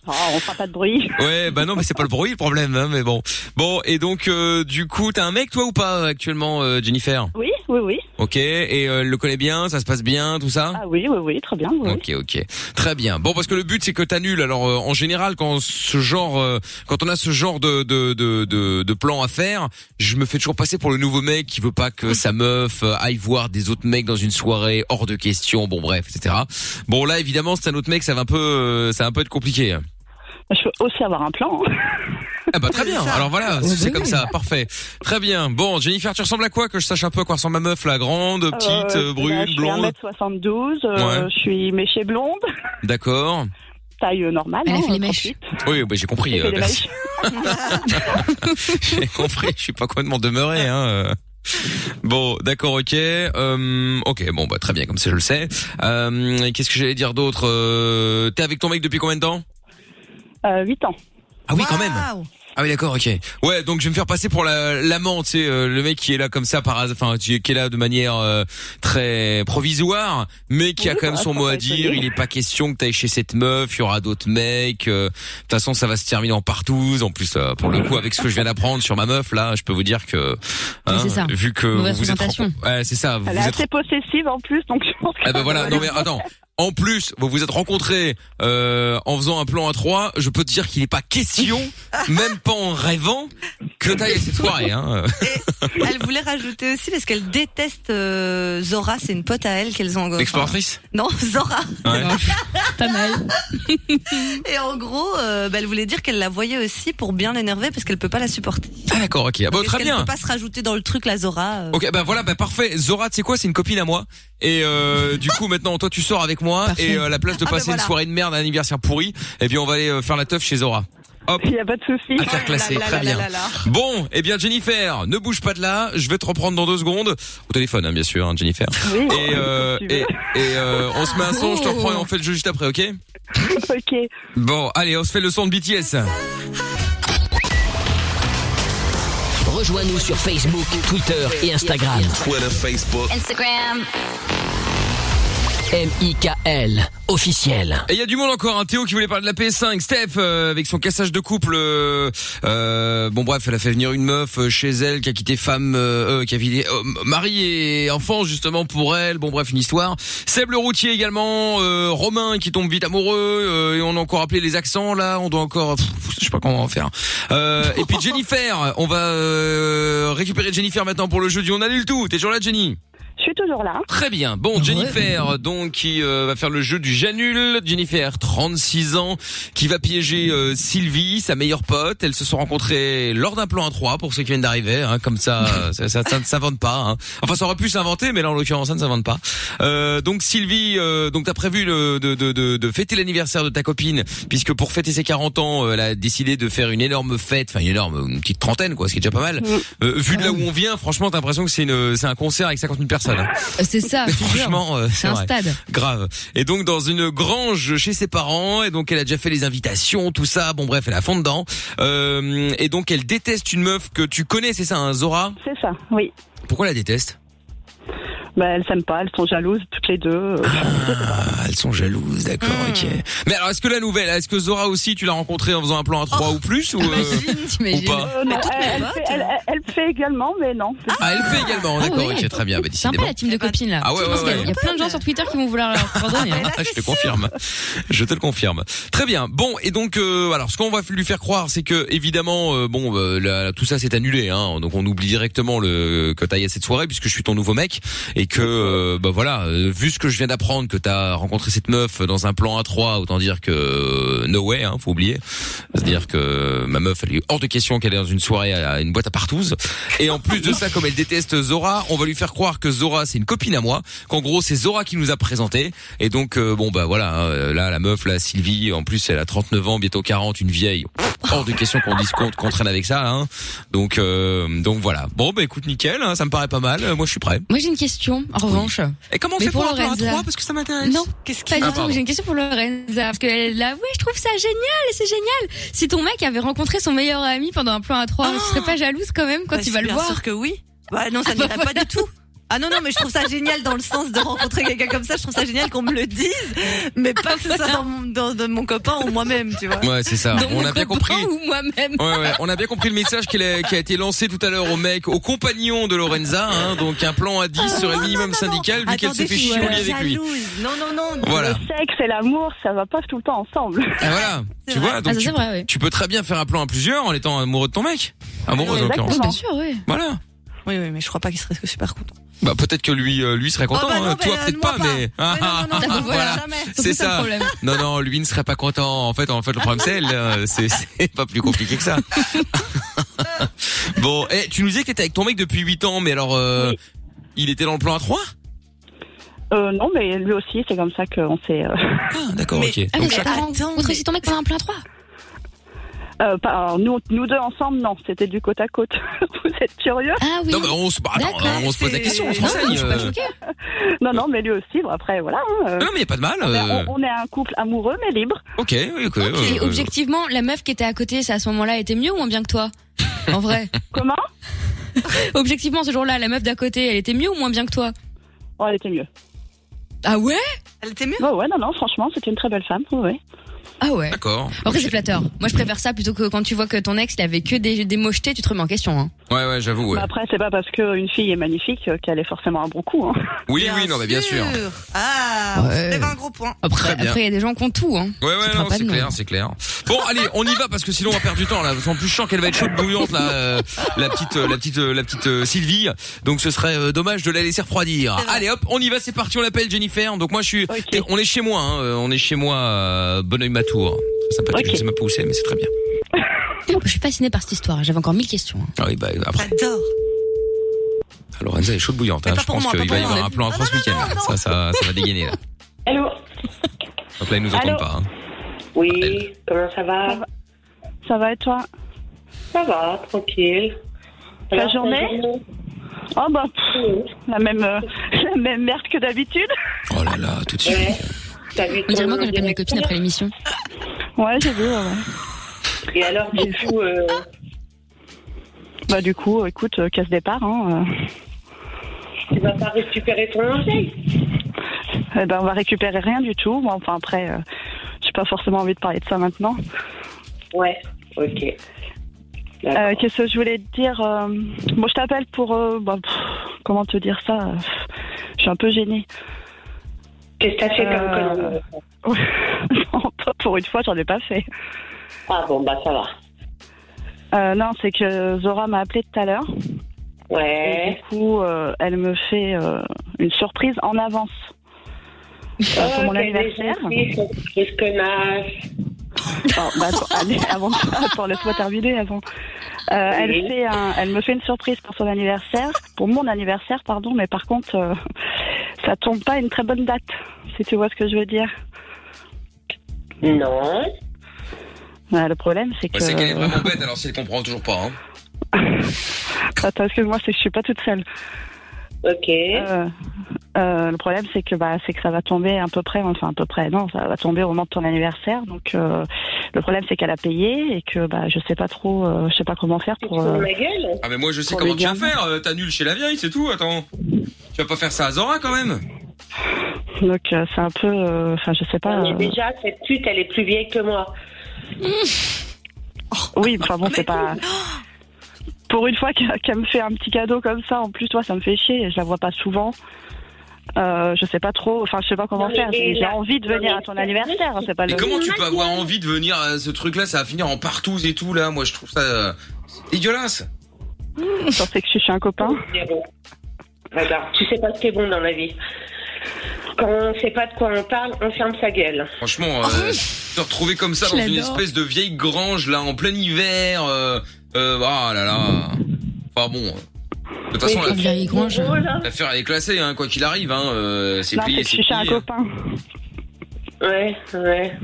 S16: Oh, on fera pas de bruit.
S2: ouais, bah non, mais c'est pas le bruit le problème, hein, mais bon. Bon, et donc, euh, du coup, t'as un mec toi ou pas euh, actuellement, euh, Jennifer
S16: Oui, oui, oui.
S2: Ok, et euh, elle le connaît bien, ça se passe bien, tout ça
S16: Ah oui, oui, oui, très bien. Oui.
S2: Ok, ok, très bien. Bon, parce que le but c'est que t'annules. Alors, euh, en général, quand ce genre, euh, quand on a ce genre de de, de de de plan à faire, je me fais toujours passer pour le nouveau mec qui veut pas que sa meuf euh, aille voir des autres mecs dans une soirée hors de question. Bon, bref, etc. Bon, là, évidemment, c'est un autre mec, ça va un peu, euh, ça va un peu être compliqué.
S16: Je peux aussi avoir un plan.
S2: Ah bah très bien. Alors voilà, c'est comme ça, parfait. Très bien. Bon, Jennifer, tu ressembles à quoi que je sache un peu à quoi ressemble ma meuf, la grande, petite,
S16: Euh,
S2: euh, brune,
S16: je suis
S2: blonde.
S16: 1m72, euh,
S2: Ouais.
S16: je suis méchée blonde,
S2: D'accord.
S16: taille euh, normale. Elle fait les mèches.
S2: Oui, bah, j'ai compris.
S16: Elle fait
S2: euh,
S16: les
S2: merci.
S16: mèches.
S2: J'ai compris, je suis pas complètement demeuré. Hein. euh. Bon, d'accord, ok. Euh, ok, bon, bah très bien, comme ça je le sais. Euh, Qu'est-ce que j'allais dire d'autre Euh, T'es avec ton mec depuis combien de temps
S16: Euh, 8 ans.
S2: Ah oui, quand même. Ah oui, d'accord, ok. Ouais, donc je vais me faire passer pour la- l'amant, tu sais, euh, le mec qui est là comme ça, par hasard- enfin, qui qui est là de manière euh, très provisoire, mais qui a quand même son mot à dire. Il est pas question que t'ailles chez cette meuf, il y aura d'autres mecs. euh, De toute façon, ça va se terminer en partouze. En plus, euh, pour le coup, avec ce que je viens d'apprendre sur ma meuf, là, je peux vous dire que, hein,
S16: c'est ça.
S2: vu que
S16: Mauvaise
S2: vous vous êtes,
S16: présentation.
S2: rencontrés- ouais, c'est ça, vous
S16: Elle
S2: vous
S16: est
S2: êtes
S16: assez possessive en plus, donc je pense que...
S2: eh ben voilà, non mais attends. En plus, vous vous êêtes rencontrés euh, en faisant un plan à trois. Je peux te dire qu'il n'est pas question, même pas en rêvant, que t'ailles à cette soirée. Hein.
S4: Elle voulait rajouter aussi parce qu'elle déteste euh, Zora, c'est une pote à elle qu'elles ont. enfin,
S2: L'exploratrice
S4: Non, Zora.
S2: Ouais.
S4: Pas mal. Et en gros, euh, bah, elle voulait dire qu'elle la voyait aussi pour bien l'énerver parce qu'elle peut pas la supporter.
S2: Ah d'accord, ok. Ah, bon,
S4: Parce
S2: très
S4: qu'elle
S2: bien.
S4: peut pas se rajouter dans le truc la Zora. euh.
S2: Ok, bah voilà, bah parfait. Zora, tu sais quoi, c'est une copine à moi. Et euh, du coup, maintenant, toi, tu sors avec moi. Et euh, à la place de
S4: Ah, bah,
S2: passer
S4: voilà.
S2: une soirée de merde, un anniversaire pourri, eh bien, on va aller euh, faire la teuf chez Zora. Hop.
S16: Il y a pas de souci. Oh
S2: Affaire classée,
S16: là là
S2: très
S16: là
S2: bien.
S16: là là.
S2: Bon, eh bien Jennifer, ne bouge pas de là, je vais te reprendre dans deux secondes au téléphone, hein, bien sûr, hein, Jennifer.
S16: Oui.
S2: Et, euh,
S16: Tu veux. Oh.
S2: et, et, euh, on se met un son, je te reprends et on fait le jeu juste après, ok
S16: Ok.
S2: Bon, allez, on se fait le son de BTS.
S1: Rejoins-nous sur Facebook, Twitter et Instagram.
S10: Twitter, Facebook.
S9: Instagram.
S1: M-I-K-L, officiel.
S2: Et il y a du monde encore, un Théo qui voulait parler de la PS5, Steph euh, avec son cassage de couple. euh, euh, bon bref, elle a fait venir une meuf euh, chez elle qui a quitté femme, euh, euh, qui a quitté euh, mari et enfant justement pour elle. Bon bref, une histoire. Seb le routier également, euh, Romain qui tombe vite amoureux euh, et on a encore appelé les accents là, on doit encore, pff, je sais pas comment on va en faire. Euh, et puis Jennifer, on va euh, récupérer Jennifer maintenant pour le jeu du on annule tout. T'es toujours là, Jenny?
S16: Je suis toujours là.
S2: Très bien. Bon, Jennifer, donc qui euh, va faire le jeu du Janul. Jennifer, 36 ans, qui va piéger euh, Sylvie, sa meilleure pote. Elles se sont rencontrées lors d'un plan à 3 pour ceux qui viennent d'arriver. hein, comme ça, euh, ça, ça- ça ne s'invente pas. hein. Enfin, ça aurait pu s'inventer, mais là, en l'occurrence, ça ne s'invente pas. Euh, donc Sylvie, euh, donc t'as prévu le- de, de, de, de fêter l'anniversaire de ta copine, puisque pour fêter ses 40 ans, euh, elle a décidé de faire une énorme fête, enfin une énorme, une petite trentaine, quoi, ce qui est déjà pas mal. Euh, vu de là où on vient, franchement, t'as l'impression que c'est une, c'est un concert avec 50 000 personnes. hein.
S5: C'est ça. je te jure.
S2: Franchement, euh, c'est
S5: un
S2: vrai.
S5: stade.
S2: Grave. Et donc dans une grange chez ses parents, et donc elle a déjà fait les invitations, tout ça. Bon bref, elle a fond dedans. Euh, et donc elle déteste une meuf que tu connais, c'est ça, hein, Zora.
S16: C'est ça, oui.
S2: Pourquoi elle la déteste
S16: Bah, elles s'aiment pas, elles sont jalouses toutes les deux. euh,
S2: Ah, elles sont jalouses, d'accord,
S5: Hmm.
S2: ok. Mais alors est-ce que la nouvelle, est-ce que Zora aussi tu l'as rencontrée en faisant un plan à
S5: Oh.
S2: 3 ou plus ou,
S5: Ah,
S2: euh, ou pas
S16: euh, non, elle, elle fait, elle- elle- elle fait également, mais non.
S2: Ah, elle fait également,
S16: Ah
S2: d'accord,
S16: oui,
S2: ok, très bien. Bah,
S5: C'est un peu
S2: décidément.
S5: la team de copines là.
S2: Ah ouais,
S5: Je pense
S2: ouais,
S5: qu'il y a-
S2: ouais.
S5: Il y a plein de gens sur Twitter qui vont vouloir leur pardonner. hein.
S2: Ah, je te confirme. Je te le confirme. Très bien. Bon, et donc, euh, alors, ce qu'on va lui faire croire, c'est que, évidemment, euh, bon, euh, là, tout ça s'est annulé. Hein, donc, on oublie directement le, que t'ailles à cette soirée, puisque je suis ton nouveau mec, et que, euh, bah voilà, euh, vu ce que je viens d'apprendre, que t'as rencontré cette meuf dans un plan A3, autant dire que euh, no way, hein, faut oublier. C'est-à-dire que ma meuf, elle est hors de question qu'elle est dans une soirée à une boîte à partouze. Et en plus de ça, comme elle déteste Zora, on va lui faire croire que Zora, c'est une copine à moi, qu'en gros, c'est Zora qui nous a présenté. Et donc, euh, bon, bah voilà, hein, là, la meuf, là, Sylvie, en plus, elle a 39 ans, bientôt 40, une vieille. Hors de question qu'on discompte, qu'on traîne avec ça, hein. Donc, euh, donc voilà. Bon, bah écoute, nickel, hein, ça me paraît pas mal. Euh, Moi, je suis prêt.
S5: Moi j'ai une question en revanche.
S2: Et comment on
S5: Mais
S2: fait pour un plan à
S5: Lorenza
S2: trois Parce que ça m'intéresse.
S5: Non,
S2: qu'il y
S5: pas
S2: a
S5: du
S2: Ah, pardon.
S5: tout. J'ai une question pour Lorenza parce qu'elle là, oui, je trouve ça génial, c'est génial. Si ton mec avait rencontré son meilleur ami pendant un plan à trois, tu
S2: Ah
S5: serais pas jalouse quand même quand
S4: Bah,
S5: tu vas le
S4: bien
S5: voir
S4: sûr que oui. Bah non, ça
S5: Ah bah
S4: n'irait pas du tout. Ah non, non, mais je trouve ça génial dans le sens de rencontrer quelqu'un comme ça. Je trouve ça génial qu'on me le dise, mais pas que ce soit dans mon, dans, dans mon copain ou moi-même, tu vois.
S2: Ouais, c'est ça.
S4: Dans
S2: on
S4: mon
S2: a bien
S4: copain
S2: compris.
S5: ou moi-même.
S2: Ouais, ouais, on a bien compris le message qu'il a- qui a, été lancé tout à l'heure au mec, au compagnon de Lorenza, hein, donc un plan à 10 serait le minimum syndical vu qu'elle s'est fait chier avec lui.
S16: Non, non, non.
S2: Voilà.
S16: Le sexe et l'amour, ça va pas tout le temps ensemble.
S2: Ah, voilà, tu vois,
S4: Ah,
S2: donc tu, tu peux très bien faire un plan à plusieurs en étant amoureux de ton mec. Amoureux en l'occurrence.
S5: sûr, oui.
S2: Voilà.
S4: Oui, oui, mais je crois pas qu'il serait super content.
S2: Bah peut-être que lui, euh, lui serait content,
S4: Oh, bah non,
S2: hein.
S4: bah,
S2: toi
S4: euh,
S2: peut-être
S4: moi
S2: pas,
S4: pas.
S2: mais
S4: non, non, bah, voilà, jamais. C'est
S2: c'est
S4: ça le
S2: ça.
S4: problème.
S2: Non, non, lui ne serait pas content. En fait, en fait, le problème c'est elle. euh, C'est c'est pas plus compliqué que ça. bon, eh, tu nous disais que t'étais avec ton mec depuis 8 ans, mais alors, euh, il était dans le plan à 3
S16: Euh, non, mais lui aussi, c'est comme ça qu'on s'est. euh,
S2: D'accord, ok.
S5: Ah, mais
S2: Donc, chaque-
S5: attends, contre si ton mec pendant un plan à trois.
S16: euh, pas- alors, nous, nous deux ensemble, non, c'était du côte à côte. Vous êtes curieux
S5: Ah
S2: Non, mais on se, bah, attends,
S16: D'accord,
S2: on se pose la
S16: c'est-
S2: question, on se
S16: Non,
S2: renseigne.
S16: je suis pas
S2: euh.
S16: choquée. Non, non, mais lui aussi, bon, après, voilà. hein, euh,
S2: Non, mais y a pas de mal.
S16: on est-
S2: euh.
S16: on, on est un couple amoureux, mais libre.
S2: Ok, oui, ok.
S5: Et
S2: euh,
S5: objectivement, la meuf qui était à côté, ça à ce moment-là était mieux ou moins bien que toi En vrai.
S16: Comment
S5: Objectivement, ce jour-là, la meuf d'à côté, elle était mieux ou moins bien que toi
S16: Oh, elle était mieux.
S5: Ah ouais
S4: Elle était mieux
S16: Ouais, ouais, non, non, franchement, c'était une très belle femme, ouais, ouais.
S5: Ah ouais.
S2: D'accord.
S5: Après, c'est flatteur. Moi, je préfère ça plutôt que quand tu vois que ton ex, il avait que des, des mochetés, tu te remets en question. Hein.
S2: Ouais, ouais, j'avoue. ouais.
S16: Mais après, c'est pas parce qu'une fille est magnifique euh, qu'elle est forcément un bon coup. Hein.
S2: Oui, oui, non, mais bien sûr.
S4: Ah,
S2: Ouais.
S4: on se lève un gros point.
S2: Très
S5: Après,
S2: bien.
S5: après, il y a des gens qui ont tout. Hein.
S2: Ouais, ouais, non,
S5: pas
S2: c'est
S5: de nom.
S2: clair, c'est clair. Bon, allez, on y va parce que sinon on va perdre du temps là. En plus, je sens qu'elle va être chaude bouillante là, euh, la petite, euh, la petite, euh, la petite euh, Sylvie. Donc, ce serait euh, dommage de la laisser refroidir. Allez, hop, on y va, c'est parti. On l'appelle Jennifer. Donc moi, je suis, on est chez moi, hein, euh, on est chez moi, euh, Bonneuil Matour. Ça peut être, ça m'a poussé, mais c'est très bien.
S5: Putain, Je suis fascinée par cette histoire. J'avais encore mille questions. hein.
S2: Ah oui, bah après.
S4: J'adore.
S2: Lorenza est chaude bouillante. Hein. Je
S5: pour
S2: pense
S5: moi, pas
S2: qu'il
S5: pour
S2: va y
S5: moi.
S2: avoir un plan à trois ce week-end. là. Ça, ça, ça va dégainer. Là.
S10: Allô
S2: Donc là, ils nous
S10: Allô
S2: entendent pas. hein.
S10: Oui, comment ça va
S16: Ça va et toi
S10: Ça va, tranquille.
S16: Ta
S10: Alors,
S16: journée Oh bah, pff, la même, euh, la même merde que d'habitude.
S2: Oh là là, tout de
S10: suite.
S5: On dirait moi quand j'appelle mes copines après l'émission.
S16: Ouais, j'ai vu, ouais, ouais.
S10: Et alors, du coup, euh,
S16: Bah du coup, euh, écoute, euh, casse départ. Hein,
S10: tu vas pas récupérer ton linge
S16: euh. eh ben, on va récupérer rien du tout. Bon, enfin, après, euh, j'ai pas forcément envie de parler de ça maintenant.
S10: Ouais, ok.
S16: Euh, Qu'est-ce que je voulais te dire euh, Bon, je t'appelle pour. euh, bah, pff, comment te dire ça euh, pff, Je suis un peu gênée.
S10: Qu'est-ce que t'as fait comme
S16: Euh, Non, pas pour une fois, j'en ai pas fait.
S10: Ah bon, bah ça va.
S16: Euh, non, c'est que Zora m'a appelé tout à l'heure.
S10: Ouais.
S16: Et du coup, euh, elle me fait euh, une surprise en avance. Euh, pour mon anniversaire.
S10: Qu'est-ce connasse
S16: Oh, bah, attends, allez, avant, attends, laisse-moi terminer avant. Euh, elle, fait un- elle me fait une surprise pour son anniversaire, pour mon anniversaire, pardon, mais par contre, euh, ça tombe pas à une très bonne date, si tu vois ce que je veux dire.
S10: Non.
S16: Bah, le problème, c'est que.
S2: Bah, c'est qu'elle est vraiment bête, alors si elle comprend toujours pas. Hein.
S16: Attends, excuse-moi, c'est que je suis pas toute seule.
S10: Ok.
S16: Euh. le problème, c'est que bah, c'est que ça va tomber à peu près, enfin à peu près, non, ça va tomber au moment de ton anniversaire. Donc euh, le problème, c'est qu'elle a payé et que bah je sais pas trop, euh, je sais pas comment faire pour. euh,
S2: Ah, mais moi je sais
S16: Pour
S2: comment
S16: les
S2: tu vas
S16: gamins.
S2: faire. euh, T'annules chez la vieille, c'est tout, attends. Tu vas pas faire ça à Zora quand même
S16: Donc euh, c'est un peu, euh, enfin je sais pas.
S10: Mais
S16: euh,
S10: déjà, cette pute, elle est plus vieille que moi.
S16: Oui, enfin bon, c'est pas.
S10: Oh
S16: Pour une fois qu'elle qu'elle me fait un petit cadeau comme ça, en plus, toi, ça me fait chier. Je la vois pas souvent. Euh, je sais pas trop. Enfin, je sais pas comment
S10: Non, mais
S16: faire. J'ai
S10: et
S16: j'ai
S10: là-
S16: envie de
S10: non,
S16: venir
S10: mais
S16: à ton
S10: c'est-
S16: anniversaire. C'est pas
S2: Mais
S16: Bah, le.
S2: comment tu peux avoir envie de venir à ce truc là Ça va finir en partout et tout là. Moi je trouve ça euh, dégueulasse.
S16: Je pensais que je suis chez un copain.
S10: Zéro. Regarde, tu sais pas ce qui est bon dans la vie. Quand on sait pas de quoi on parle, on ferme sa gueule.
S2: Franchement, euh, te retrouver comme ça
S10: Je
S2: dans une
S10: l'adore.
S2: espèce de vieille grange là en plein hiver. Euh, euh, ah là là. Enfin bon. euh, De toute façon,
S16: Mais c'est vieille grange.
S2: la- l'affaire elle est classée, hein, quoi qu'il arrive. Hein, euh, c'est
S16: Non,
S2: plié,
S16: c'est que je
S2: c'est
S16: suis chez un
S2: plié.
S16: copain.
S10: Ouais, ouais.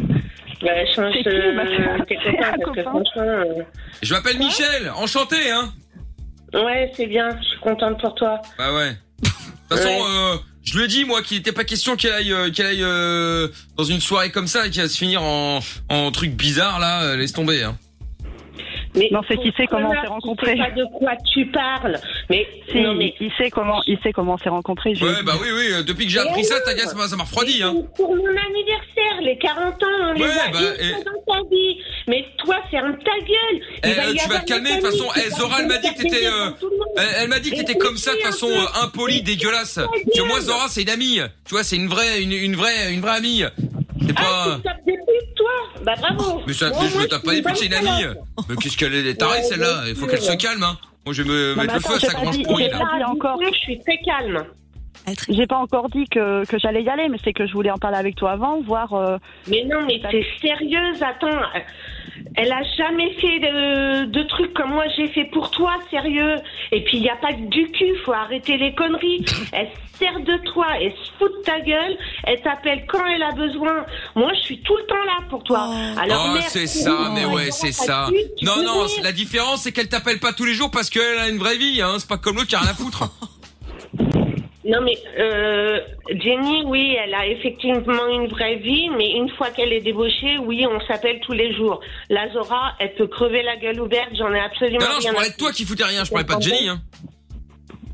S10: Bah, change
S16: C'est qui,
S10: euh,
S16: ma sœur
S10: tes copains,
S16: Un
S10: parce que
S16: copain.
S10: franchement. euh,
S2: Je m'appelle Michel, enchanté, hein.
S10: Ouais, c'est bien, je suis contente pour toi.
S2: Bah ouais. De toute façon, euh, je le dis moi qu'il n'était pas question qu'elle aille, euh, qu'elle aille euh, dans une soirée comme ça et qu'elle va se finir en, en truc bizarre là. euh, laisse tomber. Hein.
S10: Mais
S16: non, c'est qu'il sait comment on
S10: Connard,
S16: s'est
S10: Tu
S16: rencontrés.
S10: sais pas de quoi tu parles. Mais
S16: Si,
S10: non, mais
S16: il sait comment, il sait comment on s'est rencontrés. je-
S2: Ouais, bah oui, oui. euh, Depuis que j'ai
S10: Mais
S2: appris ça,
S10: non.
S2: ta gueule, ça m'a- ça m'a refroidi. Hein.
S10: pour mon anniversaire, les 40 ans, on les
S2: Ouais,
S10: a
S2: bah,
S10: une
S2: et-
S10: fois dans ta vie. Mais toi, ferme ta gueule. Il
S2: Eh,
S10: va y
S2: tu vas
S10: avoir
S2: te calmer de
S10: des
S2: toute façon.
S10: amis qui
S2: Eh,
S10: vont
S2: Zora, elle m'a
S10: te
S2: dit que
S10: faire
S2: t'étais,
S10: des
S2: euh,
S10: enfants tout le monde. hein.
S2: elle, elle m'a dit que t'étais comme ça de toute façon euh, impolie, dégueulasse. Que moi, Zora, c'est une amie. Tu vois, c'est une vraie, une, une vraie, une vraie amie. C'est pas.
S10: Tape des putes, toi. Bah bravo.
S2: Mais ça,
S10: Ah, Moi,
S2: mais je
S10: moi,
S2: me
S10: je
S2: tape
S10: suis
S2: pas les
S10: une
S2: putes, c'est une
S10: bonne
S2: amie.
S10: calotte.
S2: Mais qu'est-ce qu'elle est tarée
S10: Ouais,
S2: celle-là
S10: bien
S2: Il faut
S10: sûr.
S2: qu'elle se calme. Hein. Moi, je vais me
S16: Non,
S2: mettre
S16: mais
S2: le feu à
S16: attends, j'ai
S2: sa
S16: pas
S2: grange
S16: dit-
S2: brouille
S16: j'ai
S2: là.
S16: pas dit encore.
S10: Je suis très calme.
S16: J'ai pas encore dit que, que j'allais y aller, mais c'est que je voulais en parler avec toi avant, voir. euh,
S10: Mais non, mais t'es sérieuse, attends. Elle a jamais fait de, de trucs comme moi j'ai fait pour toi, sérieux. Et puis il n'y a pas que du cul, faut arrêter les conneries. Elle se sert de toi, elle se fout de ta gueule, elle t'appelle quand elle a besoin. Moi je suis tout le temps là pour toi. Alors
S2: oh,
S10: merde,
S2: c'est
S10: tu
S2: ça,
S10: vois,
S2: mais
S10: alors,
S2: ouais, c'est ça.
S10: t'as dit, tu
S2: Non,
S10: peux
S2: non,
S10: dire.
S2: la différence, c'est qu'elle t'appelle pas tous les jours parce qu'elle a une vraie vie, hein. C'est pas comme l'autre qui a rien à foutre.
S10: Non, mais euh, Jenny, oui, elle a effectivement une vraie vie, mais une fois qu'elle est débauchée, oui, on s'appelle tous les jours. La Zora, elle peut crever la gueule ouverte, j'en ai absolument
S2: Non, non, je
S10: rien à
S2: parlais de toi qui foutais rien, je parlais pas de Jenny, hein.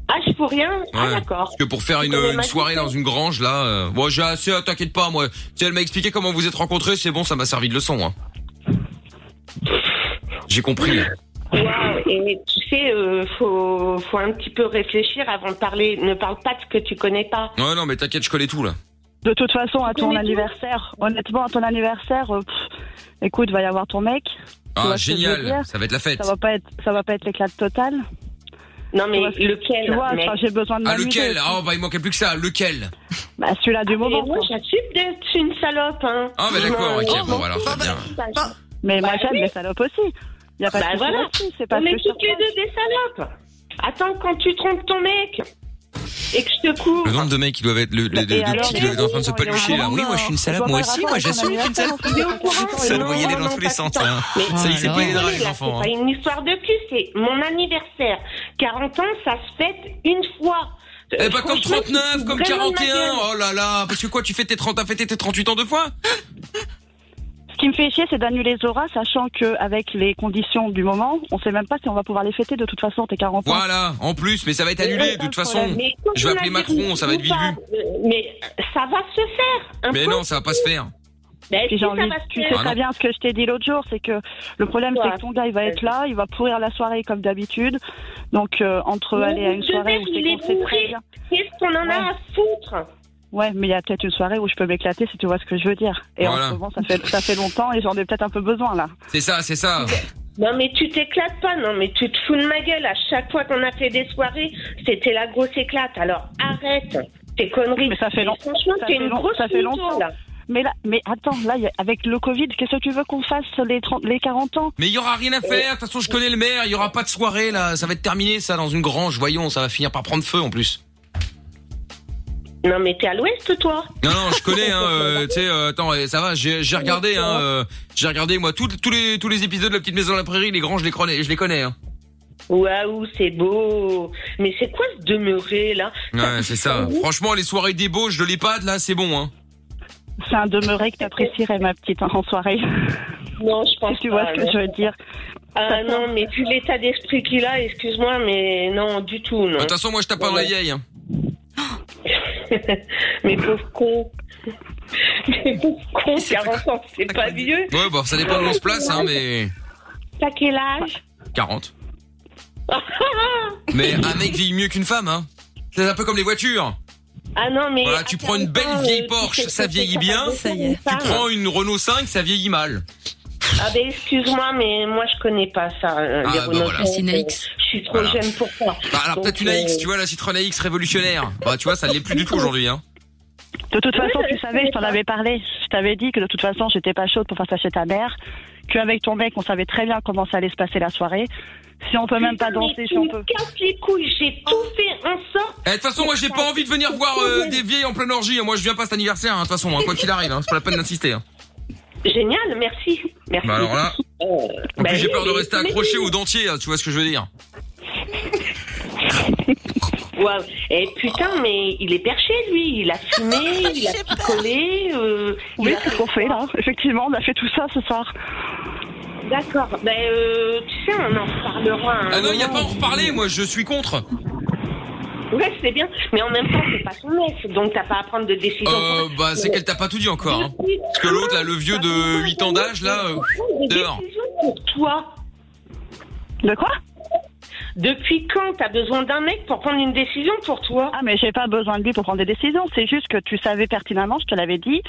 S10: Ah, je fous rien Ah,
S2: Ouais.
S10: d'accord.
S2: Parce que pour faire
S10: Tu
S2: une,
S10: connais
S2: une
S10: ma
S2: soirée dans une grange, là, euh, moi j'ai assez, euh, t'inquiète pas, moi. Si elle m'a expliqué comment vous êtes rencontrés, c'est bon, ça m'a servi de leçon, hein. J'ai compris.
S10: Waouh, et tu sais, euh, faut, faut un petit peu réfléchir avant de parler. Ne parle pas de ce que tu connais pas.
S2: Ouais, non, mais t'inquiète, je connais tout, là.
S16: De toute façon, à ton anniversaire, honnêtement, à ton anniversaire, euh, pff, écoute, va y avoir ton mec. Tu
S2: Ah,
S16: vois ce que je veux
S2: génial,
S16: dire
S2: ça va être la fête.
S16: Ça va pas être, ça va pas être l'éclat total.
S10: Non mais
S2: lequel,
S16: Tu vois,
S2: mec
S16: enfin, j'ai besoin de
S2: Ah,
S16: m'amuser.
S2: lequel Ah, bah il manquait plus que ça, lequel
S16: Bah celui-là du moment.
S10: Et moi, j'assume d'être une salope. Hein.
S2: Ah, mais d'accord,
S5: Oh,
S10: Moi,
S2: ok,
S10: euh,
S2: bon, alors, très bien.
S16: Mais moi
S10: Bah
S16: j'aime
S10: oui.
S16: les salopes aussi. Ah, Y a pas de
S10: bah
S16: souci
S10: voilà,
S16: là-dessus, c'est pas
S10: on
S16: ce
S10: est
S16: que je
S10: toutes les deux des salopes. Attends, quand tu trompes ton mec et que je te cours.
S2: Le nombre de mecs qui doivent être, le, le-
S10: Et
S2: de- de
S10: alors,
S2: petits qui doivent être en train de se
S10: mais oui,
S2: palucher là.
S10: on est
S2: Oui, moi je suis une salope, moi aussi, moi j'assume, je suis une salope.
S10: Il est au courant,
S2: Ça
S10: non,
S2: devrait y aller
S10: non,
S2: dans tous les
S10: pas
S2: sens.
S10: tout le
S2: hein.
S10: temps.
S2: Ça, il s'est pas les draps, les
S10: Là,
S2: enfants.
S10: C'est
S2: hein.
S10: pas une histoire de cul, c'est mon anniversaire. 40 ans, ça se fête une fois. Euh,
S2: Eh bah comme
S10: Franchement, je
S2: 39,
S10: suis
S2: comme
S10: vraiment de ma
S2: 41,
S10: gueule.
S2: oh là là, parce que quoi, tu fais tes 30, t'as fêté tes 38 ans deux fois
S16: qui me fait chier, c'est d'annuler Zora, sachant que avec les conditions du moment, on sait même pas si on va pouvoir les fêter de toute façon, tes 40 ans.
S2: Voilà, en plus, mais ça va être annulé de toute façon.
S10: Mais quand
S2: Je vais
S10: on a
S2: appeler
S10: dit
S2: Macron, ça va être vite vu.
S10: euh, Mais ça va se faire. un
S2: Mais
S10: peu.
S2: non, ça va pas se faire.
S10: Ben,
S16: Puis
S10: si,
S16: j'ai
S10: ça
S16: envie-
S10: va se
S16: tu
S10: faire.
S16: sais très bien ce que je t'ai dit l'autre jour, c'est que le problème c'est
S10: Quoi
S16: que ton gars il va être là, il va pourrir la soirée comme d'habitude. Donc euh, entre
S10: Mais
S16: aller à une
S10: je
S16: soirée
S10: vais
S16: où
S10: vous
S16: c'est
S10: les
S16: qu'on sait très
S10: bourrer.
S16: bien.
S10: Qu'est-ce qu'on en a à foutre
S16: Ouais, mais il y a peut-être une soirée où je peux m'éclater si tu vois ce que je veux dire. Et
S2: Voilà.
S16: en ce moment ça fait ça fait longtemps et j'en ai peut-être un peu besoin là.
S2: C'est ça, c'est ça.
S10: Non mais tu t'éclates pas, non mais tu te fous de ma gueule. À chaque fois qu'on a fait des soirées, c'était la grosse éclate. Alors arrête tes conneries. Mais ça fait
S16: longtemps.
S10: Franchement,
S16: Ça
S10: t'es
S16: fait
S10: une
S16: long-
S10: grosse
S16: ça fait longtemps.
S10: mytho, là.
S16: Mais là, mais attends, là, il y a- avec le Covid, qu'est-ce que tu veux qu'on fasse les 30, les 40 ans
S2: Mais il y aura rien à faire. De toute façon, je connais le maire. Il y aura pas de soirée là. Ça va être terminé ça dans une grange. Voyons, ça va finir par prendre feu en plus.
S10: Non mais t'es à l'ouest toi.
S2: Non, non, je connais. Hein, euh, tu sais, euh, attends, euh, ça va. J'ai j'ai regardé. Hein, euh, j'ai regardé moi tous tous les tous les épisodes de la petite maison de la prairie. Les granges, je les connais. Je les connais. Hein.
S10: Waouh, c'est beau. Mais c'est quoi ce demeuré là
S2: Ouais, c'est ça. Franchement, les soirées débauches de l'EHPAD là, c'est bon. Hein.
S16: C'est un demeuré que t'apprécierais, ma petite, hein, en soirée.
S10: Non, je pense
S16: Si tu
S10: pas,
S16: vois ce que
S10: non.
S16: je veux dire.
S10: Ah non, mais vu l'état d'esprit qu'il a, excuse-moi, mais non, du tout, non.
S2: De toute façon, moi, je tape pas dans l'oreille. Hein.
S10: Mais pauvre con. Mais pauvre con, 40 ans, c'est pas vieux.
S2: Ouais, bah ça dépend où on se place, hein, mais
S10: T'as quel âge
S2: 40. Mais un mec vit mieux qu'une femme. Hein. C'est un peu comme les voitures.
S10: Ah non, mais. euh,
S2: Voilà, tu prends une belle vieille Porsche, ça vieillit bien. Tu prends une Renault 5, ça vieillit mal.
S10: Ah ben excuse-moi, mais moi je connais pas ça. euh,
S2: Ah,
S10: les
S2: bah
S10: Renault
S2: voilà.
S10: Zoé.
S2: C'est une AX.
S10: Je suis trop
S2: Voilà.
S10: jeune pour ça.
S2: Bah, alors peut-être une
S10: euh,
S2: AX, tu vois, la Citroën AX révolutionnaire. Bah tu vois, ça ne l'est plus du tout aujourd'hui. Hein.
S16: De toute façon, tu savais, je t'en avais parlé. Je t'avais dit que de toute façon, j'étais pas chaude pour faire ça chez ta mère. Qu'avec ton mec, on savait très bien comment ça allait se passer la soirée. Si on peut même pas danser, si on peut.
S10: Casse les couilles, j'ai tout fait en sorte.
S2: Eh, De toute façon, moi j'ai pas envie de venir voir euh, des vieilles en pleine orgie. hein. Moi je viens pas cet anniversaire, hein, de toute façon, hein, quoi qu'il arrive. hein. C'est pas la peine d'insister. hein.
S10: Génial, merci. Merci.
S2: Bah alors là. En
S10: bah
S2: plus, j'ai
S10: oui,
S2: peur de
S10: mais-
S2: rester
S10: mais-
S2: accroché au dentier, hein, tu vois ce que je veux dire.
S10: Waouh. Et Eh, putain, mais il est perché lui. Il a fumé, il a picolé. Euh,
S16: Oui, c'est ce qu'on fait là. Effectivement, on a fait tout ça ce soir.
S10: D'accord. Ben euh, tu sais, on en reparlera. à un
S2: Ah non, y a
S10: moment.
S2: pas à en reparler, moi je suis contre.
S10: Ouais, c'est bien. Mais en même temps, c'est pas son mec, donc t'as pas à prendre de décision.
S2: Euh, bah c'est qu'elle t'a pas tout dit encore. hein. Parce que l'autre là, le vieux de 8 ans d'âge là, euh, dehors.
S10: pour toi.
S16: De quoi
S10: Depuis quand t'as besoin d'un mec pour prendre une décision pour toi
S16: Ah, mais j'ai pas besoin de lui pour prendre des décisions. C'est juste que tu savais pertinemment, je te l'avais dit.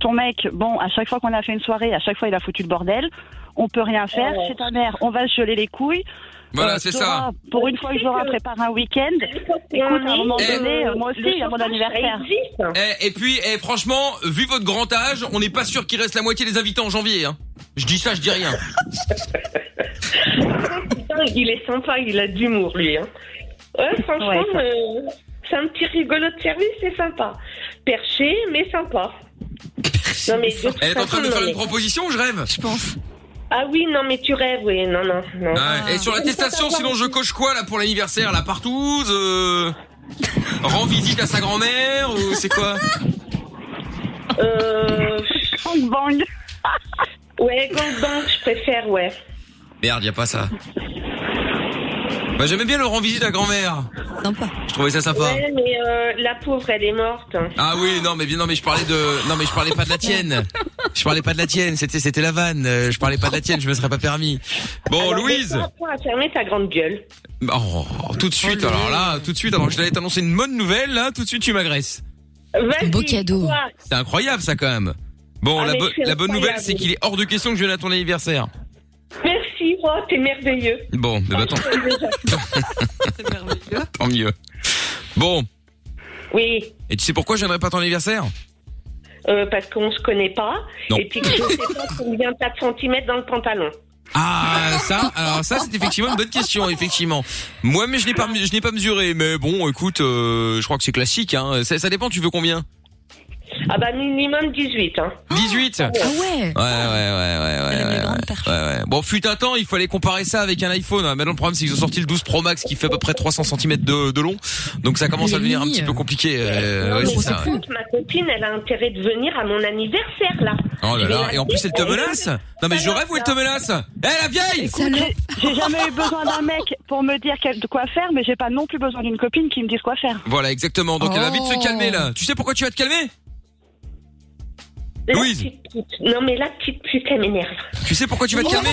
S16: Ton mec, bon, à chaque fois qu'on a fait une soirée, à chaque fois il a foutu le bordel. On peut rien faire.
S10: Ah Ouais.
S16: Chez ta mère, on va se geler les couilles. Euh,
S2: Voilà, c'est
S16: Zora,
S2: ça.
S16: Pour une fois que Zora prépare un week-end, écoute, à un moment donné, euh, moi aussi, il y a mon anniversaire.
S2: Eh, et puis, eh, franchement, vu votre grand âge, on n'est pas sûr qu'il reste la moitié des invités en janvier. Hein. Je dis ça, je dis rien.
S10: Putain, il est sympa, il a de l'humour, lui. hein. Ouais, franchement, euh, c'est un petit rigolo de service, c'est sympa. Perché, mais sympa. Non, mais de toute
S2: Elle est en train de me
S10: façon,
S2: faire
S10: non,
S2: une proposition, je rêve. Je pense.
S10: mais- Ah oui, non, mais tu rêves, oui, non, non. non.
S2: Ah Et sur l'attestation, sinon je coche quoi là pour l'anniversaire, la partouze, euh, rend visite à sa grand-mère ou c'est quoi
S10: Euh.
S16: Gangbang.
S10: ouais, gangbang, je préfère, ouais.
S2: Merde, y a pas ça. Bah j'aimais bien le rend visite à grand-mère.
S4: Sympa.
S2: Je trouvais ça sympa.
S10: Ouais, mais euh, la pauvre, elle est morte.
S2: Ah oui, non mais bien non mais je parlais de non mais je parlais pas de la tienne. Je parlais pas de la tienne, c'était c'était la vanne. Euh, Je parlais pas de la tienne, je me serais pas permis. Bon Louise.
S10: Pour à fermer ta grande gueule.
S2: Oh, tout de suite alors là, tout de suite alors que je t'allais t'annoncer une bonne nouvelle là, tout de suite tu m'agresses.
S10: Vas-y.
S5: Beau cadeau.
S2: C'est incroyable ça quand même. Bon,
S10: Ah,
S2: la,
S10: mais
S2: bo-
S10: c'est
S2: la bonne
S10: incroyable.
S2: nouvelle c'est qu'il est hors de question que je vienne à ton anniversaire.
S10: Merci, oh, t'es merveilleux.
S2: Bon, eh ben, tant, tant mieux. Bon.
S10: Oui.
S2: Et tu sais pourquoi je viendrai pas à ton anniversaire
S10: Euh, parce qu'on se connaît pas.
S2: Non.
S10: Et puis que je sais pas combien t'as de centimètres dans le pantalon.
S2: Ah ça, alors ça c'est effectivement une bonne question, effectivement. Moi mais je n'ai pas je n'ai pas mesuré, mais bon écoute, euh, je crois que c'est classique hein. Ça, ça dépend, tu veux combien
S10: Ah bah minimum 18. Hein.
S2: 18
S10: ouais
S2: Ouais, ouais, ouais, ouais, ouais, ouais, ouais, ouais. Bon, fut un temps, il fallait comparer ça avec un iPhone. hein. Maintenant, le problème, c'est qu'ils ont sorti le 12 Pro Max qui fait à peu près 300 cm de, de long. Donc, ça commence à devenir un petit peu compliqué. euh, Eh ouais,
S10: Mais
S2: c'est
S10: par
S2: ça, ouais.
S10: contre, ma copine, elle a intérêt de venir à mon anniversaire là.
S2: Oh là là. Et en plus, elle te menace. Non, mais je rêve où elle te menace. Eh, la vieille!
S16: Écoute, j'ai- J'ai jamais eu besoin d'un mec pour me dire quel- de quoi faire, mais j'ai pas non plus besoin d'une copine qui me dise quoi faire.
S2: Voilà, exactement. Donc, elle va vite se
S16: Oh.
S2: calmer, là. Tu sais pourquoi tu vas te calmer?
S10: La
S2: Louise.
S10: petite pute. Non mais la petite pute, elle m'énerve.
S2: Tu sais pourquoi tu vas te calmer?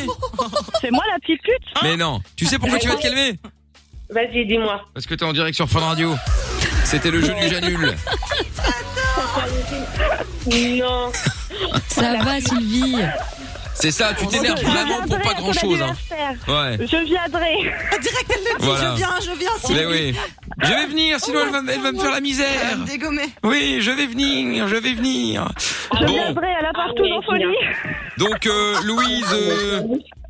S16: C'est moi la petite pute
S2: Mais non. Tu sais pourquoi tu vas te calmer?
S10: Vas-y, dis-moi.
S2: Parce que t'es en direct sur Fun Radio. C'était le jeu du Janul.
S10: Non.
S5: Ça va, Sylvie.
S2: C'est ça, Ah, tu t'énerves vraiment pour pas grand chose. Hein. Ouais.
S16: Je viendrai.
S4: Direct, elle le dit,
S2: Voilà.
S4: je viens, je viens. si.
S2: Mais oui. Je vais venir, sinon elle va, me- elle va me faire la
S4: Elle
S2: misère.
S4: va me dégommer.
S2: Oui, je vais venir, je vais venir.
S16: Je
S2: Bon,
S16: viendrai à la partout en
S5: Ah
S16: folie.
S2: donc euh, Louise, euh,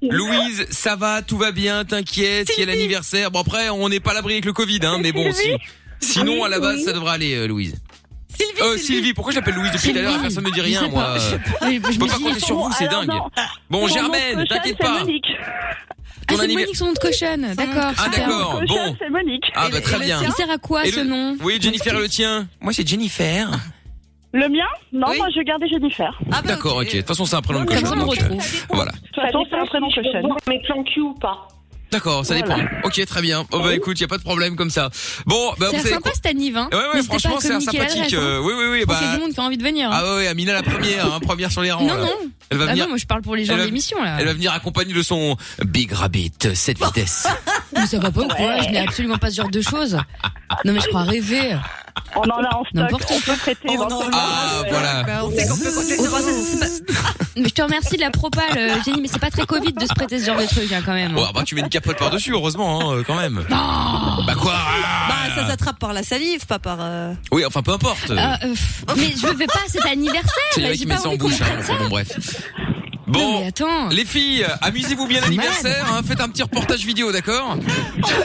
S2: Louise, ça va, tout va bien, t'inquiète, il y a l'anniversaire. Bon après, on n'est pas à l'abri avec le Covid, hein, mais bon, si,
S4: Sylvie.
S2: sinon à la base,
S4: Oui.
S2: ça devrait aller, euh, Louise.
S4: Sylvie,
S2: euh, Sylvie. pourquoi je l'appelle Louise depuis tout à l'heure
S4: Sylvie.
S2: Personne ne me dit
S4: Je
S2: rien,
S4: sais
S2: moi.
S4: pas, je sais pas.
S2: Je peux pas compter sur vous, c'est
S16: Alors
S2: dingue.
S16: non.
S2: Bon,
S16: Mon
S2: Germaine,
S16: autre chatte,
S2: Eh, t'inquiète
S16: c'est
S2: pas.
S16: Monique.
S5: Ah,
S2: Ton
S5: c'est
S2: anniver-
S5: Monique, son nom de cochonne. D'accord.
S2: Ah,
S5: super.
S2: d'accord, Mon cochonne, bon.
S16: c'est Monique.
S2: Ah bah très bien.
S5: Il sert à quoi
S2: Et
S5: ce
S2: le-
S5: nom
S2: Oui, Jennifer, le tien. Moi, c'est Jennifer.
S16: Le mien Non, moi je gardais Jennifer.
S5: Ah,
S2: D'accord, ok. De toute façon, c'est un prénom de cochon. donc, euh, Voilà.
S16: De toute façon, c'est un prénom que je chaîne.
S10: Mes plans cul ou pas
S2: D'accord, ça
S10: Voilà.
S2: dépend. Ok, très bien. Oh bah écoute, y a pas de problème comme ça. Bon, bah
S5: C'est
S2: vous savez
S5: sympa
S2: quoi
S5: cette anniv, hein.
S2: Ouais, ouais,
S5: N'hésitez pas à
S2: franchement, c'est
S5: communiquer
S2: sympathique,
S5: l'adresse, hein.
S2: euh, oui, oui, oui,
S5: Je pense qu'il y a
S2: bah-
S5: du monde qui a envie de venir. hein.
S2: Ah ouais, ouais, Amina la première, hein, première sur les rangs.
S5: Non,
S2: là.
S5: non.
S2: Elle va
S5: Ah
S2: venir.
S5: non, moi je parle pour les gens
S2: Elle
S5: de
S2: va-
S5: l'émission là.
S2: Elle va venir accompagnée de son Big Rabbit, cette vitesse.
S5: Mais ça va pas ou quoi Je n'ai absolument pas ce genre de choses. Non mais je crois rêver.
S16: On en a en
S5: N'importe
S16: stock, on peut traiter éventuellement.
S2: Ah, voilà.
S4: On sait qu'on peut compter sur un-
S5: Oh. Mais je te remercie de la propale, euh, Jenny, mais c'est pas très Covid de se prêter ce genre de truc hein, quand même.
S2: Bon, ah bah tu mets une capote par-dessus, heureusement, hein, euh, quand même. Bah quoi ah
S4: Bah, ça s'attrape par la salive, pas par. euh,
S2: Oui, enfin, peu importe.
S5: Ah, euh, pff, mais je vais pas à cet anniversaire.
S2: C'est le mec
S5: J'ai
S2: qui
S5: pas
S2: met ça en
S5: envie qu'on
S2: bouche,
S5: me
S2: hein,
S5: prête
S2: enfin, bon, bref. Bon, les filles, amusez-vous bien l'anniversaire, hein, faites un petit reportage vidéo, d'accord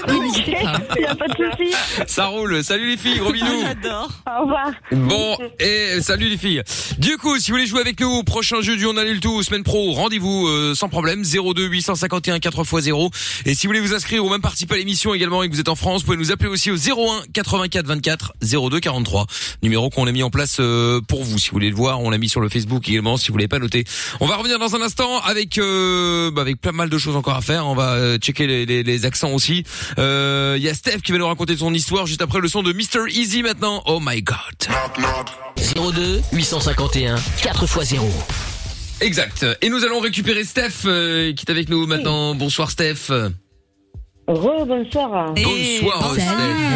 S16: Il n'y a pas de souci.
S2: Ça roule, salut les
S5: Ah,
S2: filles, gros bisous
S4: J'adore.
S16: Au revoir.
S2: Bon, et salut les filles. Du coup, si vous voulez jouer avec nous au prochain jeu du On Annule Tout, semaine pro, rendez-vous euh, sans problème, 02 851 4x0. Et si vous voulez vous inscrire ou même participer à l'émission également et que vous êtes en France, vous pouvez nous appeler aussi au 01 84 24 02 43. Numéro qu'on a mis en place euh, pour vous. Si vous voulez le voir, on l'a mis sur le Facebook également si vous l'avez pas noté. On va revenir dans un instant avec euh, bah, avec plein mal de choses encore à faire. On va euh, checker les, les- les accents aussi. Euh, Il y a Steph qui va nous raconter son histoire juste après le son de Mr. Easy maintenant. Oh my god.
S1: 02 851 4x0.
S2: Exact. Et nous allons récupérer Steph euh, qui est avec nous maintenant. Bonsoir Steph.
S17: Re-bonsoir.
S2: Bonsoir Steph.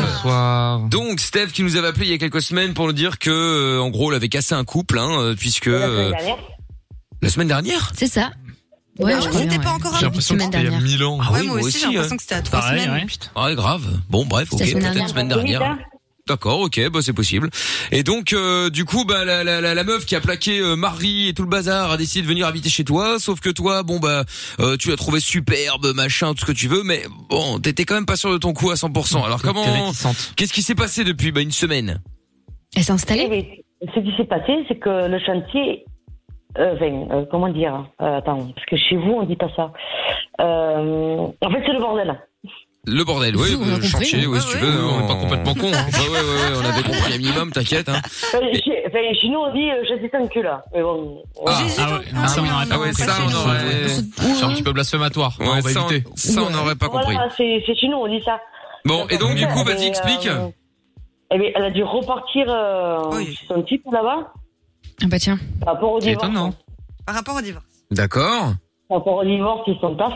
S2: Bonsoir. Donc Steph qui nous avait appelé il y a quelques semaines pour nous dire que euh, en gros elle avait cassé un couple hein, euh, puisque euh, Bah, la semaine dernière.
S5: C'est ça. Ouais,
S4: Ah,
S5: je crois
S4: c'était
S5: bien,
S4: pas
S5: ouais.
S4: encore
S2: J'ai l'impression que
S4: semaine
S2: c'était il y a
S4: dernière.
S2: mille ans.
S4: Ah
S2: Ah
S4: ouais,
S2: oui,
S4: moi
S2: moi
S4: aussi, j'ai
S2: aussi,
S4: l'impression
S2: hein.
S4: que c'était à trois
S2: Pareil,
S4: semaines.
S2: ouais. Ouais, grave. Bon, bref, ok,
S4: la semaine
S2: peut-être
S4: dernière.
S2: la semaine dernière. D'accord, ok, bah c'est possible. Et donc, euh, du coup, bah la, la, la, la meuf qui a plaqué euh, Marie et tout le bazar a décidé de venir habiter chez toi. Sauf que toi, bon bah, euh, tu l'as trouvé superbe, machin, tout ce que tu veux, mais bon, t'étais quand même pas sûr de ton coup à 100%. Alors comment Qu'est-ce qui s'est passé depuis bah une semaine
S5: Elle s'est installée
S17: Ce qui s'est passé, c'est que le chantier. euh, enfin, euh, comment dire euh, Attends, parce que chez vous, on dit pas ça. Euh, en fait, c'est le bordel.
S2: Le bordel, oui,
S17: on a
S2: bah,
S17: compris,
S2: chantier,
S17: hein.
S2: oui, si tu veux, on est pas complètement con. hein. Bah ouais, ouais, ouais, on avait compris un minimum, t'inquiète. Hein.
S17: Enfin, Euh, chez, enfin, chez nous, on dit euh, j'ai un cul là. Mais bon.
S2: Ah ouais, ça, on aurait- Ah ça, on aurait. C'est un petit peu blasphématoire.
S3: on va
S2: ça,
S3: éviter.
S2: ça, on n'aurait pas compris.
S17: Voilà, c'est c'est chez nous, on dit ça.
S2: Bon, et donc, du coup, vas-y,
S17: Et, euh,
S2: explique.
S17: eh bien, elle a dû repartir euh, chez son type là-bas.
S5: Ah bah tiens.
S17: Par rapport au
S5: C'est
S17: divorce.
S5: étonnant.
S4: Par rapport au divorce.
S2: D'accord.
S17: Par rapport au divorce, ils sont taf.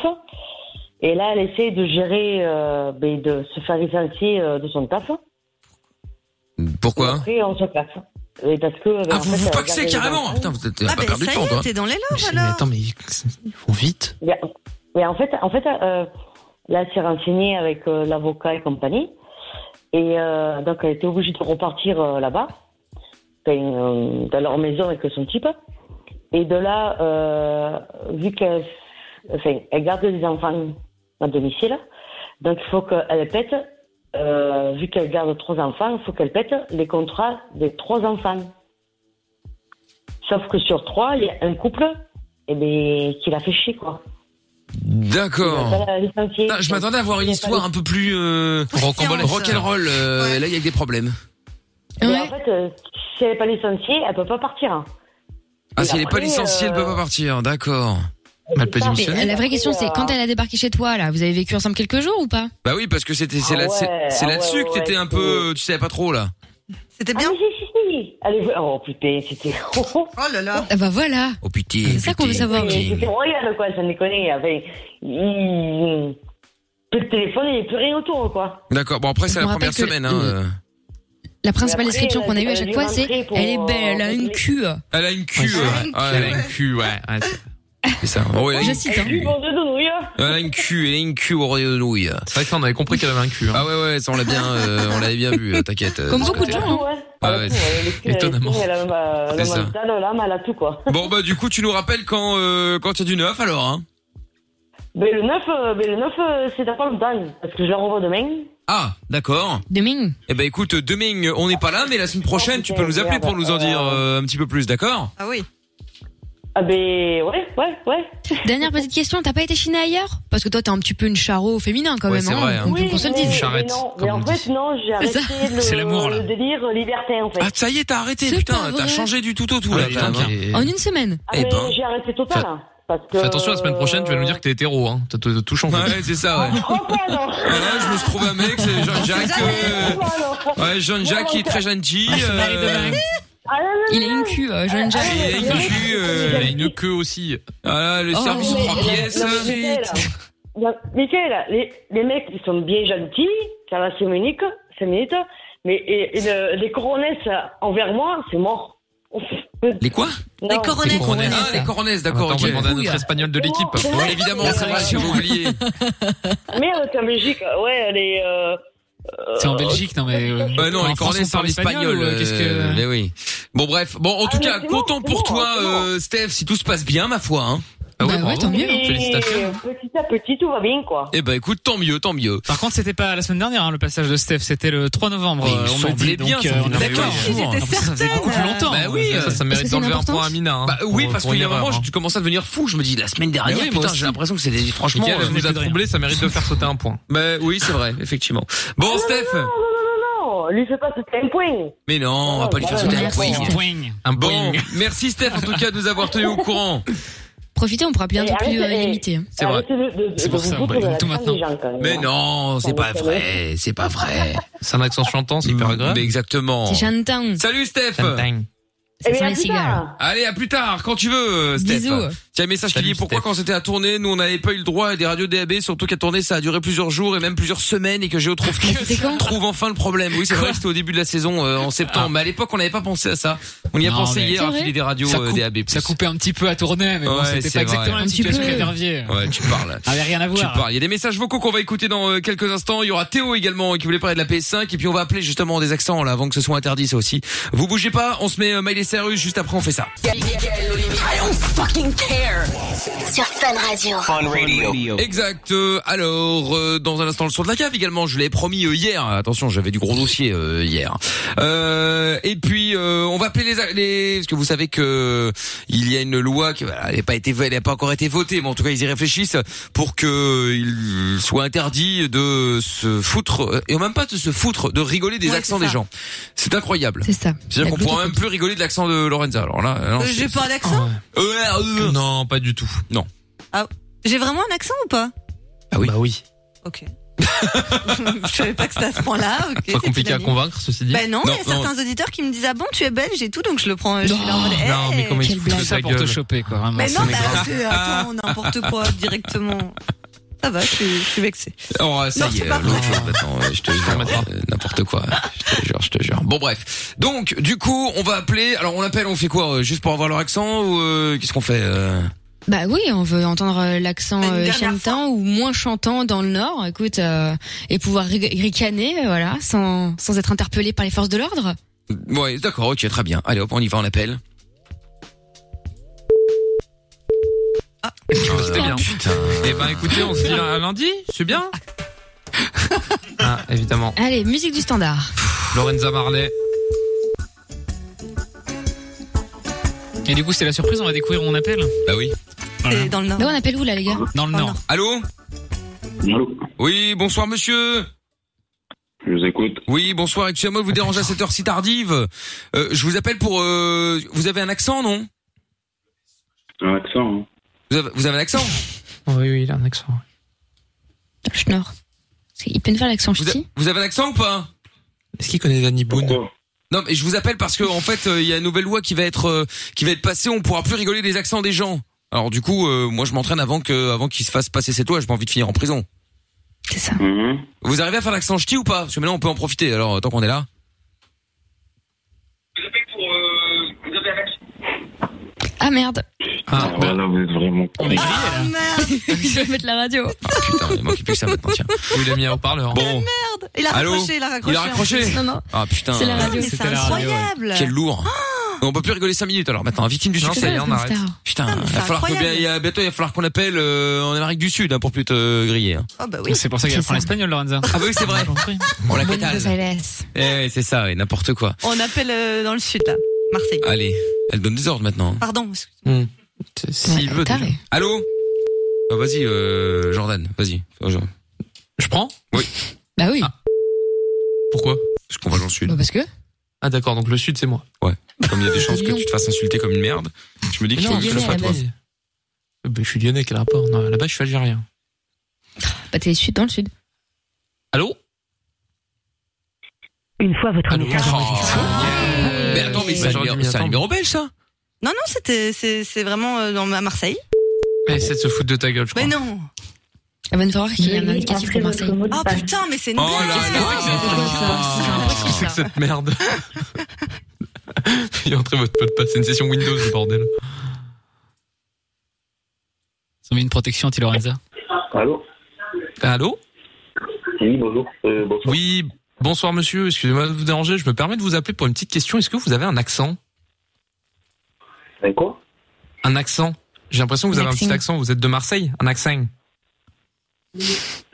S17: Et là, elle essaie de gérer, euh, ben, de se faire licencier euh, de son taf.
S2: Pourquoi
S17: Après, on se casse. Et parce que.
S2: Ah,
S17: ben, en fait, elle a
S2: Pas que c'est
S17: gardé les
S2: carrément.
S17: enfants.
S2: Putain, vous êtes- t'as
S17: Ah
S2: pas
S17: ben,
S2: perdu
S17: ça
S2: de
S17: y
S2: temps,
S17: est,
S2: hein, toi.
S17: t'es dans les loges,
S2: Mais
S17: alors.
S2: attends, mais ils font vite.
S17: Mais, mais en fait, en fait euh, là, c'est renseigné avec euh, l'avocat et compagnie. Et euh, donc, elle était obligée de repartir euh, là-bas, Enfin, euh, dans leur maison avec son type. Et de là, euh, vu qu'elle enfin, elle garde les enfants à domicile, donc il faut qu'elle pète, euh, vu qu'elle garde trois enfants, il faut qu'elle pète les contrats des trois enfants. Sauf que sur trois, il y a un couple eh ben, qui l'a fait chier, quoi.
S2: D'accord.
S17: Voilà, licencié.
S2: Putain, Je m'attendais à avoir une histoire un peu plus euh,
S17: Rock'n'roll.
S2: rock'n'roll. euh, et Là, il y a que des problèmes.
S17: Mais en fait, euh, si elle n'est pas licenciée, elle peut pas partir. hein.
S2: Ah,
S17: Et
S2: si elle est pas
S17: après,
S2: licenciée, elle peut pas partir. D'accord. Mais Elle peut
S5: euh. Mais
S2: démissionner.
S5: La vraie question, c'est quand elle a débarqué chez toi, là, vous avez vécu ensemble quelques jours ou pas
S2: Bah oui, parce que c'était c'est
S5: Ah
S2: là,
S5: ouais,
S2: c'est- c'est
S5: ah
S2: là-dessus
S5: ouais,
S2: que t'étais
S5: ouais,
S2: un peu, tu savais pas trop là.
S4: C'était
S17: bien Ah, si, si, si. Elle est- Oh putain, c'était... Oh,
S4: là là
S5: Ah bah voilà
S2: Oh putain
S5: C'est ça qu'on veut savoir.
S17: C'était royal, quoi, ça déconne. Avec... Il... Plus de téléphone, il n'y a plus rien autour, quoi.
S2: D'accord. Bon après, c'est la
S5: Je me
S2: première
S5: rappelle que
S2: semaine.
S5: le-
S2: hein, euh.
S5: La principale
S17: Mais après, euh,
S5: description qu'on a eue à
S17: elle
S5: chaque
S17: est
S5: fois, c'est
S17: rentrée pour,
S5: elle est
S17: euh,
S5: belle, elle a une cul.
S2: Elle a une queue. euh, ouais. Ouais, Elle a une queue, ouais. ouais, c'est- C'est ça. Oh, elle a une
S5: hein.
S17: Et puis, bon, de nouilles. hein.
S2: Elle a une cul, elle a une cul au royaume de nouilles. C'est vrai que ça, on avait compris qu'elle avait un cul. Ah ouais, ouais, ça, on l'a bien, euh, on l'avait bien vu, euh, t'inquiète. euh, de ce côté-là.
S5: hein.
S2: Ah ouais. Étonnamment.
S17: Elle a hein. euh,
S2: C'est
S17: la
S2: ça.
S17: mentale, l'âme, elle a tout, quoi.
S2: Bon, bah, du coup, tu nous rappelles quand, euh, quand il y a du neuf, alors, hein.
S17: Mais le 9, euh, mais le 9 euh, c'est pas le dingue, parce que je la revois demain.
S2: Ah, d'accord.
S5: Demain.
S2: Eh ben, écoute, demain, on n'est pas là, mais la semaine prochaine, tu peux nous appeler pour nous en dire euh, un petit peu plus, d'accord?
S4: Ah oui.
S17: Ah ben ouais, ouais, ouais.
S5: Dernière petite question, t'as pas été chiner ailleurs Parce que toi, t'es un petit peu une charo au féminin quand
S2: Ouais,
S5: même.
S2: c'est vrai,
S5: On,
S2: hein.
S5: qu'on se le
S17: mais-
S5: dise.
S17: mais non, mais en fait, non, j'ai arrêté le,
S2: C'est l'amour, là.
S17: le délire libertin, euh, en fait.
S2: Ah, ça y est, t'as arrêté, putain, t'as changé du tout au tout, là, quand même, hein.
S5: En une semaine.
S17: Ah,
S6: Eh
S17: mais
S6: ben,
S17: j'ai arrêté total, hein, parce que...
S3: Fais attention, la semaine prochaine, tu vas nous dire que t'es hétéro, hein. T'as tout tout changé.
S2: Ouais, c'est ça, ouais.
S17: Ah
S2: Voilà, je me suis trouvé un mec, c'est Jean-Jacques, euh, ouais, Jean-Jacques, il est très gentil,
S3: Ah,
S2: euh,
S5: Il a une queue, euh, jeune Jacques.
S2: il a une queue, euh,
S3: Il a une queue aussi.
S2: Voilà, le
S17: Oh,
S2: service
S17: mais-
S2: trois pièces.
S17: non, mais Michael, hein. non, Michael, les, les mecs, ils sont bien gentils, ça va, c'est minutes, c'est minutes, mais et, et le- les coronesses envers moi, c'est mort.
S2: Les quoi
S17: Les
S2: Les coronesses. Ah, les coronesses, d'accord.
S3: Attends, on va
S2: ok.
S3: demander à notre espagnol de l'équipe.
S2: Bon, évidemment, c'est vrai, j'ai oublié.
S15: euh,
S17: Merde, c'est en Belgique, ouais, les... Euh,
S2: C'est en
S6: Belgique, non mais. euh,
S2: Bah non,
S6: en France, on
S2: les coronesses parlent
S6: parle espagnol.
S2: espagnol.
S6: euh, Qu'est-ce
S2: euh,
S6: que.
S2: Mais oui. Bon, bref. Bon, en tout
S17: mais
S2: cas,
S17: c'est bon,
S2: content
S17: c'est
S2: pour
S17: bon,
S2: toi,
S17: c'est bon.
S2: euh, Steph, si tout se passe bien, ma foi. Hein.
S6: Bah ouais, bravo. tant mieux.
S17: et
S6: Félicitations.
S17: Petit à petit, tout va bien, quoi.
S2: Eh ben écoute, tant mieux, tant mieux.
S6: Par contre, c'était pas la semaine dernière hein, le passage de Steph, c'était le 3 novembre.
S2: Mais il me
S6: euh, on m'a
S2: semblait
S6: dit,
S2: bien,
S6: donc,
S2: ça
S6: euh, on
S2: venait
S6: est
S2: d'accord.
S6: d'accord.
S2: J'étais
S6: Ah, ça faisait
S2: certaine.
S6: beaucoup plus longtemps. hein.
S2: Bah oui,
S6: ça, ça
S2: Est-ce que
S6: mérite
S2: c'est
S6: d'enlever un
S2: important
S6: point à Mina. hein,
S2: Bah oui,
S6: pour-
S2: parce
S6: pour
S2: qu'il
S6: une
S2: y a un moment,
S6: erreur, hein.
S2: je commence à devenir fou. Je me dis, la semaine dernière,
S6: Mais oui, moi
S2: putain,
S6: aussi.
S2: j'ai l'impression que c'est des- franchement.
S6: Mickaël,
S2: euh,
S6: vous êtes troublé, ça mérite de faire sauter un point.
S2: Bah oui, c'est vrai, effectivement. Bon, Steph.
S17: Non, lui fait pas tout plein point.
S2: Mais non, on va pas lui faire sauter un poing. Un bon. Merci Steph en tout cas de nous avoir tenus au courant.
S5: Profitez, on pourra bientôt plus euh, limiter.
S2: C'est vrai.
S17: C'est
S2: pour ça,
S17: foutre de la
S2: maintenant. Mais non, c'est pas vrai, c'est pas vrai.
S3: C'est un accent chantant, c'est hyper agréable.
S2: Mais exactement.
S5: C'est Chantin.
S2: Mm. Salut Steph.
S5: Ça
S17: Eh
S5: sent
S17: bien,
S5: les
S17: à plus
S5: cigales.
S17: tard.
S2: Allez, à plus tard, quand tu veux, euh, Steph.
S5: Bisous.
S2: Tiens, un message qui dit pourquoi quand c'était à tourner, nous on n'avait pas eu le droit à des radios DAB, surtout qu'à tourner ça a duré plusieurs jours et même plusieurs semaines et que Géo trouve trouve enfin le problème. Oui, c'est vrai, que c'était au début de la saison euh, en septembre, mais à l'époque on n'avait pas pensé à ça. On y a
S6: Ah. Non,
S2: pensé
S6: mais-
S2: hier
S6: C'est
S2: à
S6: vrai.
S2: filer des radios
S6: Ça
S2: euh,
S6: coupe-
S2: DAB+.
S6: Ça coupait un petit peu à tourner, mais bon,
S2: Ouais,
S6: c'était
S2: c'est
S6: pas exactement
S2: vrai.
S6: la
S2: Un
S6: même
S2: petit
S6: situation
S2: peu.
S6: qu'à Verviers.
S2: Ouais, tu parles.
S6: Ah, mais rien à voir.
S2: Tu parles. Il y a des messages vocaux qu'on va écouter dans euh, quelques instants. Il y aura Théo également qui voulait parler de la PS5 et puis on va appeler justement des accents là avant que ce soit interdit ça aussi. Vous bougez pas, on se met euh, Miley Cyrus juste après on fait ça.
S9: I don't fucking care. Sur Fun Radio.
S2: Exact. Euh, alors, euh, dans un instant, le son de la cave également. Je l'ai promis euh, hier. Attention, j'avais du gros dossier euh, hier. Euh, et puis, euh, on va appeler les, a- les... Parce que vous savez que il y a une loi qui voilà, elle n'a pas été, elle n'a pas encore été votée, mais en tout cas, ils y réfléchissent pour que il soit interdit de se foutre euh, et même pas de se foutre, de rigoler des
S4: Ouais,
S2: accents
S4: c'est
S2: des
S4: ça.
S2: gens. C'est incroyable.
S5: C'est ça.
S2: C'est-à-dire qu'on
S4: La
S2: pourra même plus rigoler de l'accent de Lorenza. Alors là, non,
S4: Euh,
S2: c'est- Ah
S4: J'ai pas d'accent
S2: Euh, euh, non, pas du tout. Non.
S4: Ah, J'ai vraiment un accent ou pas
S2: Ah oui. Bah
S3: oui.
S4: Ok. Je savais pas que c'était à ce point-là. ok,
S3: Pas
S4: c'est
S3: compliqué à
S4: unanime.
S3: convaincre, ceci dit.
S4: Ben non, il y a certains auditeurs qui me disent Ah bon, tu es belge et tout, donc je le prends. Je suis là en mode Eh,
S3: Non, mais comment il se fout de
S6: ça
S3: sa
S6: pour te
S3: gueule.
S6: choper, quoi. vraiment,
S4: Mais
S6: c'est
S4: non,
S6: méga-
S4: bah, c'est- attends, n'importe quoi directement. Ça va, je suis, je suis vexée.
S2: Oh, ça
S4: Non,
S2: y
S4: c'est
S2: est,
S4: pas
S2: euh, l'autre
S4: vrai.
S2: chose, maintenant, euh, je te jure, euh, n'importe quoi, je te jure, je te jure. Bon, bref. Donc, du coup, on va appeler, alors on appelle, on fait quoi, euh, juste pour avoir leur accent, ou euh, qu'est-ce qu'on fait euh
S5: Bah oui, on veut entendre euh, l'accent euh, chantant ou moins chantant dans le Nord, écoute, euh, et pouvoir ri- ricaner, euh, voilà, sans, sans être interpellé par les forces de l'ordre.
S2: Ouais, d'accord, ok, très bien. Allez, hop, on y va, on appelle.
S3: C'était
S6: Oh,
S3: bien. Eh ben, écoutez, on se dit à lundi, c'est bien. Ah, évidemment.
S5: Allez, musique du standard.
S3: Lorenza Marley.
S6: Et du coup, c'est la surprise, on va découvrir où on appelle.
S2: Bah oui.
S6: Voilà.
S5: Dans le Nord. Bah, on appelle où là, les gars
S6: Dans le Nord.
S2: Allô Oui, bonsoir monsieur.
S12: Je vous écoute.
S2: Oui, bonsoir, excusez-moi de vous déranger à cette heure si tardive. Euh, je vous appelle pour... euh, vous avez un accent, non
S12: Un accent. hein.
S2: vous avez, vous avez un accent
S6: Oh, Oui, oui, il a un accent.
S5: Je nord. Il peut me faire l'accent
S2: vous, a- vous avez un accent ou pas
S3: Est-ce qu'il connaît Danny Boone
S2: Non, mais je vous appelle parce que en fait, euh, il y a une nouvelle loi qui va être euh, qui va être passée. On pourra plus rigoler des accents des gens. Alors du coup, euh, moi, je m'entraîne avant que avant qu'il se fasse passer cette loi. J'ai pas envie de finir en prison.
S5: C'est ça.
S2: Vous arrivez à faire l'accent ch'ti ou pas Parce que maintenant, on peut en profiter. Alors euh, tant qu'on est là.
S5: Ah merde.
S2: Ah,
S12: voilà, vous êtes vraiment.
S5: Ah merde. Je vais mettre la radio.
S2: Putain, il manquait plus que ça maintenant. Tiens.
S3: Il a mis un haut-parleur.
S2: Bon.
S4: Ah, Merde, il a
S2: Allô
S4: raccroché, il a raccroché.
S2: Il a raccroché
S4: Non, non.
S2: Ah putain.
S4: C'est la radio, Mais c'est
S2: C'était la
S4: incroyable. Ah.
S2: Quel lourd. On peut plus rigoler 5 minutes alors maintenant, victime du
S3: Non,
S2: succès.
S3: ça y est, on arrête.
S2: Putain, il va
S3: c'est
S2: falloir que,
S3: incroyable.
S2: il y a- bientôt il va falloir qu'on appelle euh, en Amérique du Sud hein, pour plus te euh, griller. hein.
S4: Ah bah
S6: oui. C'est pour ça qu'il
S2: C'est
S6: apprend
S2: ça.
S6: l'espagnol, Lorenza.
S2: Ah bah oui, c'est vrai. On la
S5: Buenos
S2: quétale.
S5: Aires.
S2: Eh ouais, c'est ça, ouais, n'importe quoi.
S4: On appelle euh, dans le sud, là. Marseille.
S2: Allez, elle donne des ordres maintenant.
S4: Pardon. excuse-
S2: S'il
S4: veut, taré. déjà.
S2: Allô Ah, Vas-y, euh, Jordan, vas-y.
S3: Je prends Ah.
S2: Oui.
S5: Bah oui.
S3: Pourquoi
S2: Parce qu'on va dans le sud.
S5: Bah parce que.
S3: Ah d'accord, donc le sud c'est moi.
S2: Ouais. Comme il y a des chances que tu te fasses insulter comme une merde, je me dis qu'il faut
S3: Non,
S2: que je
S3: je
S2: le
S3: suis
S2: sois toi.
S3: lyonnais. Euh, bah, je suis lyonnais, quel rapport Non, là-bas je suis algérien.
S5: Bah t'es sud dans le sud.
S3: Allô
S5: Une fois votre message.
S2: Euh, Mais attends, mais c'est un
S3: J'aurais dû
S2: numéro-
S3: m'y
S2: c'est un
S3: attendre.
S2: numéro belge ça
S4: Non, non, c'était, c'est, c'est vraiment euh, dans, à Marseille.
S3: Mais essaie de se foutre de ta gueule, je crois.
S2: Ah.
S4: Mais non.
S5: Elle va nous voir Ah, qu'il y a un indicatif pour Marseille.
S4: Oh putain, mais c'est une blague.
S3: Qu'est-ce que c'est Ah, que cette merde Veuillez entrer votre pot de passe, c'est une session Windows, le bordel.
S6: Ça met une protection anti-Lorenza.
S12: Allô
S3: Allô
S12: Oui, bonjour. Euh, bonsoir.
S3: Oui, bonsoir monsieur, excusez-moi de vous déranger, je me permets de vous appeler pour une petite question. Est-ce que vous avez un accent
S12: Un quoi
S3: Un accent J'ai l'impression que vous
S12: Un
S3: avez un petit
S12: accent.
S3: accent, vous êtes de Marseille Un accent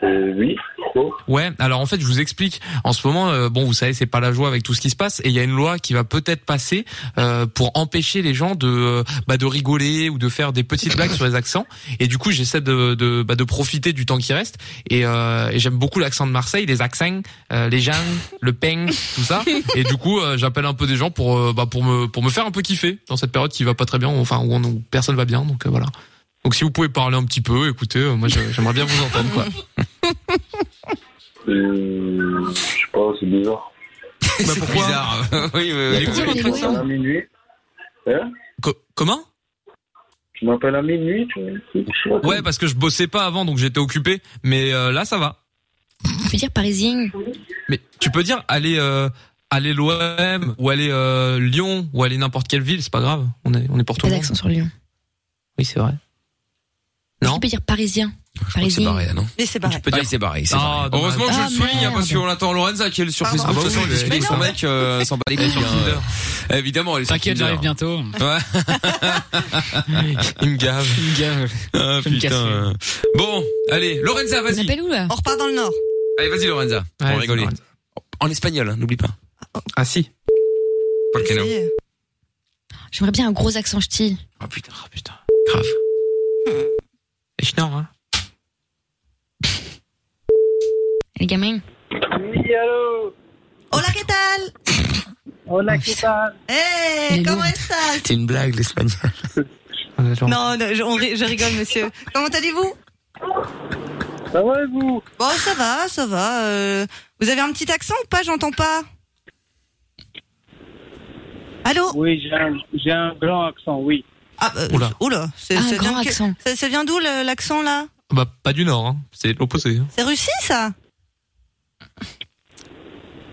S12: Euh, oui. Pourquoi
S3: Ouais, alors en fait, je vous explique. En ce moment, euh, bon, vous savez, c'est pas la joie avec tout ce qui se passe, et il y a une loi qui va peut-être passer euh, pour empêcher les gens de euh, bah, de rigoler ou de faire des petites blagues sur les accents. Et du coup, j'essaie de de, bah, de profiter du temps qui reste. Et, euh, et j'aime beaucoup l'accent de Marseille, les accents, euh, les gens, le peng, tout ça. Et du coup, euh, j'appelle un peu des gens pour euh, bah, pour me pour me faire un peu kiffer dans cette période qui va pas très bien, enfin où, on- où personne va bien. Donc euh, voilà. Donc si vous pouvez parler un petit peu, écoutez, euh, moi je- j'aimerais bien vous entendre quoi.
S12: Euh, je sais pas, c'est bizarre.
S2: C'est bizarre. Bah, oui, oui, oui.
S12: Tu m'appelles à minuit. Hein
S3: Comment
S12: Tu m'appelles à minuit, tu vois.
S3: Ouais, parce que je bossais pas avant, donc j'étais occupé. Mais euh, là, ça va.
S5: Tu peux dire parisien.
S3: Mais tu peux dire aller euh, aller l'OM ou aller euh, Lyon ou aller n'importe quelle ville, c'est pas grave. On est on est pour tout
S5: Pas
S3: le monde.
S5: d'accent sur Lyon.
S3: Oui, c'est vrai. Non.
S5: Tu peux dire parisien. Parisien.
S2: barré, hein, non
S4: Mais c'est
S2: barré. Tu peux dire c'est barré. c'est
S3: Ah,
S2: barré. Heureusement que je
S5: dommage.
S2: le souligne,
S5: Ah,
S2: hein, parce
S5: merde.
S2: qu'on attend Lorenza qui est sur Facebook.
S5: Ah bah
S2: de toute façon,
S5: oui,
S2: elle discute
S5: mais
S2: avec son
S5: non.
S2: mec, euh, elle s'en bat les couilles.
S3: sur
S2: hein. Évidemment, elle est sur
S6: T'inquiète,
S2: Tinder.
S6: j'arrive bientôt.
S2: Ouais.
S3: Il me gave.
S6: Il me gave.
S2: Ah,
S6: Je vais me casser.
S2: putain. Bon, allez, Lorenza, vas-y.
S5: T'appelles où là
S4: On repart dans le Nord.
S2: Allez, vas-y, Lorenza. On
S3: Ouais,
S2: va rigoler. En espagnol, hein, n'oublie pas.
S3: Ah si.
S2: Pas le canon.
S5: J'aimerais bien un gros accent ch'ti.
S2: Oh putain, oh, putain. Grave.
S3: Et je dors, hein.
S5: Les gamins.
S15: Oui, allô
S4: Hola, ¿qué tal?
S15: Hola, ¿qué tal
S4: Hey, comment estás?
S2: C'est une blague, l'espagnol.
S4: Non, non, je, on ri- je rigole, monsieur. Comment allez-vous?
S15: Ça va et vous
S4: Bon, ça va, ça va. euh, vous avez un petit accent ou pas? J'entends pas. Allô
S15: Oui, j'ai un, j'ai un grand accent, oui.
S4: Ah, euh,
S3: Oula.
S4: Oula, c'est,
S5: Ah, un
S4: ça
S5: grand
S4: vient de que-
S5: accent.
S4: ça- ça vient d'où le- l'accent là?
S3: Bah pas du nord, hein. c'est l'opposé. hein.
S4: C'est Russie ça?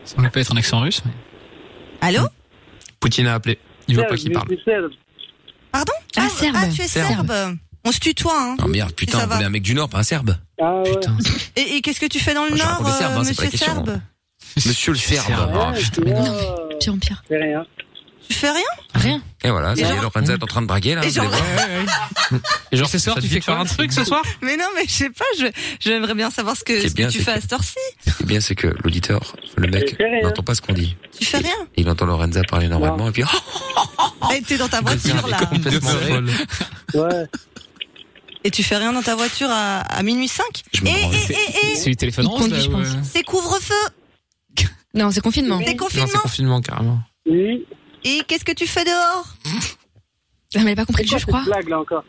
S6: Ça aurait pu être un accent russe.
S4: Allô?
S3: Poutine a appelé. Il veut pas
S15: Serbe,
S3: qu'il
S15: je
S3: parle.
S15: suis serbe.
S4: Pardon? Ah, ah, tu es serbe.
S2: Serbe.
S4: On se tutoie, hein.
S2: Oh merde, putain,
S4: ça
S2: on
S4: va.
S2: voulait un mec du Nord, pas un Serbe.
S15: Ah ouais.
S4: Et, et qu'est-ce que tu fais dans le
S2: Moi, je
S4: Nord,
S2: raconte les Serbes,
S4: euh,
S2: hein, c'est pas la
S4: monsieur
S2: question,
S4: Serbe?
S2: Monsieur le Serbe. Ah, putain.
S5: Pire en pire.
S15: C'est euh, rien.
S4: Tu fais rien?
S5: Rien.
S2: Et voilà,
S4: Et
S2: ça y est,
S4: genre-
S2: Lorenza est en train de braguer, là.
S4: Et
S2: vous
S4: genre-
S2: allez voir.
S3: Et genre ce soir, tu fais
S6: quoi
S3: faire un truc ce soir
S4: Mais non, mais je sais pas, je, j'aimerais bien savoir ce que,
S2: C'est
S4: ce
S2: bien,
S4: que tu
S2: c'est
S4: fais
S2: que-
S4: à cette heure-ci.
S2: Ce qui est Eh bien, c'est que
S3: hein.
S2: l'auditeur, le mec, n'entend pas ce qu'on dit.
S4: Tu fais rien.
S2: Il entend Lorenza parler normalement, et puis, oh,
S4: Et t'es dans ta voiture, là.
S15: Ouais.
S4: Et tu fais rien dans ta voiture à, à minuit 5 Et, et, et, et
S6: C'est du téléphone
S4: Il
S6: orange,
S4: conduit,
S6: là,
S4: je
S6: ou,
S4: pense.
S6: euh,
S4: C'est couvre-feu
S5: Non, c'est confinement.
S4: C'est
S3: Non, c'est
S4: confinement
S3: confinement, carrément.
S4: Et qu'est-ce que tu fais dehors
S5: Ah, Elle n'a pas compris le jeu, je crois. Ah,
S15: blague, là, encore.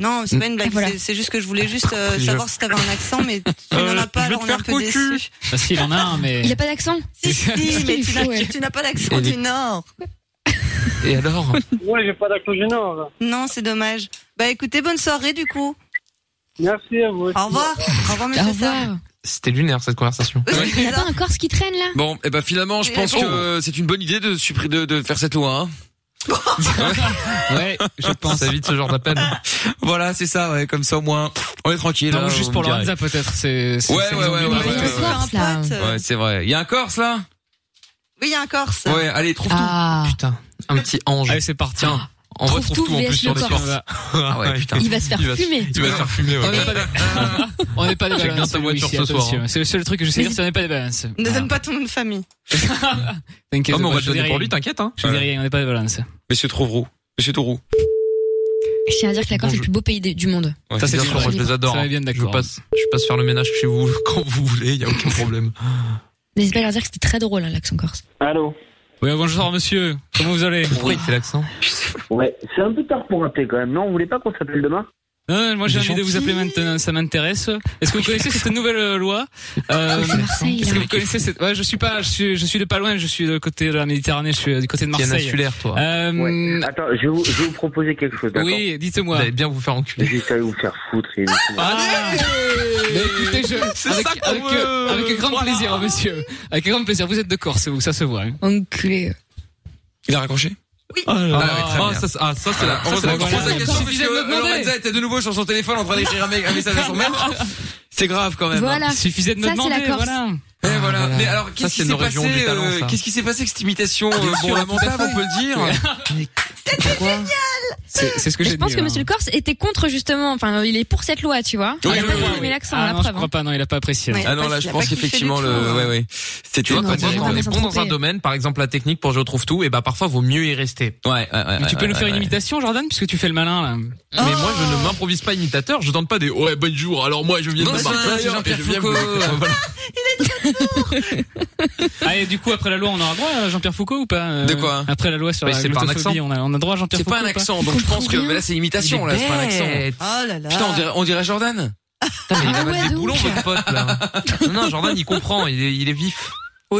S4: Non, c'est pas une blague,
S5: Voilà.
S4: c'est- c'est juste que je voulais juste euh,
S6: Compris le
S4: savoir
S6: jeu.
S4: si t'avais un accent, mais tu n'en
S3: Euh,
S4: as pas, alors on est un peu déçu.
S6: Bah, si, il en a un, mais.
S5: Il a pas d'accent
S4: Si, mais tu n'as-
S5: Ouais.
S4: tu n'as pas l'accent
S6: Elle est-
S4: du Nord.
S3: Et alors
S15: Moi, j'ai pas d'accent du Nord, là.
S4: Non, c'est dommage. Bah écoutez, bonne soirée du coup.
S15: Merci à vous.
S4: Au revoir. Au revoir, monsieur Sam.
S3: C'était lunaire, cette conversation.
S5: Il n'y a pas un Corse qui traîne là
S2: Bon, et ben finalement, je
S5: Et
S2: pense
S5: la-
S2: que c'est une bonne idée de, suppri- de, de faire cette loi. Hein.
S6: ouais, je pense.
S2: Ça évite ce genre d'appel. Voilà, c'est ça, ouais, comme ça au moins, on est tranquille.
S6: Non,
S2: hein,
S6: juste
S2: on
S6: pour
S2: me dirait.
S6: Lorenza, peut-être. C'est. c'est-
S2: Ouais,
S6: c'est
S2: ouais,
S6: les
S2: ouais, ouais,
S6: ennuis.
S2: ouais, ouais, ouais.
S4: Un pote. euh,
S2: Ouais, c'est vrai. Il y a un Corse là
S4: Oui, il y a un Corse.
S2: Ouais, allez, trouve
S5: Ah.
S3: Putain, un petit ange.
S6: Allez, c'est parti.
S2: On
S5: Trouve
S2: retrouve
S5: tout,
S2: tout, en
S5: VS
S2: plus sur
S5: le
S2: des
S5: Corse.
S2: Corses. hein. Ah ouais, putain.
S5: Il va se faire
S2: Il va se-
S5: fumer.
S2: Il va se faire fumer, ouais.
S6: On n'est pas des- On n'est pas des
S2: Check
S6: balances.
S2: dans ta voiture
S6: Louis,
S2: ce soir,
S6: attention.
S2: hein.
S6: C'est le seul truc que je sais dire, c'est on n'est pas des balances.
S4: Ne donne pas ton nom de famille.
S6: T'inquiète.
S2: Non, mais on
S6: pas,
S2: va
S6: je
S2: te donner
S6: dis
S2: pour
S6: rien.
S2: lui, t'inquiète, hein.
S6: Je dis rien, on n'est pas des balances.
S2: Monsieur Trouvrou. Monsieur Tourou.
S5: Je tiens à dire que la Corse est le plus beau pays de- du monde.
S3: ça c'est
S2: bien
S3: bien sûr, moi je les adore.
S6: Ça va bien
S3: hein.
S6: d'accord.
S3: Je passe, je passe faire le ménage chez vous quand vous voulez, il y a aucun problème.
S5: N'hésitez pas à leur dire que c'était très drôle hein, l'accent corse.
S14: Allô
S6: Oui, bonjour monsieur. Comment vous allez
S3: Pourquoi il fait l'accent
S14: Ouais, c'est un peu tard pour rappeler quand même. Non, vous voulez pas qu'on s'appelle demain
S6: Non, non, moi j'ai
S14: Il est
S6: envie de vous appeler maintenant, ça m'intéresse. Est-ce que vous connaissez cette nouvelle euh, loi Euh,
S3: Ah, C'est Marseille,
S6: Est-ce
S3: là.
S6: que vous connaissez cette Ouais, je suis pas, je suis, je suis de pas loin, je suis de côté de la Méditerranée, je suis euh, du côté de
S5: oh.
S3: T'es un
S6: Marseille.
S3: insulaire, toi.
S6: Euh,
S14: Ouais. Attends, je vais, vous, je vais vous proposer quelque chose, d'accord
S6: Oui, dites-moi.
S3: Vous allez bien vous faire enculer.
S14: Juste allez vous faire foutre. Et...
S6: Ah Bah, écoutez, je, avec, avec, euh, avec un grand plaisir, hein, monsieur. Avec un grand plaisir. Vous êtes de Corse, vous, ça se voit. hein.
S5: Enculé.
S2: Il a raccroché
S3: Ah, là
S2: Ah,
S3: là.
S2: ouais, très
S3: Ah,
S2: bien.
S3: ça, c'est- ah, ça c'est la.
S2: On
S3: ça, c'est la
S2: pose la question
S6: Attends,
S2: parce
S6: suffisait de me
S2: que euh,
S6: demander.
S2: Lorenza était de nouveau sur son téléphone en train d'écrire un mec- un message à son mère. C'est grave quand même.
S5: Voilà.
S2: hein.
S6: Suffisait de me
S5: Ça, c'est
S6: demander,
S5: la Corse.
S6: voilà.
S2: Eh, voilà. Mais alors,
S3: Ah, Ça,
S2: qu'est-ce
S3: c'est
S2: qui s'est
S3: nos
S2: passé
S3: régions du talent,
S2: euh,
S3: ça.
S2: Qu'est-ce qui s'est passé avec cette imitation
S6: Ah,
S2: euh,
S3: Bien
S2: Bon,
S3: sûr,
S2: lamentable,
S3: tout à fait.
S2: on peut le dire.
S6: C'est c'est ce que j'ai
S5: Je
S6: dit.
S5: pense que
S6: hein.
S5: monsieur le Corse était contre justement, enfin il est pour cette loi, tu vois. Il
S2: Oui,
S5: a
S2: oui,
S5: pas
S2: oui,
S5: aimé
S2: oui.
S5: l'accent,
S6: Ah
S5: la
S6: non, je
S5: preuve. hein.
S6: crois pas, non, il a pas apprécié. non.
S4: Ouais.
S2: Ah non, là,
S4: Il
S2: je
S4: a
S2: pense
S4: pas kiffé
S2: qu'effectivement,
S4: du tout,
S2: le,
S4: hein.
S2: ouais, ouais. C'était
S3: Tu vois,
S5: Non,
S3: quand
S5: t'as
S3: on est-
S5: raison,
S3: on
S5: on
S3: est
S5: s'en
S3: bon dans un
S5: trompait.
S3: domaine, par exemple la technique pour je trouve tout, et bah parfois vaut mieux y rester.
S2: Ouais, ouais, ouais,
S6: Mais tu
S2: ouais,
S6: peux nous
S2: ouais,
S6: faire
S2: ouais.
S6: une imitation, Jordan, puisque tu fais le malin, là.
S3: Mais
S5: Ah,
S3: moi je ne m'improvise pas imitateur, je tente pas des ouais bonjour, alors moi je viens
S2: Non,
S3: de
S2: c'est
S3: Marseille,
S2: c'est Jean-Pierre
S3: et je viens vous-
S2: Foucault.
S3: Voilà.
S6: Ah, et du coup, après la loi, on aura droit à Jean-Pierre Foucault ou pas euh,
S2: De quoi, hein
S6: Après la loi sur
S3: Mais
S6: la
S3: c'est pas un
S6: glottophobie,
S3: accent.
S6: on a, on a droit à Jean-Pierre
S2: C'est
S6: Foucault
S2: pas un
S6: ou
S2: accent, donc je pense que mais là c'est imitation,
S6: Il est
S2: là, c'est pas un accent.
S3: bête.
S4: Oh là là.
S2: Putain, on dirait, on dirait Jordan.
S3: Putain, mais il
S5: Ah
S3: a
S5: ouais,
S3: battu
S5: de
S3: des boulons,
S5: ouf.
S3: votre pote, là. Non, non, Jordan, il comprend, il est, il est vif.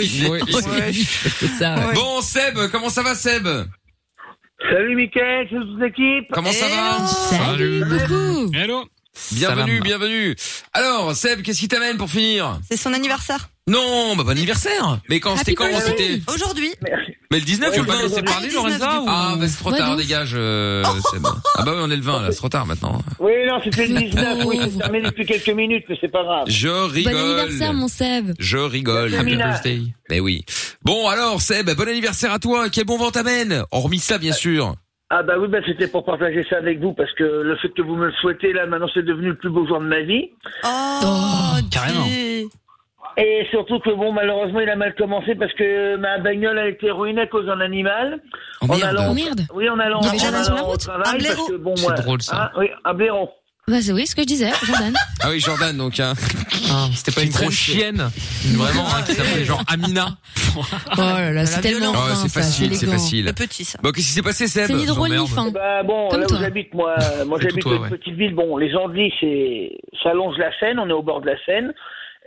S2: Il est-
S5: C'est ça. ouais.
S2: Bon, Seb, comment ça va, Seb
S15: Salut, Mickaël, salut toute l'équipe.
S2: Comment ça va
S5: Salut, coucou.
S6: Hello.
S2: Bienvenue,
S3: Ça va.
S2: bienvenue. Alors, Seb, qu'est-ce qui t'amène pour finir
S4: C'est son anniversaire.
S2: Non, bah bon anniversaire. Mais quand c'était
S5: Happy
S2: quand
S5: birthday.
S2: C'était
S4: Aujourd'hui.
S2: mais le 19
S3: Tu
S2: ou le
S3: veux
S15: bah,
S3: pas
S2: 20
S3: laisser
S2: c'est-
S3: parler,
S4: Ah,
S3: Lorenza, ou?
S2: Ah, bah c'est trop
S5: Ouais,
S2: tard,
S5: donc.
S2: dégage euh, Seb. Ah bah oui, on est le 20 là, c'est trop tard maintenant.
S15: Oui, non, c'était le 19, oui, c'est terminé depuis quelques minutes, mais c'est pas grave.
S2: Je
S5: Bon
S2: rigole.
S5: anniversaire mon Seb.
S2: Je rigole.
S15: Happy
S2: birthday. Mais oui. Bon alors Seb, bon anniversaire à toi. Quel bon vent t'amène Hormis ça bien sûr.
S14: Ah bah oui, bah c'était pour partager ça avec vous parce que le fait que vous me le souhaitez là, maintenant c'est devenu le plus beau jour de ma vie.
S4: Oh,
S6: carrément.
S4: dis.
S14: Et surtout que bon, malheureusement, il a mal commencé parce que ma bagnole a été ruinée à cause d'un animal.
S2: Oh,
S14: En
S2: merde.
S14: allant-
S5: Oh, merde.
S14: Oui, en allant,
S5: Il y
S14: en
S5: avait jamais
S14: allant
S5: sur la
S14: au
S5: route
S14: travail
S4: Un blaireau.
S14: parce que bon,
S3: C'est
S14: moi,
S3: drôle, ça.
S14: hein, oui, un blaireau.
S5: Bah c'est- oui, ce que je disais, Jordan.
S2: Ah oui Jordan donc hein.
S3: Ah, C'était pas une
S2: traîne
S3: grosse chienne, vraiment, hein, qui s'appelait genre Amina.
S5: Oh là là, c'est
S4: La
S5: tellement
S4: violence.
S2: Ah,
S5: fin,
S2: c'est
S5: ça,
S2: facile, c'est
S5: élégant.
S4: Le
S2: facile.
S4: petit, ça.
S2: Bon qu'est-ce qui s'est passé Seb
S5: C'est hein. ni drôle ni
S3: J'emmerde.
S5: fin.
S14: Bah bon,
S5: Comme
S14: là
S5: toi.
S14: où j'habite, moi, moi
S3: Plutôt
S14: j'habite
S3: toi,
S14: une
S3: ouais.
S14: petite ville. Bon, les Andelys, c'est, ça longe la Seine, on est au bord de la Seine.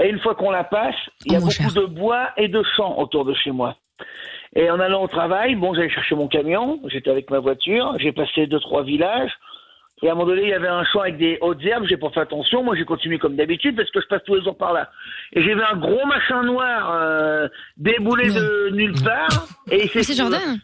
S14: Et une fois qu'on la passe, il y a
S5: Oh, mon
S14: beaucoup
S5: cher.
S14: de bois et de champs autour de chez moi. Et en allant au travail, bon, j'allais chercher mon camion, j'étais avec ma voiture, j'ai passé deux, trois villages. Et à un moment donné, il y avait un champ avec des hautes herbes, j'ai pas fait attention, moi j'ai continué comme d'habitude parce que je passe tous les jours par là. Et j'ai vu un gros machin noir euh, débouler de nulle part. Et il s'est
S5: Mais c'est Jordan.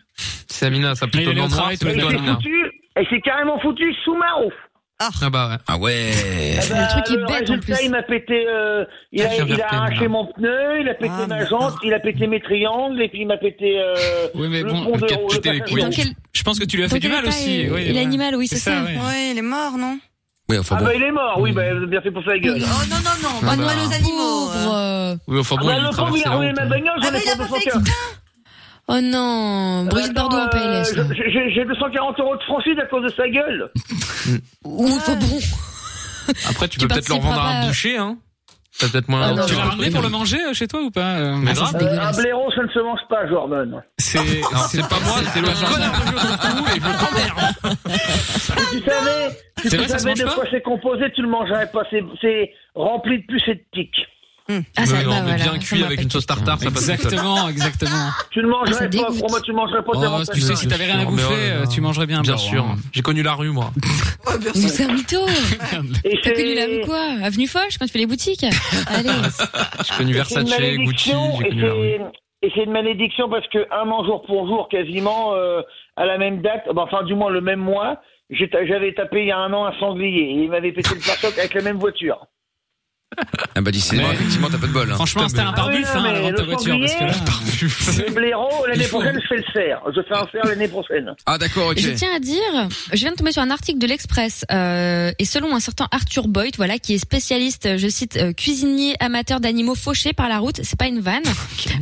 S3: C'est Amina, ça
S6: Mais il
S3: plutôt
S6: allait au
S3: nom noir,
S6: travail tous
S3: c'est
S6: les
S3: plutôt
S6: deux.
S3: Amina.
S14: foutu, et c'est carrément foutu sous ma roue.
S3: Ah bah ouais.
S2: Ah ouais.
S14: Eh ben,
S5: Le truc est
S14: le
S5: bête, en
S14: résultat,
S5: plus.
S14: Il m'a pété, euh, il,
S3: Ah,
S14: a,
S3: j'ai
S14: il
S3: regardé,
S14: a arraché
S3: là.
S14: mon pneu, il a pété
S4: Ah,
S14: ma
S4: merde.
S14: jante, il a pété mes triangles, et puis il m'a pété. Euh,
S6: Oui, mais
S14: le
S6: bon,
S14: pont de-
S3: t'as
S14: le
S3: pété les
S14: passage
S5: Et
S3: Oui.
S5: dans
S14: de-
S5: quel,
S6: Je pense que tu lui as
S5: dans
S6: fait du
S5: quel
S6: mal
S5: état
S6: aussi.
S5: est-
S6: oui,
S5: est
S6: voilà.
S5: l'animal, oui, c'est ça.
S6: ouais.
S4: Ouais, il est mort, non
S2: Oui enfin
S14: Ah
S2: bon.
S14: bah il est mort, oui, bah vous avez bien fait pour sa
S4: Oh
S14: gueule.
S4: non, non, non,
S3: Ah
S4: pas
S3: bah.
S4: Noël aux animaux.
S5: Pauvre. euh,
S3: Oui, enfin
S14: Ah
S3: bon,
S14: bah
S3: il
S14: le pauvre,
S3: traversait
S14: il a
S3: la
S14: roulé
S3: route,
S14: ma
S3: hein.
S14: bagnole,
S4: Ah
S14: j'en
S4: bah
S14: ai
S4: il a
S14: pour
S4: pas fait
S14: son cœur.
S4: exprès.
S5: Oh non, Brigitte Bardot en PLS. là.
S14: Euh, je- J'ai j'ai 240 euros de franchise à cause de sa gueule.
S5: Ouh, faut bon.
S2: Après, tu peux peut-être leur
S14: participes
S2: vendre
S14: pas,
S2: un
S14: euh,
S2: boucher, hein. T'as peut-être moins.
S6: Ah,
S2: un
S6: non,
S2: petit
S6: tu l'as ramené
S2: truc.
S6: pour le manger euh, chez toi ou pas euh,
S2: Mais grave.
S14: Euh, un blaireau, ça ne se mange pas, Jordan.
S6: C'est alors, c'est pas moi, c'est le jardin.
S14: Si tu savais,
S6: C'est
S14: si tu
S6: vrai, ça se
S14: savais
S6: mange
S14: de
S6: pas
S14: quoi c'est composé, tu le mangerais pas. C'est- C'est rempli de puces et de pics.
S5: Ah,
S2: ça, Mais non, bah, mais voilà, bien ça cuit m'a avec pas une sauce piqué. tartare, ça passe tout seul.
S6: Exactement, exactement.
S14: Tu le
S3: Ah,
S14: mangerais pas, pour moi, tu le mangerais pas. c'est
S6: Oh,
S14: rempli
S6: tu
S14: de
S6: sais,
S14: puces.
S6: si t'avais rien à
S2: Mais
S6: bouffer,
S2: oh là là.
S6: euh, tu mangerais bien. un
S2: Bien
S6: beurre,
S2: sûr.
S6: hein.
S2: J'ai connu la rue, moi.
S5: Mais c'est un mytho.
S14: Et
S5: T'as connu la rue quoi Avenue Foch quand tu fais les boutiques Allez.
S2: J'ai connu Versace,
S14: C'est une
S2: Gucci,
S14: malédiction,
S2: j'ai
S14: et
S2: connu la rue.
S14: c'est- Et c'est une malédiction parce que un an jour pour jour, quasiment euh, à la même date, bah, enfin du moins le même mois, j'ai ta- j'avais tapé il y a un an un sanglier et il m'avait pété le plastoc avec la même voiture.
S2: Ah bah dis, c'est bon, effectivement, t'as pas de bol. hein.
S6: Franchement,
S2: Putain,
S6: c'était un
S2: mais-
S6: pare-buff
S14: Ah oui,
S6: hein,
S14: non,
S6: avant
S14: mais
S6: ta
S14: le
S6: voiture. Parce que là,
S14: Le blaireau, l'année
S6: Il faut.
S14: prochaine je fais le cerf. Je fais un cerf l'année prochaine.
S2: Ah d'accord, ok.
S5: Je tiens à dire, je viens de tomber sur un article de l'Express euh, et selon un certain Arthur Boyd, voilà, qui est spécialiste, je cite, euh, cuisinier amateur d'animaux fauchés par la route, c'est pas une vanne.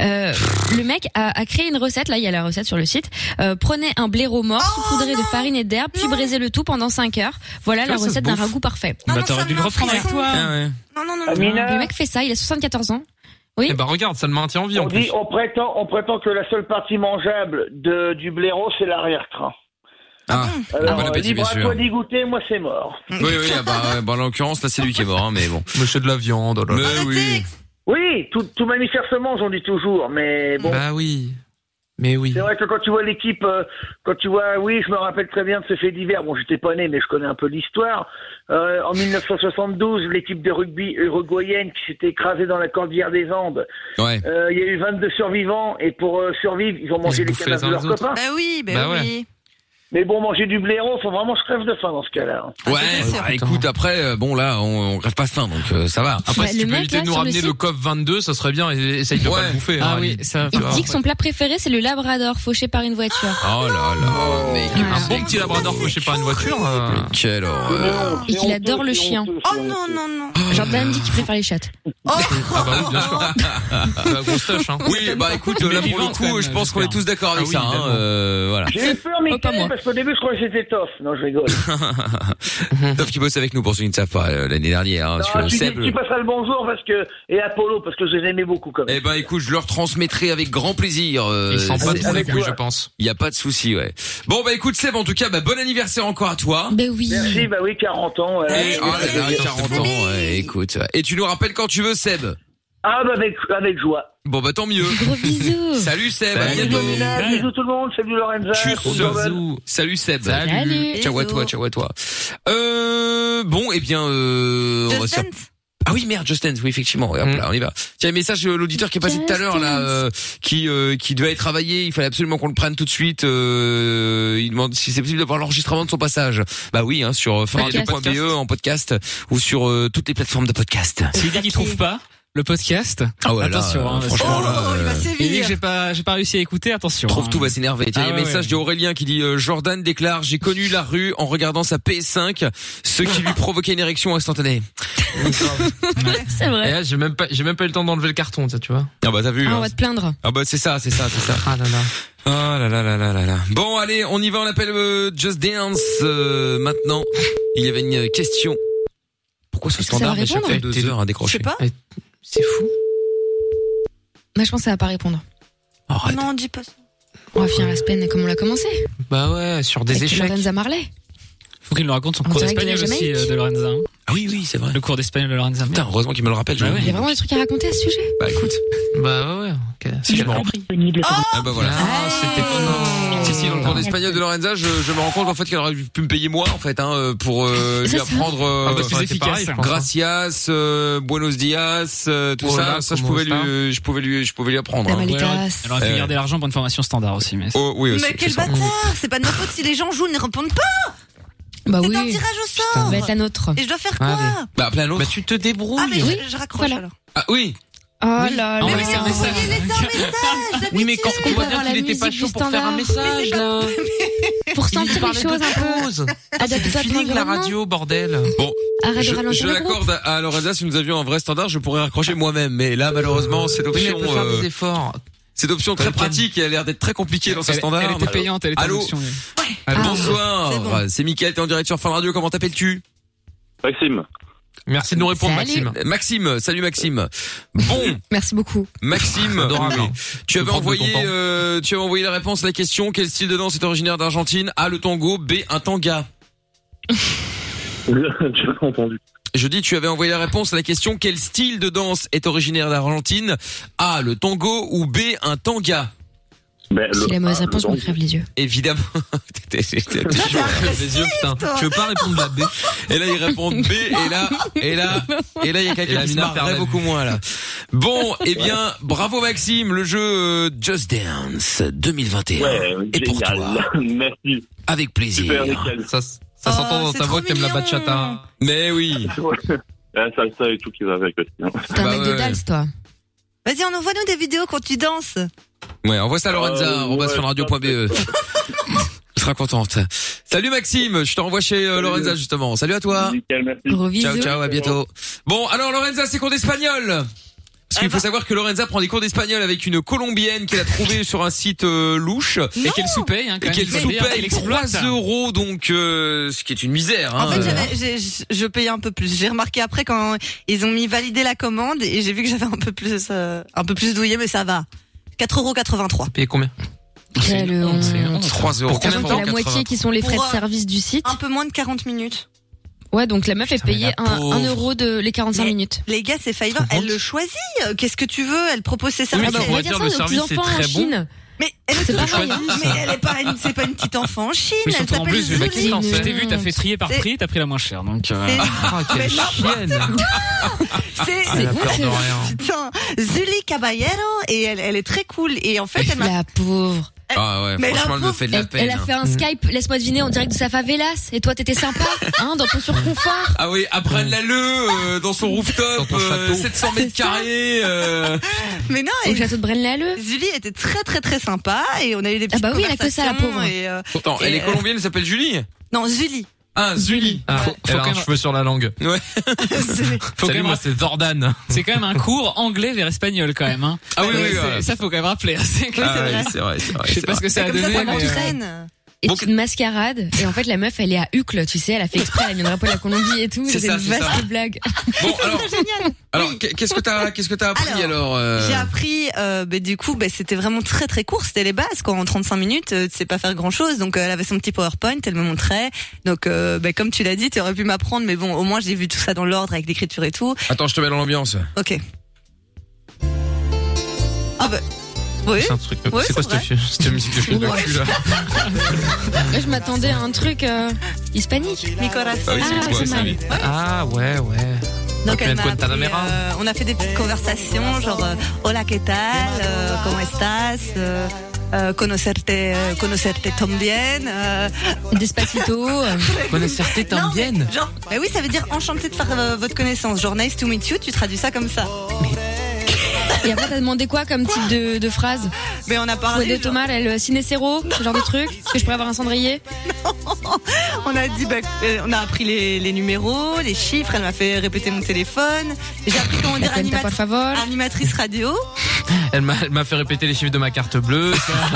S5: Euh, le mec a, a créé une recette, là il y a la recette sur le site. Euh, prenez un blaireau mort, saupoudrez de farine et d'herbe, puis braisez le tout pendant 5 heures. Voilà
S6: Tu
S5: la
S6: vois, ça se
S5: recette d'un
S6: bouffe.
S5: ragoût parfait.
S6: Bah, t'aurais dû le reprendre avec toi.
S5: Ah Non non non.
S14: Amina.
S5: Le mec fait ça, il a 74 ans.
S3: Eh ben regarde, ça le maintient en vie
S14: On
S3: en plus.
S14: dit, on prétend, on prétend que la seule partie mangeable de, du blaireau c'est l'arrière-train.
S2: Ah,
S14: Alors,
S2: bon appétit, bien
S14: libre à
S2: sûr.
S14: toi d'y goûter, moi c'est mort.
S2: Oui, oui, ah bah, ouais, bah, en l'occurrence, là, c'est lui qui est mort, hein, mais bon. Mais c'est de la viande, là. Mais oui.
S14: Oui, tout, tout mammifère se mange, on dit toujours, mais bon.
S3: Bah oui. Mais oui.
S14: C'est vrai que quand tu vois l'équipe, euh, quand tu vois, oui, je me rappelle très bien de ce fait divers. Bon, j'étais pas né, mais je connais un peu l'histoire. Euh, en 1972, l'équipe de rugby uruguayenne qui s'était écrasée dans la cordillère des Andes.
S2: Ouais.
S14: Euh, Il y a eu 22 survivants et pour euh, survivre, ils ont mangé les
S2: bouffaient les
S14: cadavres de
S2: uns
S14: leurs
S2: les autres.
S14: copains.
S4: Bah oui, bah,
S2: Bah ouais.
S4: oui.
S14: Mais bon, manger du blaireau, faut vraiment que je crève de faim dans ce cas-là. hein.
S2: Ouais, bah, écoute, après, euh, bon, là, on, on rêve pas de faim, donc euh, ça va.
S3: Après, si tu peux éviter de nous ramener le COP 22, ça serait bien. et- Essaye de pas
S2: Ouais.
S3: le bouffer.
S2: Ah
S3: hein,
S2: oui,
S3: Ali.
S2: ça va
S3: Tu
S5: Il
S3: vois.
S5: dit que son plat préféré c'est le labrador fauché par une voiture.
S2: Oh là là, mais
S3: Ah Un bon petit labrador coché par une voiture. euh,
S2: quelle horreur.
S5: Et qu'il adore le chien.
S4: Oh non, non, non.
S5: Jordan dit qu'il préfère les chattes.
S3: Ah bah oui, bien sûr. La grosse tâche, hein.
S2: Oui, bah écoute, là, pour le
S3: vivante, quand
S2: coup,
S3: même,
S2: je pense qu'on est tous d'accord avec
S3: Ah oui,
S2: ça, hein,
S3: évidemment.
S2: euh, voilà.
S14: J'ai eu peur, mais parce qu'au début, je croyais que c'était tof. Non, je rigole.
S2: Toff qui bosse avec nous pour ceux qui ne savent pas euh, l'année dernière. hein, parce
S14: Ah,
S2: que
S14: tu,
S2: Seb,
S14: dis- tu passeras le bonjour parce que et Apollo parce que je les aimais beaucoup quand même.
S2: eh ben écoute, je leur transmettrai avec grand plaisir. euh,
S3: Il sent pas
S2: c'est-
S3: trop les
S14: avec
S3: couilles,
S14: toi.
S3: je pense.
S2: Il y a pas de souci, ouais. Bon bah écoute Seb, en tout cas, bah, bon anniversaire encore à toi.
S5: Ben oui.
S14: Merci, bah oui, 40 ans. voilà.
S2: Et, oh là là, 40 ans, ouais, écoute. Et tu nous rappelles quand tu veux, Seb.
S14: Ah bah avec, avec joie.
S2: Bon bah tant mieux.
S5: Gros bisous.
S2: Salut Seb, à
S14: Eh ben, Bisous,
S2: bientôt.
S14: Amina, bisous tout le monde, salut Lorenza.
S2: Tu
S14: salut
S2: seras-
S14: Jordan.
S2: Salut Seb.
S5: Salut.
S2: Ciao à toi, ciao à toi. Euh, bon, eh bien, euh, on va se faire- Ah oui, merde, Just Dance, oui, effectivement. Ouais, hop
S3: Mm.
S2: là, on y va. Tiens, un message, euh, l'auditeur qui est passé tout à l'heure, là, euh, qui, euh, qui devait aller travailler, il fallait absolument qu'on le prenne tout de suite, euh, il demande si c'est possible d'avoir l'enregistrement de son passage. Bah oui, hein, sur euh,
S6: Podcast.
S2: farradio.be en podcast ou sur euh, toutes les plateformes de podcast.
S6: S'il dit qu'il trouve pas le podcast,
S2: Ah ouais, là,
S6: attention.
S2: euh,
S6: hein, parce que-
S2: franchement, là,
S5: Oh,
S2: euh,
S6: Il dit que j'ai pas, j'ai pas réussi à écouter, attention.
S2: Trouve
S6: hein.
S2: tout va s'énerver. Tiens,
S6: Ah
S2: il y a un
S6: ouais,
S2: message
S6: ouais.
S2: de Aurélien qui dit euh, Jordan déclare j'ai connu la rue en regardant sa PS5, ce qui lui provoquait une érection instantanée.
S5: C'est
S3: Et
S5: vrai.
S3: là, Eh, j'ai même pas, j'ai même pas eu le temps d'enlever le carton, ça, tu vois.
S2: Ah bah t'as vu.
S5: Ah, on
S2: hein.
S5: va te plaindre.
S2: Ah bah c'est ça, c'est ça, c'est ça.
S3: Ah là là.
S2: Ah là là là là là là. Bon allez, on y va, on appelle euh, Just Dance euh, maintenant. Il y avait une euh, question. Pourquoi ce
S5: Est-ce que ça
S2: standard
S5: va
S2: m'échappe
S5: répondre
S2: avec deux heures à
S4: Je
S2: décrocher
S4: sais pas.
S3: C'est fou.
S5: Bah, je pense que ça va pas répondre.
S2: Arrête.
S4: Non, dis pas ça.
S5: On va finir la semaine comme on l'a commencé.
S3: Bah ouais, sur des
S5: avec
S3: échecs.
S5: Lorenza Marley.
S6: Faut qu'il nous raconte son
S5: On
S6: cours
S5: dirait
S6: d'espagnol
S5: qu'il est
S6: aussi
S5: Jamaïque.
S6: euh, de Lorenza. hein.
S2: Ah oui oui c'est vrai.
S6: Le cours d'espagnol de Lorenza.
S2: Putain heureusement qu'il me le rappelle. je-
S3: Ah
S6: Bah ouais.
S5: Il y a vraiment des trucs à raconter à ce sujet.
S2: Bah écoute.
S3: Bah ouais, ouais. ok.
S2: Si j'ai
S3: J'ai
S2: pas
S3: compris.
S5: Oh
S2: Ah bah voilà.
S3: Ah, c'était étonnant.
S2: Si si dans le cours d'espagnol de Lorenza, je, je me rends compte qu'en fait qu'elle aurait pu me payer moi en fait hein pour euh, lui
S5: C'est ça.
S2: apprendre euh,
S3: Ah bah, c'est
S2: enfin,
S3: efficace,
S2: pareil,
S3: hein.
S2: Gracias, euh, Buenos Dias, euh, tout ça,
S3: Voilà,
S2: ça je
S3: comment
S2: pouvais
S3: ça
S2: lui je pouvais lui je pouvais lui apprendre.
S5: La
S2: hein.
S5: Malitas.
S6: Elle aurait pu
S2: Euh.
S6: garder l'argent pour une formation standard aussi, mais.
S2: Oh oui aussi.
S4: Mais quel
S2: c'est ça.
S4: bâtard C'est pas de ma faute si les gens jouent, ne répondent pas
S5: Bah
S4: C'est un
S5: oui.
S4: tirage au
S5: Ça
S4: sort
S5: va être la nôtre.
S4: Et je dois faire
S3: Ah,
S4: quoi
S2: Bah plein
S3: Bah
S2: l'autre.
S3: tu te débrouilles.
S4: Ah, mais
S5: Oui,
S4: je, je raccroche
S5: voilà.
S4: alors.
S2: Ah oui.
S5: Oh là là.
S3: Ah,
S4: Mais,
S3: ouais,
S4: mais,
S3: c'est un
S4: mais
S3: message.
S4: envoyez les un message
S3: Oui, mais quand
S4: d'habitude.
S3: on voit
S5: avoir
S3: bien
S5: la
S3: qu'il était pas
S5: musique
S3: chaud
S5: du
S3: pour faire un
S5: standard.
S3: message, là.
S5: Pour
S3: Il
S5: sentir les
S3: parlait
S5: choses
S3: d'autre
S5: un peu. Ah,
S3: chose.
S5: Adapté à
S3: C'est
S5: ton
S3: fini que la
S5: environnement.
S3: radio, bordel.
S2: Bon,
S5: Arrête de
S2: je,
S5: ralentir
S2: je
S5: le groupe.
S2: l'accorde à- à Lorenza si nous avions un vrai standard, je pourrais raccrocher moi-même mais là malheureusement cette
S3: Oui, mais
S2: option
S3: on peut faire
S2: euh,
S3: des efforts.
S2: Cette option très pratique et elle a l'air d'être très compliquée dans ce
S6: Elle-
S2: standard.
S6: elle était
S2: Allô
S6: payante, elle était en
S2: Allô
S6: option,
S2: Ah,
S6: Ah,
S2: Bonsoir, Euh,
S6: c'est bon.
S2: c'est Mickaël, t'es en direct sur Fin Radio, comment t'appelles-tu
S12: Maxime.
S2: Merci de nous répondre,
S5: Salut.
S2: Maxime. Euh, Maxime, salut Maxime. Bon,
S5: Merci beaucoup.
S2: Maxime,
S3: Adorable, hein.
S2: tu
S3: Je
S2: avais
S3: prends de
S2: envoyé,
S3: ton temps.
S2: euh, tu avais envoyé la réponse à la question quel style de danse est originaire d'Argentine A le tango, B un tanga.
S12: J'ai pas entendu.
S2: Je dis, tu avais envoyé la réponse à la question quel style de danse est originaire d'Argentine A le tango ou B un tanga.
S5: Si la
S2: ah,
S5: mauvaise réponse me crève les yeux.
S2: Évidemment. T'étais- t'étais- t'étais chaud.
S5: Les yeux, putain. toi.
S2: Tu veux pas répondre à B Et là, ils répondent B, et là, et là, et là, il y a
S3: Et
S2: quelqu'un
S3: la
S2: qui se
S3: mina perd
S2: marrerait
S3: la
S2: beaucoup moins, là. Bon, eh bien, bravo Maxime, le jeu euh, Just Dance 2021
S12: Ouais, euh,
S2: est pour
S12: génial.
S2: toi.
S12: Merci.
S2: Avec plaisir.
S12: Super, nickel.
S3: Ça,
S5: Oh,
S3: ça s'entend dans ta voix que t'aimes la bachata.
S2: Mais oui. Bah
S12: La salsa et tout qui va avec aussi. hein.
S5: T'es un
S2: Ah
S5: mec de Dals, toi.
S4: Vas-y, on envoie nous des vidéos quand tu danses.
S2: Ouais, envoie ça à
S12: Euh,
S2: Lorenza, on va
S12: ouais,
S2: sur radio.be. Elle E. sera contente. Salut Maxime, je t'envoie chez euh, Lorenza justement. Salut à toi.
S12: Nickel,
S5: Gros
S12: merci.
S2: Ciao, ciao, à bientôt. Bon, alors Lorenza, c'est cours d'espagnol. Parce
S4: Eh ben.
S2: qu'il faut savoir que Lorenza prend des cours d'espagnol avec une colombienne qu'elle a trouvée sur un site euh, louche.
S6: Et qu'elle sous-paye, hein, quand même,
S2: Et qu'elle
S6: faut le dire.
S2: sous-paye
S6: Elle
S2: 3
S6: exploite.
S2: euros, donc euh, ce qui est une misère.
S4: En
S2: hein.
S4: fait, j'avais- j'ai- je- je payais un peu plus. J'ai remarqué après quand ils ont mis valider la commande et j'ai vu que j'avais un peu plus, euh, un peu plus douillé, mais ça va. 4,83€.
S3: Payé combien
S5: Quelle honte.
S2: 3 euros.
S3: Pour combien de
S5: Sachant qu'il y
S3: temps
S5: a la moitié qui sont les frais
S4: Pour,
S5: de
S4: euh,
S5: service du site.
S4: Un peu moins de 40 minutes.
S5: Ouais, donc la meuf est payée
S4: la
S5: un,
S4: pauvre.
S5: un euro de les 45
S4: Mais
S5: minutes.
S4: Les gars, c'est Fiverr, elle le choisit. Euh, Qu'est-ce que tu veux Elle propose ses services.
S5: Ah bah, on va dire
S3: le
S5: ça aux petits
S3: service est
S5: enfants en
S3: très bon.
S5: Chine.
S4: Mais elle est,
S5: C'est
S4: toute
S5: pareil,
S4: jeune.
S5: hein.
S4: Mais elle est pas une, c'est pas une petite enfant en Chine.
S6: Mais
S4: elle
S6: surtout en
S4: s'appelle
S6: plus, le
S4: Julie.
S6: Pakistan,
S5: Zuli.
S6: je t'ai vu, t'as fait trier par
S4: C'est-
S6: prix, t'as pris la moins chère, donc. euh,
S4: C'est-
S6: Ah,
S4: Mais
S6: quelle
S4: n'importe
S6: chienne
S4: C'est
S6: Ah, Elle a peur de rien.
S4: Putain, Julie Caballero et elle, elle est très cool et en fait elle m'a
S5: La pauvre.
S2: Ah ouais,
S4: Mais la
S2: franchement, elle me
S4: pauvre,
S2: fait de la
S5: Elle,
S2: peine.
S5: elle a
S2: hein.
S5: fait un Skype, laisse-moi deviner, en direct de sa favelas. Et toi, t'étais sympa, hein, dans ton surconfort.
S2: Ah oui, apprenne la le dans son rooftop,
S3: ton
S2: euh,
S3: château.
S2: 700 mètres carrés. euh,
S4: Mais non,
S5: Au
S4: et
S5: château de Braine-l'Alleud.
S4: Julie était très très très sympa et on a eu des
S5: Ah
S4: petites
S5: bah oui, elle a que ça, la
S4: conversations
S5: pauvre.
S4: et, euh,
S2: Attends, elle
S4: et,
S2: est
S4: euh,
S2: colombienne, elle s'appelle Julie.
S4: Non, Julie.
S2: Ah, Julie.
S3: Ah,
S6: Faut-
S3: Elle
S6: faut
S3: a
S6: quand
S3: un
S6: même-
S3: cheveu sur la langue.
S2: Ouais.
S6: Faut quand
S3: Salut,
S6: même
S3: moi,
S6: rappeler-
S3: c'est Jordan.
S6: C'est quand même un cours anglais vers espagnol quand même. Hein.
S2: Ah oui, oui,
S6: C'est-
S2: ouais.
S6: Ça faut quand même rappeler. hein, c'est quand même-
S2: Ah
S4: c'est
S2: oui,
S4: vrai.
S2: c'est vrai, c'est vrai.
S6: Je sais
S2: c'est
S6: pas ce
S2: vrai.
S6: que ça a
S4: comme ça
S6: donné.
S4: ça
S6: mais, euh,
S4: m'entraîne.
S5: Et
S2: Bon,
S5: c'est une mascarade. Et en fait, la meuf, elle est à Hucle, tu sais. Elle a fait exprès, elle viendra pas de la Colombie et tout.
S2: C'est
S5: C'est
S2: ça,
S5: une
S2: c'est ça.
S5: vaste blague.
S2: Bon, alors, alors qu'est- qu'est-ce que t'as, qu'est-ce que t'as appris alors,
S4: Alors,
S2: euh,
S4: J'ai appris, euh, bah, du coup, bah, c'était vraiment très très court, c'était les bases. Quoi. En 35 minutes, euh, tu sais pas faire grand chose. Donc euh, elle avait son petit PowerPoint, elle me montrait. Donc euh, bah, comme tu l'as dit, tu aurais pu m'apprendre, mais bon, au moins j'ai vu tout ça dans l'ordre avec l'écriture et tout.
S2: Attends, je te mets dans l'ambiance.
S4: Ok. Ah bah oui.
S3: C'est un truc.
S4: Ouais,
S3: c'est quoi
S4: c'est Ah,
S3: cette fi- cette musique de film de
S5: Ouais.
S3: cul là Ah
S5: Là, je m'attendais à un truc euh, hispanique.
S4: Mi corazón.
S2: Ah oui, c'est
S5: Ah,
S2: quoi,
S5: c'est
S2: ça,
S5: mal.
S2: oui.
S3: Ah ouais, ouais.
S4: Donc
S3: Appelé
S4: elle m'a appris,
S3: Guantanamera.
S4: euh, on a fait des petites conversations genre euh, hola qué tal, euh, comment estás, euh, euh, conocerte, euh, conocerte también. Euh,
S5: Despacito. euh,
S3: Connaissez-vous
S4: non, mais Genre, bah oui, ça veut dire enchanté de faire euh, votre connaissance. Genre nice to meet you, tu traduis ça comme ça.
S5: Et après, t'as demandé quoi comme type de, de phrase
S4: Mais on a
S5: Puedo
S4: parlé. genre,
S5: tomar el cinecero euh, Ce genre de truc Est-ce que je pourrais avoir un cendrier
S4: on a dit, bah, euh, on a appris les, les numéros, les chiffres. Elle m'a fait répéter mon téléphone. J'ai appris comment
S5: La
S4: dire
S5: cuenta,
S4: animat-
S5: por favor.
S4: animatrice radio.
S3: Elle m'a, elle m'a fait répéter les chiffres de ma carte bleue.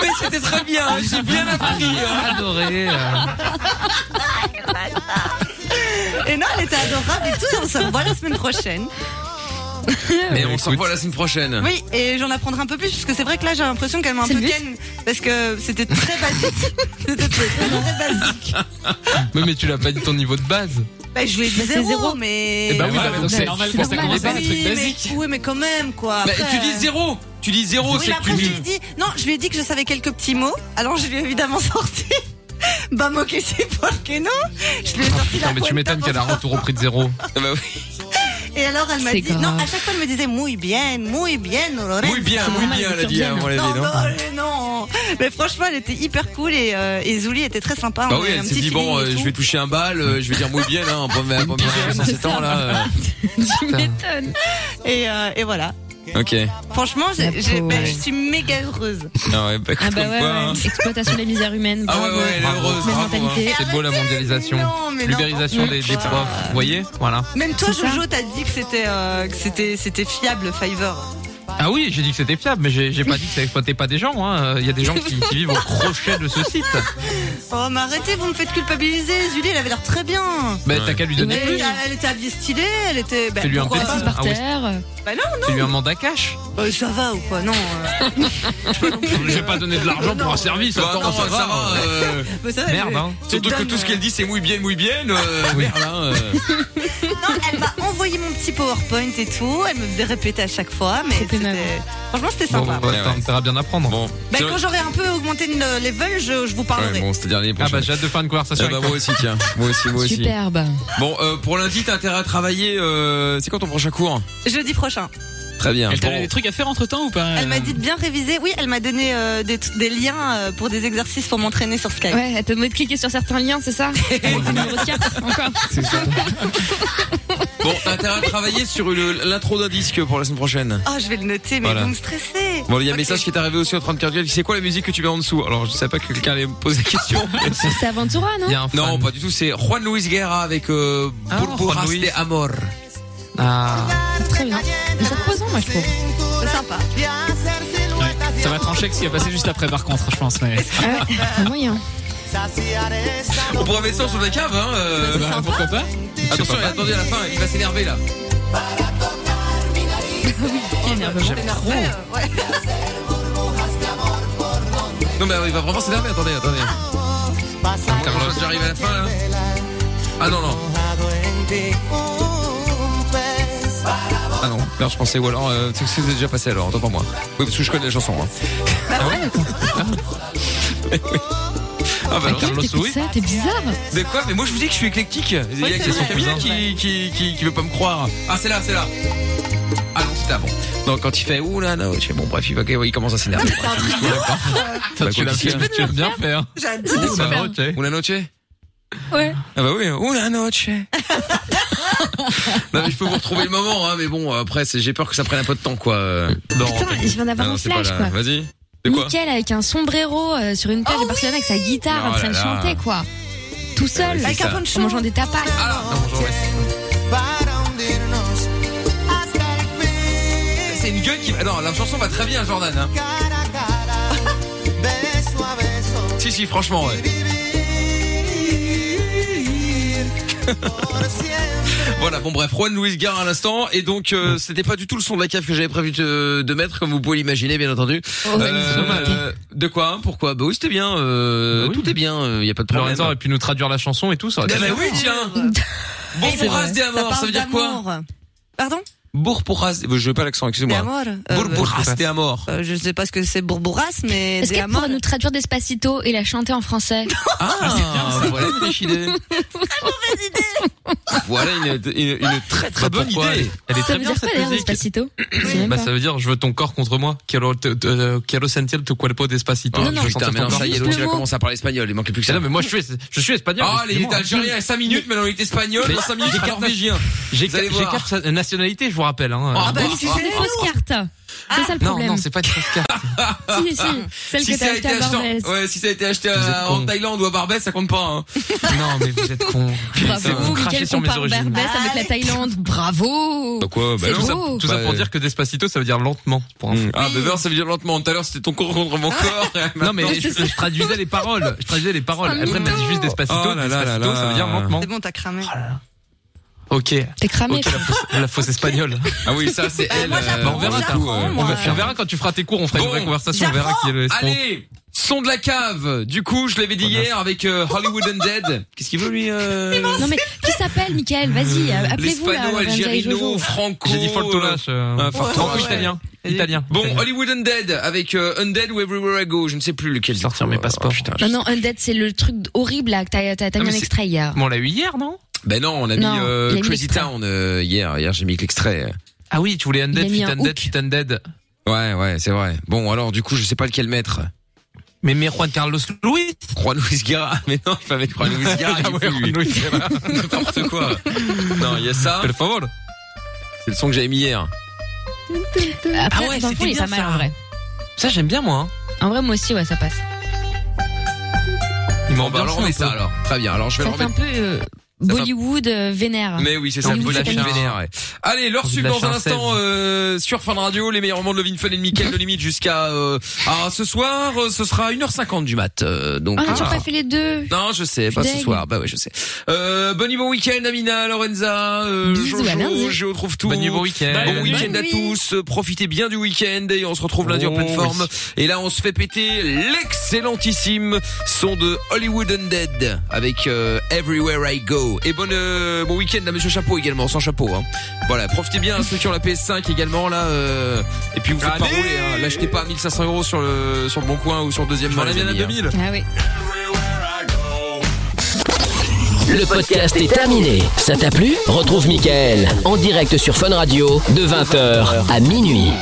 S2: Mais c'était très bien, Ah, j'ai euh. bien appris.
S3: adoré.
S4: Et non, elle était adorable et tout. Et on se revoit la semaine prochaine.
S2: Mais on se revoit la semaine prochaine.
S4: Oui, et j'en apprendrai un peu plus parce que c'est vrai que là j'ai l'impression qu'elle m'a un
S5: C'est
S4: peu
S5: le but.
S4: ken parce que c'était très basique. c'était très, très basique.
S3: Mais, mais tu l'as pas dit ton niveau de base.
S4: Bah, je vais
S5: Bah,
S4: dire
S5: c'est
S4: zéro,
S5: zéro.
S4: mais.
S3: Eh ben oui,
S6: voilà,
S3: bah,
S6: donc
S3: donc
S6: c'est
S3: c'est-
S6: normal
S5: c'est
S6: qu'on s'accorde
S5: normal,
S6: pas
S5: bah
S6: un
S4: Oui,
S6: truc
S4: mais-
S6: basique.
S4: Oui, mais quand même, quoi.
S2: Bah,
S4: Après,
S2: tu dis zéro. Tu dis zéro,
S4: euh, Oui,
S2: c'est
S4: mais
S2: que tu
S4: après, je lui ai
S2: dis.
S4: dit. Non, je lui ai dit que je savais quelques petits mots, alors je lui ai évidemment sorti. Bah, moqué, c'est pas que non. Je lui ai sorti la
S3: Putain, mais tu
S4: cuenta
S3: m'étonnes
S4: pour
S3: qu'elle a un
S4: ça.
S3: retour au prix de zéro.
S2: Ah bah oui.
S4: Et alors, elle m'a
S5: C'est
S4: dit.
S5: grave.
S4: Non, à chaque fois, elle me disait Muy bien, muy bien, Lorenzo.
S2: Oui, bien, oui,
S5: normal,
S2: bien, elle a
S5: c'est
S2: dit,
S5: bien.
S2: on l'a dit,
S4: Non,
S2: non
S4: non, mais non. Mais franchement, elle était hyper cool et, euh, et Zouli était très sympa.
S2: Bah
S4: On
S2: oui,
S4: a eu un
S2: elle s'est
S4: petit
S2: dit, bon,
S4: feeling et
S2: euh, je
S4: tout.
S2: vais toucher un bal, euh, je vais dire muy bien, hein, en première, en première,
S5: pigeonne,
S2: 17 ans, là. euh.
S5: Tu m'étonnes.
S4: Et, euh, et voilà.
S2: Ok.
S4: Franchement, j'ai- j'ai- ben, je suis méga heureuse.
S2: Ah ouais, bah,
S5: Ah bah
S2: comme
S5: ouais,
S2: quoi,
S5: ouais.
S2: hein.
S5: exploitation des misères humaines.
S2: Ah ouais,
S5: bravo.
S2: ouais, elle est heureuse.
S5: Même
S2: bravo,
S5: mentalité.
S2: hein. C'est beau la mondialisation.
S4: mais
S2: L'ubérisation
S4: n'importe
S2: des, des
S4: quoi.
S2: profs, vous voyez Voilà.
S4: Même toi, Jojo, t'as dit que c'était euh, que c'était c'était fiable, Fiverr.
S3: Ah oui, j'ai dit que c'était fiable, mais j'ai j'ai pas dit que ça exploitait pas des gens. hein. Il y a des gens qui, qui vivent au crochet de ce site.
S4: Oh, mais arrêtez, vous me faites culpabiliser. Julie, elle avait l'air très bien.
S3: Bah, t'as qu'à lui donner
S4: Mais
S3: plus.
S4: Elle, elle était habillée stylée, elle était. Ben,
S3: Fais-lui un
S4: pourquoi
S3: pétard,
S4: pas
S3: par Ah oui.
S4: Bah non, non.
S3: C'est lui un mandat cash.
S4: Euh, ça va ou quoi Non. euh.
S3: Je vais pas donner de l'argent pour un service.
S2: Bah
S3: attends,
S2: non,
S3: ça, va.
S2: euh,
S4: Mais ça va,
S2: merde,
S4: je-
S2: hein.
S4: je
S2: Surtout que
S4: donne,
S2: tout ce
S4: euh,
S2: qu'elle dit, c'est muy bien, muy bien. euh, Merde, hein. euh.
S4: Non, elle m'a envoyé mon petit PowerPoint et tout. Elle me faisait répéter à chaque fois, mais c'était- franchement, c'était
S3: Bon,
S4: sympa.
S3: bah, t'en- t'auras bien apprendre.
S2: Bon.
S4: Ben, quand j'aurai un peu augmenté le level, je, je vous parlerai.
S2: Ouais, bon, c'était dernier
S3: Ah bah, j'ai hâte de faire une conversation.
S2: Ah bah, moi aussi, tiens. Moi aussi, moi aussi.
S5: Superbe.
S2: Bon, euh, pour lundi, t'as intérêt à travailler. euh, c'est quand ton prochain cours
S4: Jeudi prochain.
S2: Très bien.
S6: Elle t'a
S2: Bon.
S6: donné des trucs à faire entre temps ou pas euh
S4: Elle m'a dit de bien réviser. Oui, elle m'a donné euh, des, des liens euh, pour des exercices pour m'entraîner sur Skype.
S5: Ouais, elle t'a demandé de cliquer sur certains liens, c'est ça Numéro 4, encore.
S2: Bon, t'as intérêt à travailler sur une- l'intro d'un disque pour la semaine prochaine.
S4: Oh, je vais le noter, mais
S2: Voilà.
S4: vous me stressez.
S2: Bon, il y a un message qui est arrivé aussi en train de cardiaque. C'est quoi la musique que tu mets en dessous Alors, je savais pas que quelqu'un allait me poser la question.
S5: C'est Aventura, non
S2: Il y a un fan. non, pas du tout. C'est Juan Luis Guerra avec euh,
S5: Ah,
S2: Burburas de Amor.
S3: Ah.
S5: Très bien. Mais c'est reposant, moi, je trouve.
S4: C'est sympa.
S6: Ouais. Ça va trancher avec ce qui va passer juste après, par contre, je pense. mais-
S3: Ah,
S5: Ah moyen.
S2: On pourrait mettre ça sur la cave, hein euh, bah,
S6: Pourquoi pas
S2: Attention, attendez à la fin, il va s'énerver là.
S4: J'aime trop.
S2: Non, mais il va vraiment s'énerver. Attendez, attendez. Carlos, j'arrive à la fin là. Ah non, non. Ah non, merde, je pensais, ou alors, euh, c'est c'est déjà passé alors, attends pas moi. Oui, parce que je connais la chanson. Hein.
S5: Bah
S2: Ah bah, alors, Carlos, oui.
S5: ça, t'es bizarre.
S2: De quoi Mais moi je vous dis que je suis éclectique. Il y a
S5: c'est
S2: que son
S5: vrai.
S2: Camille qui, qui, qui, qui veut pas me croire. Ah c'est là, c'est là. Ah non, c'était avant. Non, quand il fait ouh là là, je fais, bon bref, il, va, il commence à s'énerver. Bah,
S3: Toi, tu l'as fait, tu l'as bien fait. hein.
S2: J'adore.
S3: Oula
S2: Oula noche.
S5: Ouais.
S2: Ah bah oui, oula noche. non mais je peux vous retrouver le moment, hein, mais bon après c'est- j'ai peur que ça prenne un peu de temps quoi. euh, d'en
S5: Putain,
S2: rentrer.
S5: je viens d'avoir
S2: Ah non,
S5: un
S2: c'est pas
S5: flash,
S2: là.
S5: quoi.
S2: Vas-y. C'est quoi
S5: Nickel avec un sombrero euh, sur une plage de Barcelone avec sa guitare
S2: Oh
S5: en train de
S2: là là.
S5: chanter, quoi. Tout
S3: Bah
S5: seul.
S2: c'est Avec un ça. poncho.
S5: En mangeant des tapas.
S2: C'est une gueule qui va. Non, la chanson va très bien, Jordan. hein. Si, si, franchement, ouais. Voilà, bon bref, Juan Luis Guerra à l'instant et donc euh, c'était pas du tout le son de la cave que j'avais prévu de, de mettre comme vous pouvez l'imaginer bien entendu. Euh,
S3: Oh, bah, c'est dommage.
S2: de quoi hein, Pourquoi Bah oui, c'était bien, euh, tout est bien, il y a pas de problème.
S3: Lorenzo Bah aurait pu nous traduire la chanson et tout, ça aurait
S2: Eh
S3: été
S2: ben
S3: bien.
S2: oui, tiens. Bon
S4: C'est
S2: pour
S4: vrai.
S2: As des Amors, ça
S4: parle
S2: veut dire quoi
S4: d'amour. Pardon
S2: Bourg pour As, euh, je veux pas l'accent, excusez-moi.
S4: Des Amors, euh,
S2: Bourg pour
S4: je sais
S2: As
S4: pas.
S2: des Amors.
S4: Euh, Je sais pas ce que c'est Bourbourras, mais
S5: Est-ce
S4: des
S5: qu'elle pourrait nous traduire Despacito et la chanter en français
S2: Ah, voilà une riche idée. Voilà une, une, une très très bonne idée.
S3: Bah, Elle est
S5: Ah, Ça
S3: très
S5: veut
S3: bien
S5: dire quoi
S3: cette
S5: d'ailleurs
S3: musique.
S5: Despacito Je sais même
S3: Bah
S5: pas.
S3: ça veut dire je veux ton corps contre moi. Quiero, te- te- euh, quiero sentir tu cuerpo despacito.
S2: Ah,
S3: Je veux
S2: putain,
S3: sentir
S2: mais
S3: ton
S2: non,
S3: corps.
S2: ça y est, l'autre, il a commencé à parler espagnol. Il manque plus que
S3: Ah
S2: ça.
S3: non mais moi je suis je suis espagnol.
S2: Ah, il est
S3: excusez-moi.
S2: algérien à 5 minutes, mais non, il est espagnol.
S3: Mais
S2: Dans 5 minutes, il est norvégien.
S3: J'ai
S2: Vous allez
S3: j'ai
S2: voir.
S3: quatre sa- nationalités, je vous rappelle. Hein.
S2: Ah, bah,
S5: Mais c'est des fausses cartes. C'est ça le
S3: non
S5: problème.
S3: non c'est pas une fausse carte.
S5: Si, si, celle
S2: Si
S5: que
S2: ça
S5: t'as
S2: a
S5: achetée
S2: été
S5: à
S2: acheté,
S5: Barbès.
S2: en- ouais, si ça a été acheté
S3: Vous êtes
S2: à- en
S3: con.
S2: Thaïlande ou à Barbès, ça compte pas, hein.
S3: non mais vous êtes con.
S5: Bravo, Bah,
S3: Vous crachez
S5: Mickaël
S3: sur mes
S5: Bah, compare
S3: origines.
S5: Barbès avec la Thaïlande. Bravo
S2: quoi,
S5: bah C'est
S3: tout ça,
S5: beau.
S3: tout ça pour
S2: Bah,
S3: dire que despacito ça veut dire lentement. Pour info.
S2: Ah, bah, non, ça veut dire lentement. Tout à l'heure, c'était ton corps contre mon corps.
S3: Ah. Non mais je, je traduisais les paroles. Je traduisais les paroles. Après elle m'a dit juste despacito.
S2: Oh là là là
S3: Despacito,
S2: là.
S3: ça veut dire lentement.
S4: C'est bon, t'as cramé.
S2: Oh
S3: Ok.
S5: T'es cramé.
S3: Ok la fausse, la fausse espagnole.
S2: Ah oui, ça, c'est elle. euh,
S3: Bah, on verra.
S2: tout, euh,
S3: On verra, on verra quand tu feras tes cours, on fera
S2: Bon,
S3: une vraie conversation, on verra qui est le escroc.
S2: Allez, son de la cave. Du coup, je l'avais dit hier avec euh, Hollywood Undead. Qu'est-ce qu'il veut lui euh,
S5: Non mais qui s'appelle Michael Vas-y, euh, appelez-vous là.
S2: L'Espano,
S5: Lorenza et
S2: Algerino,
S5: Jojo.
S2: Franco.
S3: J'ai dit Fortunache, euh,
S2: euh, Fortunache.
S3: franco-italien, italien.
S2: Bon, Hollywood Undead avec euh, Undead ou Everywhere I Go. Je ne sais plus lequel. euh, Sortir mes passeports.
S5: Non, non, Undead, c'est le truc horrible là que t'as-
S2: Ah,
S5: t'as t'as
S3: Non, mais
S5: mis un
S3: c'est-
S5: extrait hier.
S3: Bon, on l'a eu hier, non
S2: Ben non, on a
S5: Non,
S2: mis euh,
S5: il a mis
S2: Crazy
S5: l'extrait.
S2: Town euh, hier. Hier, j'ai mis que l'extrait.
S3: Ah oui, tu voulais Undead,
S5: Il a mis
S3: Fit
S5: un
S3: Undead,
S5: hook.
S3: Fit Undead.
S2: Ouais, ouais, c'est vrai. Bon, alors du coup, je sais pas lequel mettre.
S3: Mais, mais Juan Carlos Louis
S2: Juan Luis Guerra. Mais non, il va mettre Juan Luis Guerra. il est
S3: Ah Ouais,
S2: fou,
S3: Juan
S2: lui.
S3: Luis Guerra.
S2: N'importe quoi. Non, il y a ça.
S3: Per favor.
S2: C'est le son que j'avais mis hier.
S5: Après,
S2: Ah ouais,
S5: dans le fond,
S2: c'était
S5: il est pas
S2: bien,
S5: mal
S2: ça.
S5: en vrai.
S2: Ça, j'aime bien, moi. hein.
S5: En vrai, moi aussi, ouais, ça passe.
S2: Bon, bah, alors on met ça alors. Très bien. Alors je vais
S5: Ça
S2: le
S5: fait un
S2: remettre.
S5: peu euh, Bollywood euh, vénère.
S2: Mais oui, c'est ça,
S5: Bollywood
S2: vous lâchez
S5: satanique.
S2: vénère, ouais. Allez, l'heure
S3: Envie
S2: suivante
S3: de
S2: dans un
S3: lâcher un
S2: instant euh, sur Fun Radio, les meilleurs moments de Lovin Fun et de Mickaël de limite jusqu'à euh, ah, ce soir, euh, ce sera 1h50 du mat. euh, donc
S5: Ah, on
S2: ah.
S5: a toujours pas fait les deux.
S2: Non, je sais,
S5: Je
S2: pas ce
S5: deg.
S2: soir. Bah ouais, je sais. Euh, bon niveau week-end, Amina, Lorenza, euh,
S5: Bisous, à
S2: Jojo,
S5: lundi.
S2: Géo trouve tout.
S3: Bon niveau week-end.
S2: Bon
S3: Bonne
S2: week-end à
S3: nuit.
S2: tous. Euh, Profitez bien du week-end et on se retrouve lundi en
S3: Oh,
S2: pleine
S3: oui.
S2: forme. Et là, on se fait péter l'excellentissime son de Hollywood Undead avec euh, Everywhere I Go. Et bonne, euh, bon week-end à Monsieur Chapeau également, sans chapeau. Hein. Voilà, profitez bien à ceux qui ont la PS5 également là. euh, et puis vous faites pas
S3: Allez
S2: rouler. Hein. L'achetez pas à 1500 euros sur le sur le bon coin ou sur le deuxième.
S3: J'en
S2: main,
S3: ai
S2: les
S3: bien à
S2: amis, hein.
S3: 2000.
S5: Ah oui.
S1: Le podcast est terminé. Ça t'a plu Retrouve Mickaël en direct sur Fun Radio de 20h à minuit.